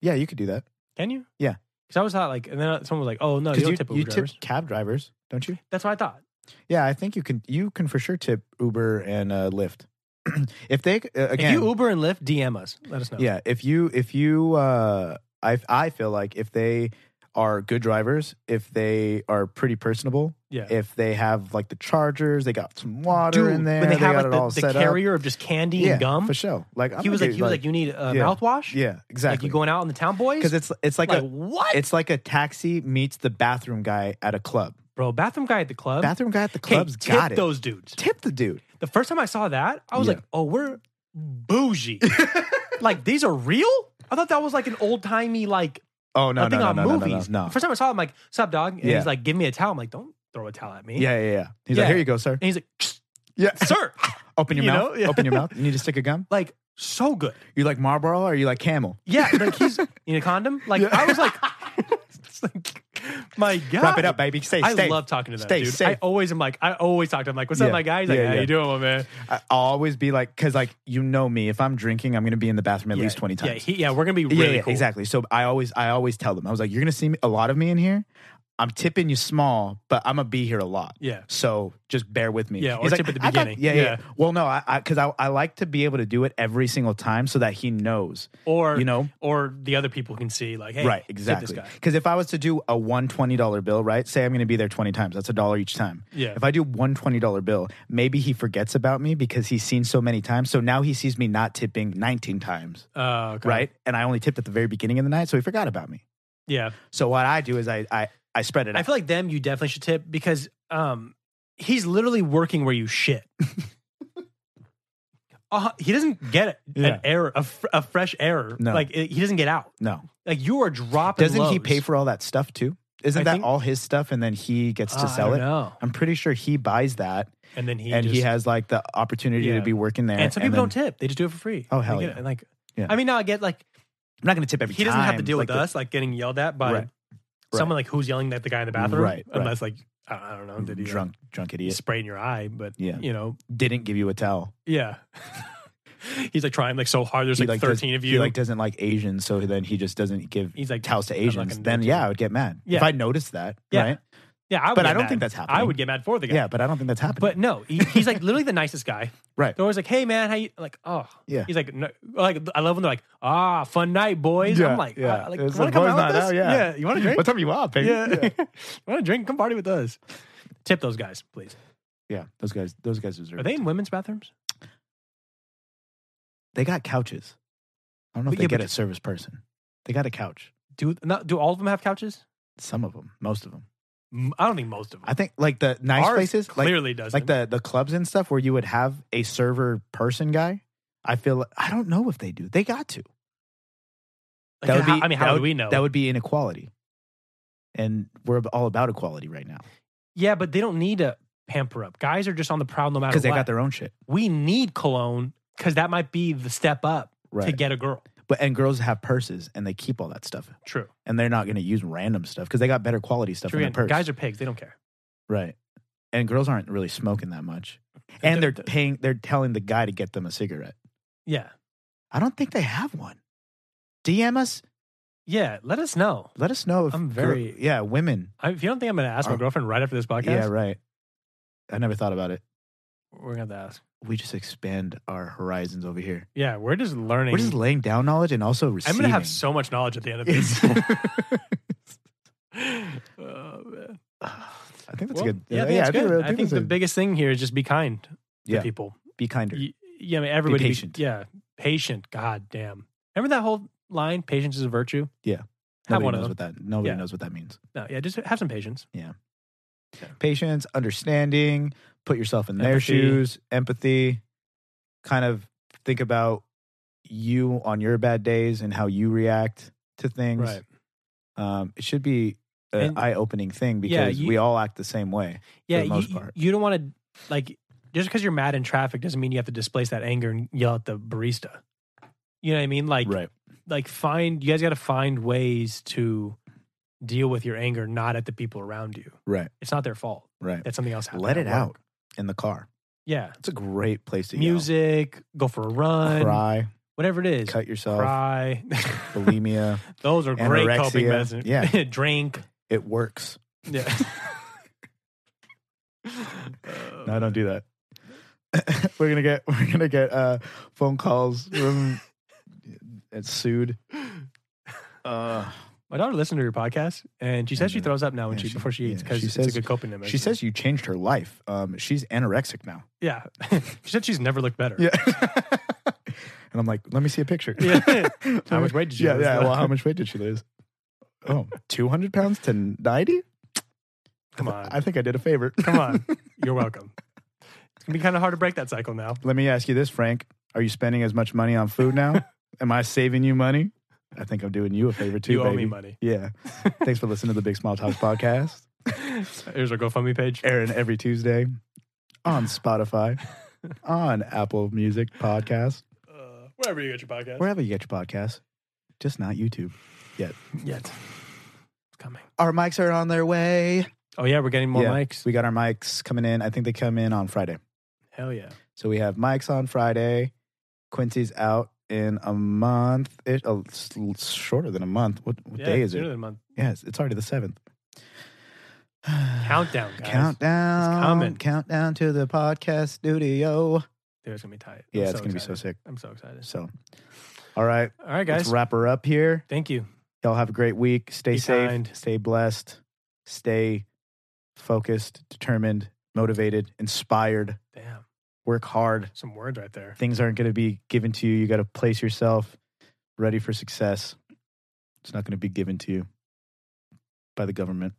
Yeah, you could do that.
Can you?
Yeah.
Because I was thought like, and then someone was like, "Oh no, you
'Cause
don't tip Uber
you
drivers."
tip cab drivers, don't you?
That's what I thought.
Yeah, I think you can. You can for sure tip Uber and uh, Lyft. [clears throat] if they uh, again,
if you Uber and Lyft, DM us. Let us know.
yeah. If you if you, uh, I I feel like if they are good drivers, if they are pretty personable,
yeah.
if they have like the chargers, they got some water
Dude,
in there,
when they, have
got
like
it
the,
all
the
set up.
carrier of just candy
yeah,
and gum,
for sure. Like I'm
he was
gonna
like,
do,
he was like, "You need a
yeah.
mouthwash."
yeah,
Like
exactly.
you going out on the town boys?
because it's it's like,
like
a,
what?
it's like a taxi meets the bathroom guy at a club.
bro. Bathroom guy at the club.
Bathroom guy at the
Hey,
club's
tip
got it.
those dudes.
Tip the dude.
The first time I saw that, I was
Yeah.
like, "Oh, we're bougie."
[laughs]
like these are real. I thought that was like an old timey like
Oh no
a thing
no
on
no, no, no no
movies.
no
The first time I saw him, I'm like, "Sup, dog?" And
Yeah.
he's like, "Give me a towel." I'm like, "Don't throw a towel at me."
yeah yeah yeah. He's
Yeah.
like, here you go, sir.
And he's like, [laughs]
Yeah,
"Sir,
open your
you
mouth.
know, yeah.
Open your
[laughs]
mouth. You need to stick a gum.
like so good."
You like Marlboro or you like Camel?
Yeah, like
[laughs]
he's in a condom. Like
Yeah.
I was like, [laughs] it's like, my God,
Wrap it up, baby. Stay
I
stay.
love talking to them,
Stay
dude.
safe.
I always am like, I always talk to him like, "What's
Yeah.
up, my guy?" He's like,
Yeah,
"How
yeah.
you doing, my man?"
I I'll always be like, because like you know me, if I'm drinking, I'm gonna be in the bathroom at
Yeah,
least twenty times.
Yeah, he, yeah, we're gonna be
Yeah,
really
yeah,
cool.
exactly. So I always I always tell them I was like, you're gonna see me, a lot of me in here. I'm tipping you small, but I'm gonna be here a lot.
Yeah.
So just bear with me.
Yeah, or
He's
tip at the
"I got-"
beginning.
yeah, yeah,
Yeah.
Well, no, I because I, I like to be able to do it every single time so that he knows.
Or
You know?
or the other people can see like, hey,
right.
hit
Exactly.
This guy.
Because if I was to do a one twenty dollar bill, right? Say I'm gonna be there twenty times. That's a dollar each time.
Yeah.
If I do one twenty dollar bill, maybe he forgets about me because he's seen so many times. So now he sees me not tipping nineteen times.
Uh, okay.
Right. And I only tipped at the very beginning of the night, so he forgot about me.
Yeah,
So what I do is I I, I spread it.
I
out.
feel like them. You definitely should tip because um, he's literally working where you
[laughs]
shit. uh, he doesn't get
Yeah.
an error, a, fr- a fresh error.
No.
Like it, he doesn't get out.
no,
Like you are dropping.
doesn't
lows.
he pay for all that stuff too? Isn't
I
that
think-
all his stuff, and then he gets
Uh,
to
I
sell
don't
it?
know.
I'm pretty sure he buys that,
And then he
and
just,
he has like the opportunity
Yeah.
to be working there.
And some people
then-
don't tip; they just do it for free.
Oh,
They
hell
get
yeah.
it. And, Like,
Yeah.
I mean, now I get like
I'm not going to tip every.
he doesn't have to
time.
deal
Like
with
the-
us like getting yelled at by
Right.
someone like who's yelling at the guy in the bathroom,
Right, right.
Unless like I I don't know, did he like,
drunk drunk idiot
spray in your eye? But
Yeah.
you know,
didn't give you a towel.
yeah. [laughs] He's like trying like so hard. There's
He,
like,
does-
13 of
He
you.
like doesn't like Asians, so then he just doesn't give
He's like,
towels to
I'm not
Asians.
gonna do
Then
it to
yeah,
you.
I would get mad
Yeah.
if I noticed that.
Yeah.
Right?
yeah, I would
but I
get
don't
mad.
think that's
I
happening.
would get mad for the guy.
Yeah, but I don't think that's happening.
But no, he, he's like literally the nicest guy.
[laughs] Right.
They're always like, "Hey man, how you?" Like, oh,
Yeah.
He's like, no, like I love when they're like, "Ah, fun night, boys."
Yeah,
I'm like,
yeah.
"Ah, like, want
It's
to
like,
come
boys
out with
night
us?
out, yeah.
you [laughs]
[laughs]
want to drink?
what time you up? baby?
yeah, [laughs] want to drink? Come party with us. Tip those guys, please.
yeah. Those guys, those guys deserve.
Are
it.
they in women's bathrooms?
They got couches. I don't know if
But
they
yeah,
get
but
a service person. They got a couch.
Do not, do all of them have couches?
Some of them, most of them.
M- I don't think most of them.
I think like the nice
Ours
places, like
clearly doesn't.
like the the clubs and stuff, where you would have a server person guy. I feel like, I don't know if they do. They got to.
Like,
that would
how-
be-
I mean,
that
how
would-
do we know?
That would be inequality, and we're all about equality right now
yeah, but they don't need to pamper up. Guys are just on the prowl no matter
because
what.
they got their own shit.
we need cologne because that might be the step up to
Right.
get a girl.
But and girls have purses and they keep all that stuff,
True.
and they're not going to use random stuff because they got better quality stuff
True.
in their
And
purse.
guys are pigs. They don't care.
Right. And girls aren't really smoking that much. And they're
th-
paying they're telling the guy to get them a cigarette.
Yeah.
I don't think they have one. DM us,
Yeah. Let us know.
let us know if
I'm
gir-
very-
yeah, women.
I, if you don't think I'm going to ask my
Oh.
girlfriend right after this podcast,
Yeah, right. I never thought about it.
we're going to have to ask.
We just expand our horizons over here.
Yeah. We're just learning.
We're just laying down knowledge and also
I'm
receiving.
going to have so much knowledge at the end of this.
[laughs]
oh, man.
I think that's
Well,
good.
[laughs] Oh,
[laughs]
Yeah, I think that's
I
good.
I
I think
that's
the
a-
biggest thing here is just be kind. to
Yeah.
people.
Be kinder.
Y- Yeah, I mean, everybody. be-
patient.
yeah, patient. God damn. Remember that whole line? Patience is a virtue.
Nobody
one of
knows
them.
what that. Nobody
Yeah.
knows what that means.
No, yeah, just have some patience.
Patience, understanding, put yourself in their
Empathy.
shoes, empathy. Kind of think about you on your bad days and how you react to things.
Right.
Um, it should be an
And-
eye-opening thing because
Yeah, you-
we all act the same way.
Yeah,
the most
you,
part.
you don't want to like just because you're mad in traffic doesn't mean you have to displace that anger and yell at the barista. You know what I mean? Like,
right.
like find you guys got to find ways to deal with your anger, not at the people around you.
Right.
It's not their fault
Right.
that something else happened.
Let
at
it
work.
out in the car.
Yeah,
It's a great place to yell.
music, go for a run,
cry,
whatever it is.
cut yourself,
Cry. [laughs]
bulimia.
Those are great coping
Anorexia.
measures.
Yeah.
[laughs] drink.
It works.
Yeah.
[laughs] No, don't do that. [laughs] we're gonna get [laughs] we're gonna get uh, phone calls from [laughs] and sued. Uh,
My daughter listened to your podcast, and she says she
Yeah.
throws up now when
Yeah,
she,
she-
before she eats
yeah,
because
she
it's
says-
a good coping mechanism.
she says you changed her life. Um, she's anorexic now.
"Yeah." [laughs] she said she's never looked better.
Yeah. [laughs] and I'm like, let me see a picture.
[laughs]
[laughs]
Yeah. How much weight did you
Yeah,
lose?
yeah.
[laughs]
Well, how much weight did she lose? Oh, 200 pounds to 90?
Come on,
I think I did
[laughs]
a favor.
come on. You're welcome. It's gonna be kind of hard to break that cycle now.
Let me ask you this, Frank. Are you spending as much money on
[laughs]
food now? Am I saving you money? I think I'm doing you a favor too.
you owe me
baby.
money.
Yeah. Thanks for listening to the Big Small Talks podcast.
Here's our GoFundMe page.
Aaron every Tuesday on Spotify, on Apple Music Podcast,
Uh, wherever you get your podcast.
wherever you get your podcasts, just not YouTube yet.
Yet. It's coming.
Our mics are on their way.
Oh yeah, we're getting more
Yeah.
mics.
We got our mics coming in. I think they come in on Friday.
Hell yeah.
So we have mics on Friday. Quincy's out in a month. It, oh, it's l- shorter than a month. What, what
yeah,
day is
sooner
it?
than a month.
Yes, it's already the seventh. [sighs]
Countdown, guys.
Countdown.
coming.
Countdown to the podcast studio.
Dude, it's gonna be tight.
Yeah,
I'm
it's
so
going to be so
excited.
sick.
I'm so excited.
So, all right,
All right,
let's
guys.
wrap her up here.
Thank you.
Y'all have a great week. Stay
Be
safe,
kind.
stay blessed, stay focused, determined, motivated, inspired.
Damn,
Work hard.
some words right there.
Things aren't going to be given to you. You got to place yourself ready for success. It's not going to be given to you by the [laughs] government.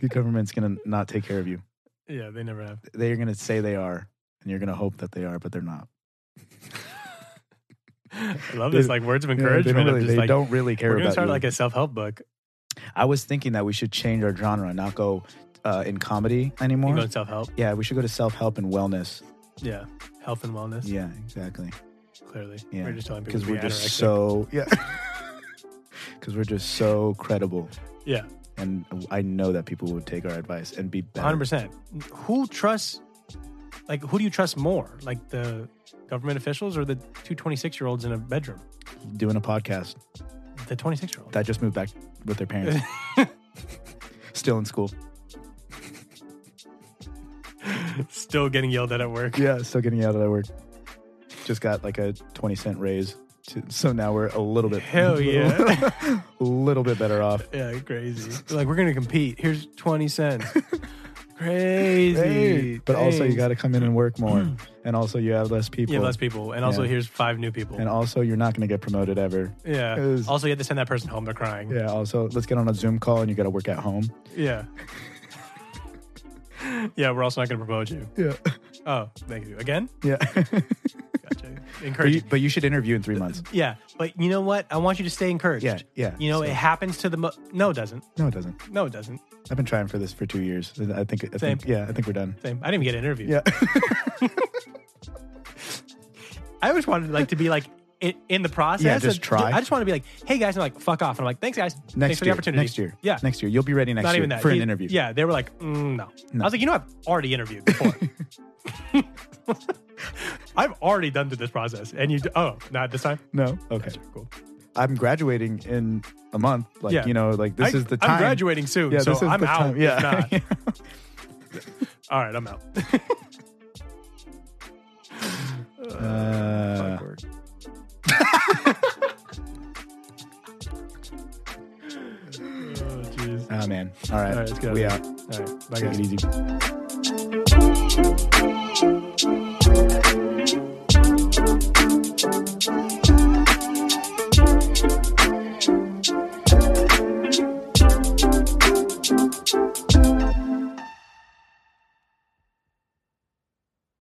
the government's going to not take care of you.
Yeah, they never have.
They're going to say they are, and you're going to hope that they are, but they're not.
I love this.
Dude,
Like words of
Yeah,
encouragement.
they don't
of
really,
just,
they
like,
don't really care
we're gonna
about
start
you.
like a self-help book.
I was thinking that we should change our genre, not go uh, in comedy
You
anymore.
go self-help.
yeah, we should go to self help and wellness.
Yeah, health and wellness.
Yeah, exactly.
Clearly,
Yeah,
we're just telling people
Because
to
we're
be
just
anorexic.
so yeah. [laughs] Because we're just so credible,
yeah,
and I know that people would take our advice and be better.
hundred percent. Who trusts? Like, who do you trust more? Like the government officials or the two 26 year olds in a bedroom?
Doing a podcast
The 26 year old.
that just moved back with
[laughs]
their parents, still in school.
Still getting yelled at at work.
[laughs] Yeah, still getting out of that work. Just got like a twenty cent raise, to, so now we're a little bit [laughs]
Hell yeah.
a little bit better off.
Yeah, crazy. like we're gonna compete. Here's twenty
[laughs]
cents. crazy.
But also, you
Thanks.
got to come in and work more. and also, you have less people.
yeah less people, and also
Yeah.
here's five new people.
And also, you're not going to get promoted ever.
yeah.
it was-
also, you have to send that person home. They're crying.
Yeah. Also, let's get on a Zoom call and you got to work at home.
Yeah. [laughs] Yeah. we're also not gonna promote you.
Yeah.
Oh, thank you again.
[laughs]
[laughs]
Yeah.
Gotcha.
but,
Encourage.
you, but you should interview in three months.
yeah, but you know what? I want you to stay encouraged.
Yeah, yeah,
You know,
so-
it happens to the mo- no, it doesn't.
No, it doesn't.
No, it doesn't.
I've been trying for this for two years. I think, I
Same.
think yeah, I think we're done.
Same. I didn't even get an interview.
Yeah. [laughs]
I always wanted like to be like in, in the process.
Yeah, just
of-
try.
I just want to be like, hey guys, and like fuck off, and I'm like, thanks guys, thanks
Next
for the
year.
opportunity.
Next year.
yeah,
Next year. You'll be ready next
not
year
even that
for an
He-
interview.
Yeah, they were like, mm, no. I was like, you know, I've already interviewed
[laughs]
before. [laughs] I've already done through this process, and you. d- Oh, not this time.
No. Okay.
Gotcha, cool.
I'm graduating in a month. Like,
Yeah.
you know, like this
I,
is the time.
I'm graduating soon,
Yeah,
so
this is
I'm
the
out.
time.
if
Yeah. [laughs]
not. All right, I'm out.
Uh,
Awkward. oh jeez.
oh, man. All right.
All right, let's get out
we
of
out.
here. All right, bye
Uh, Take
guys.
it easy.
I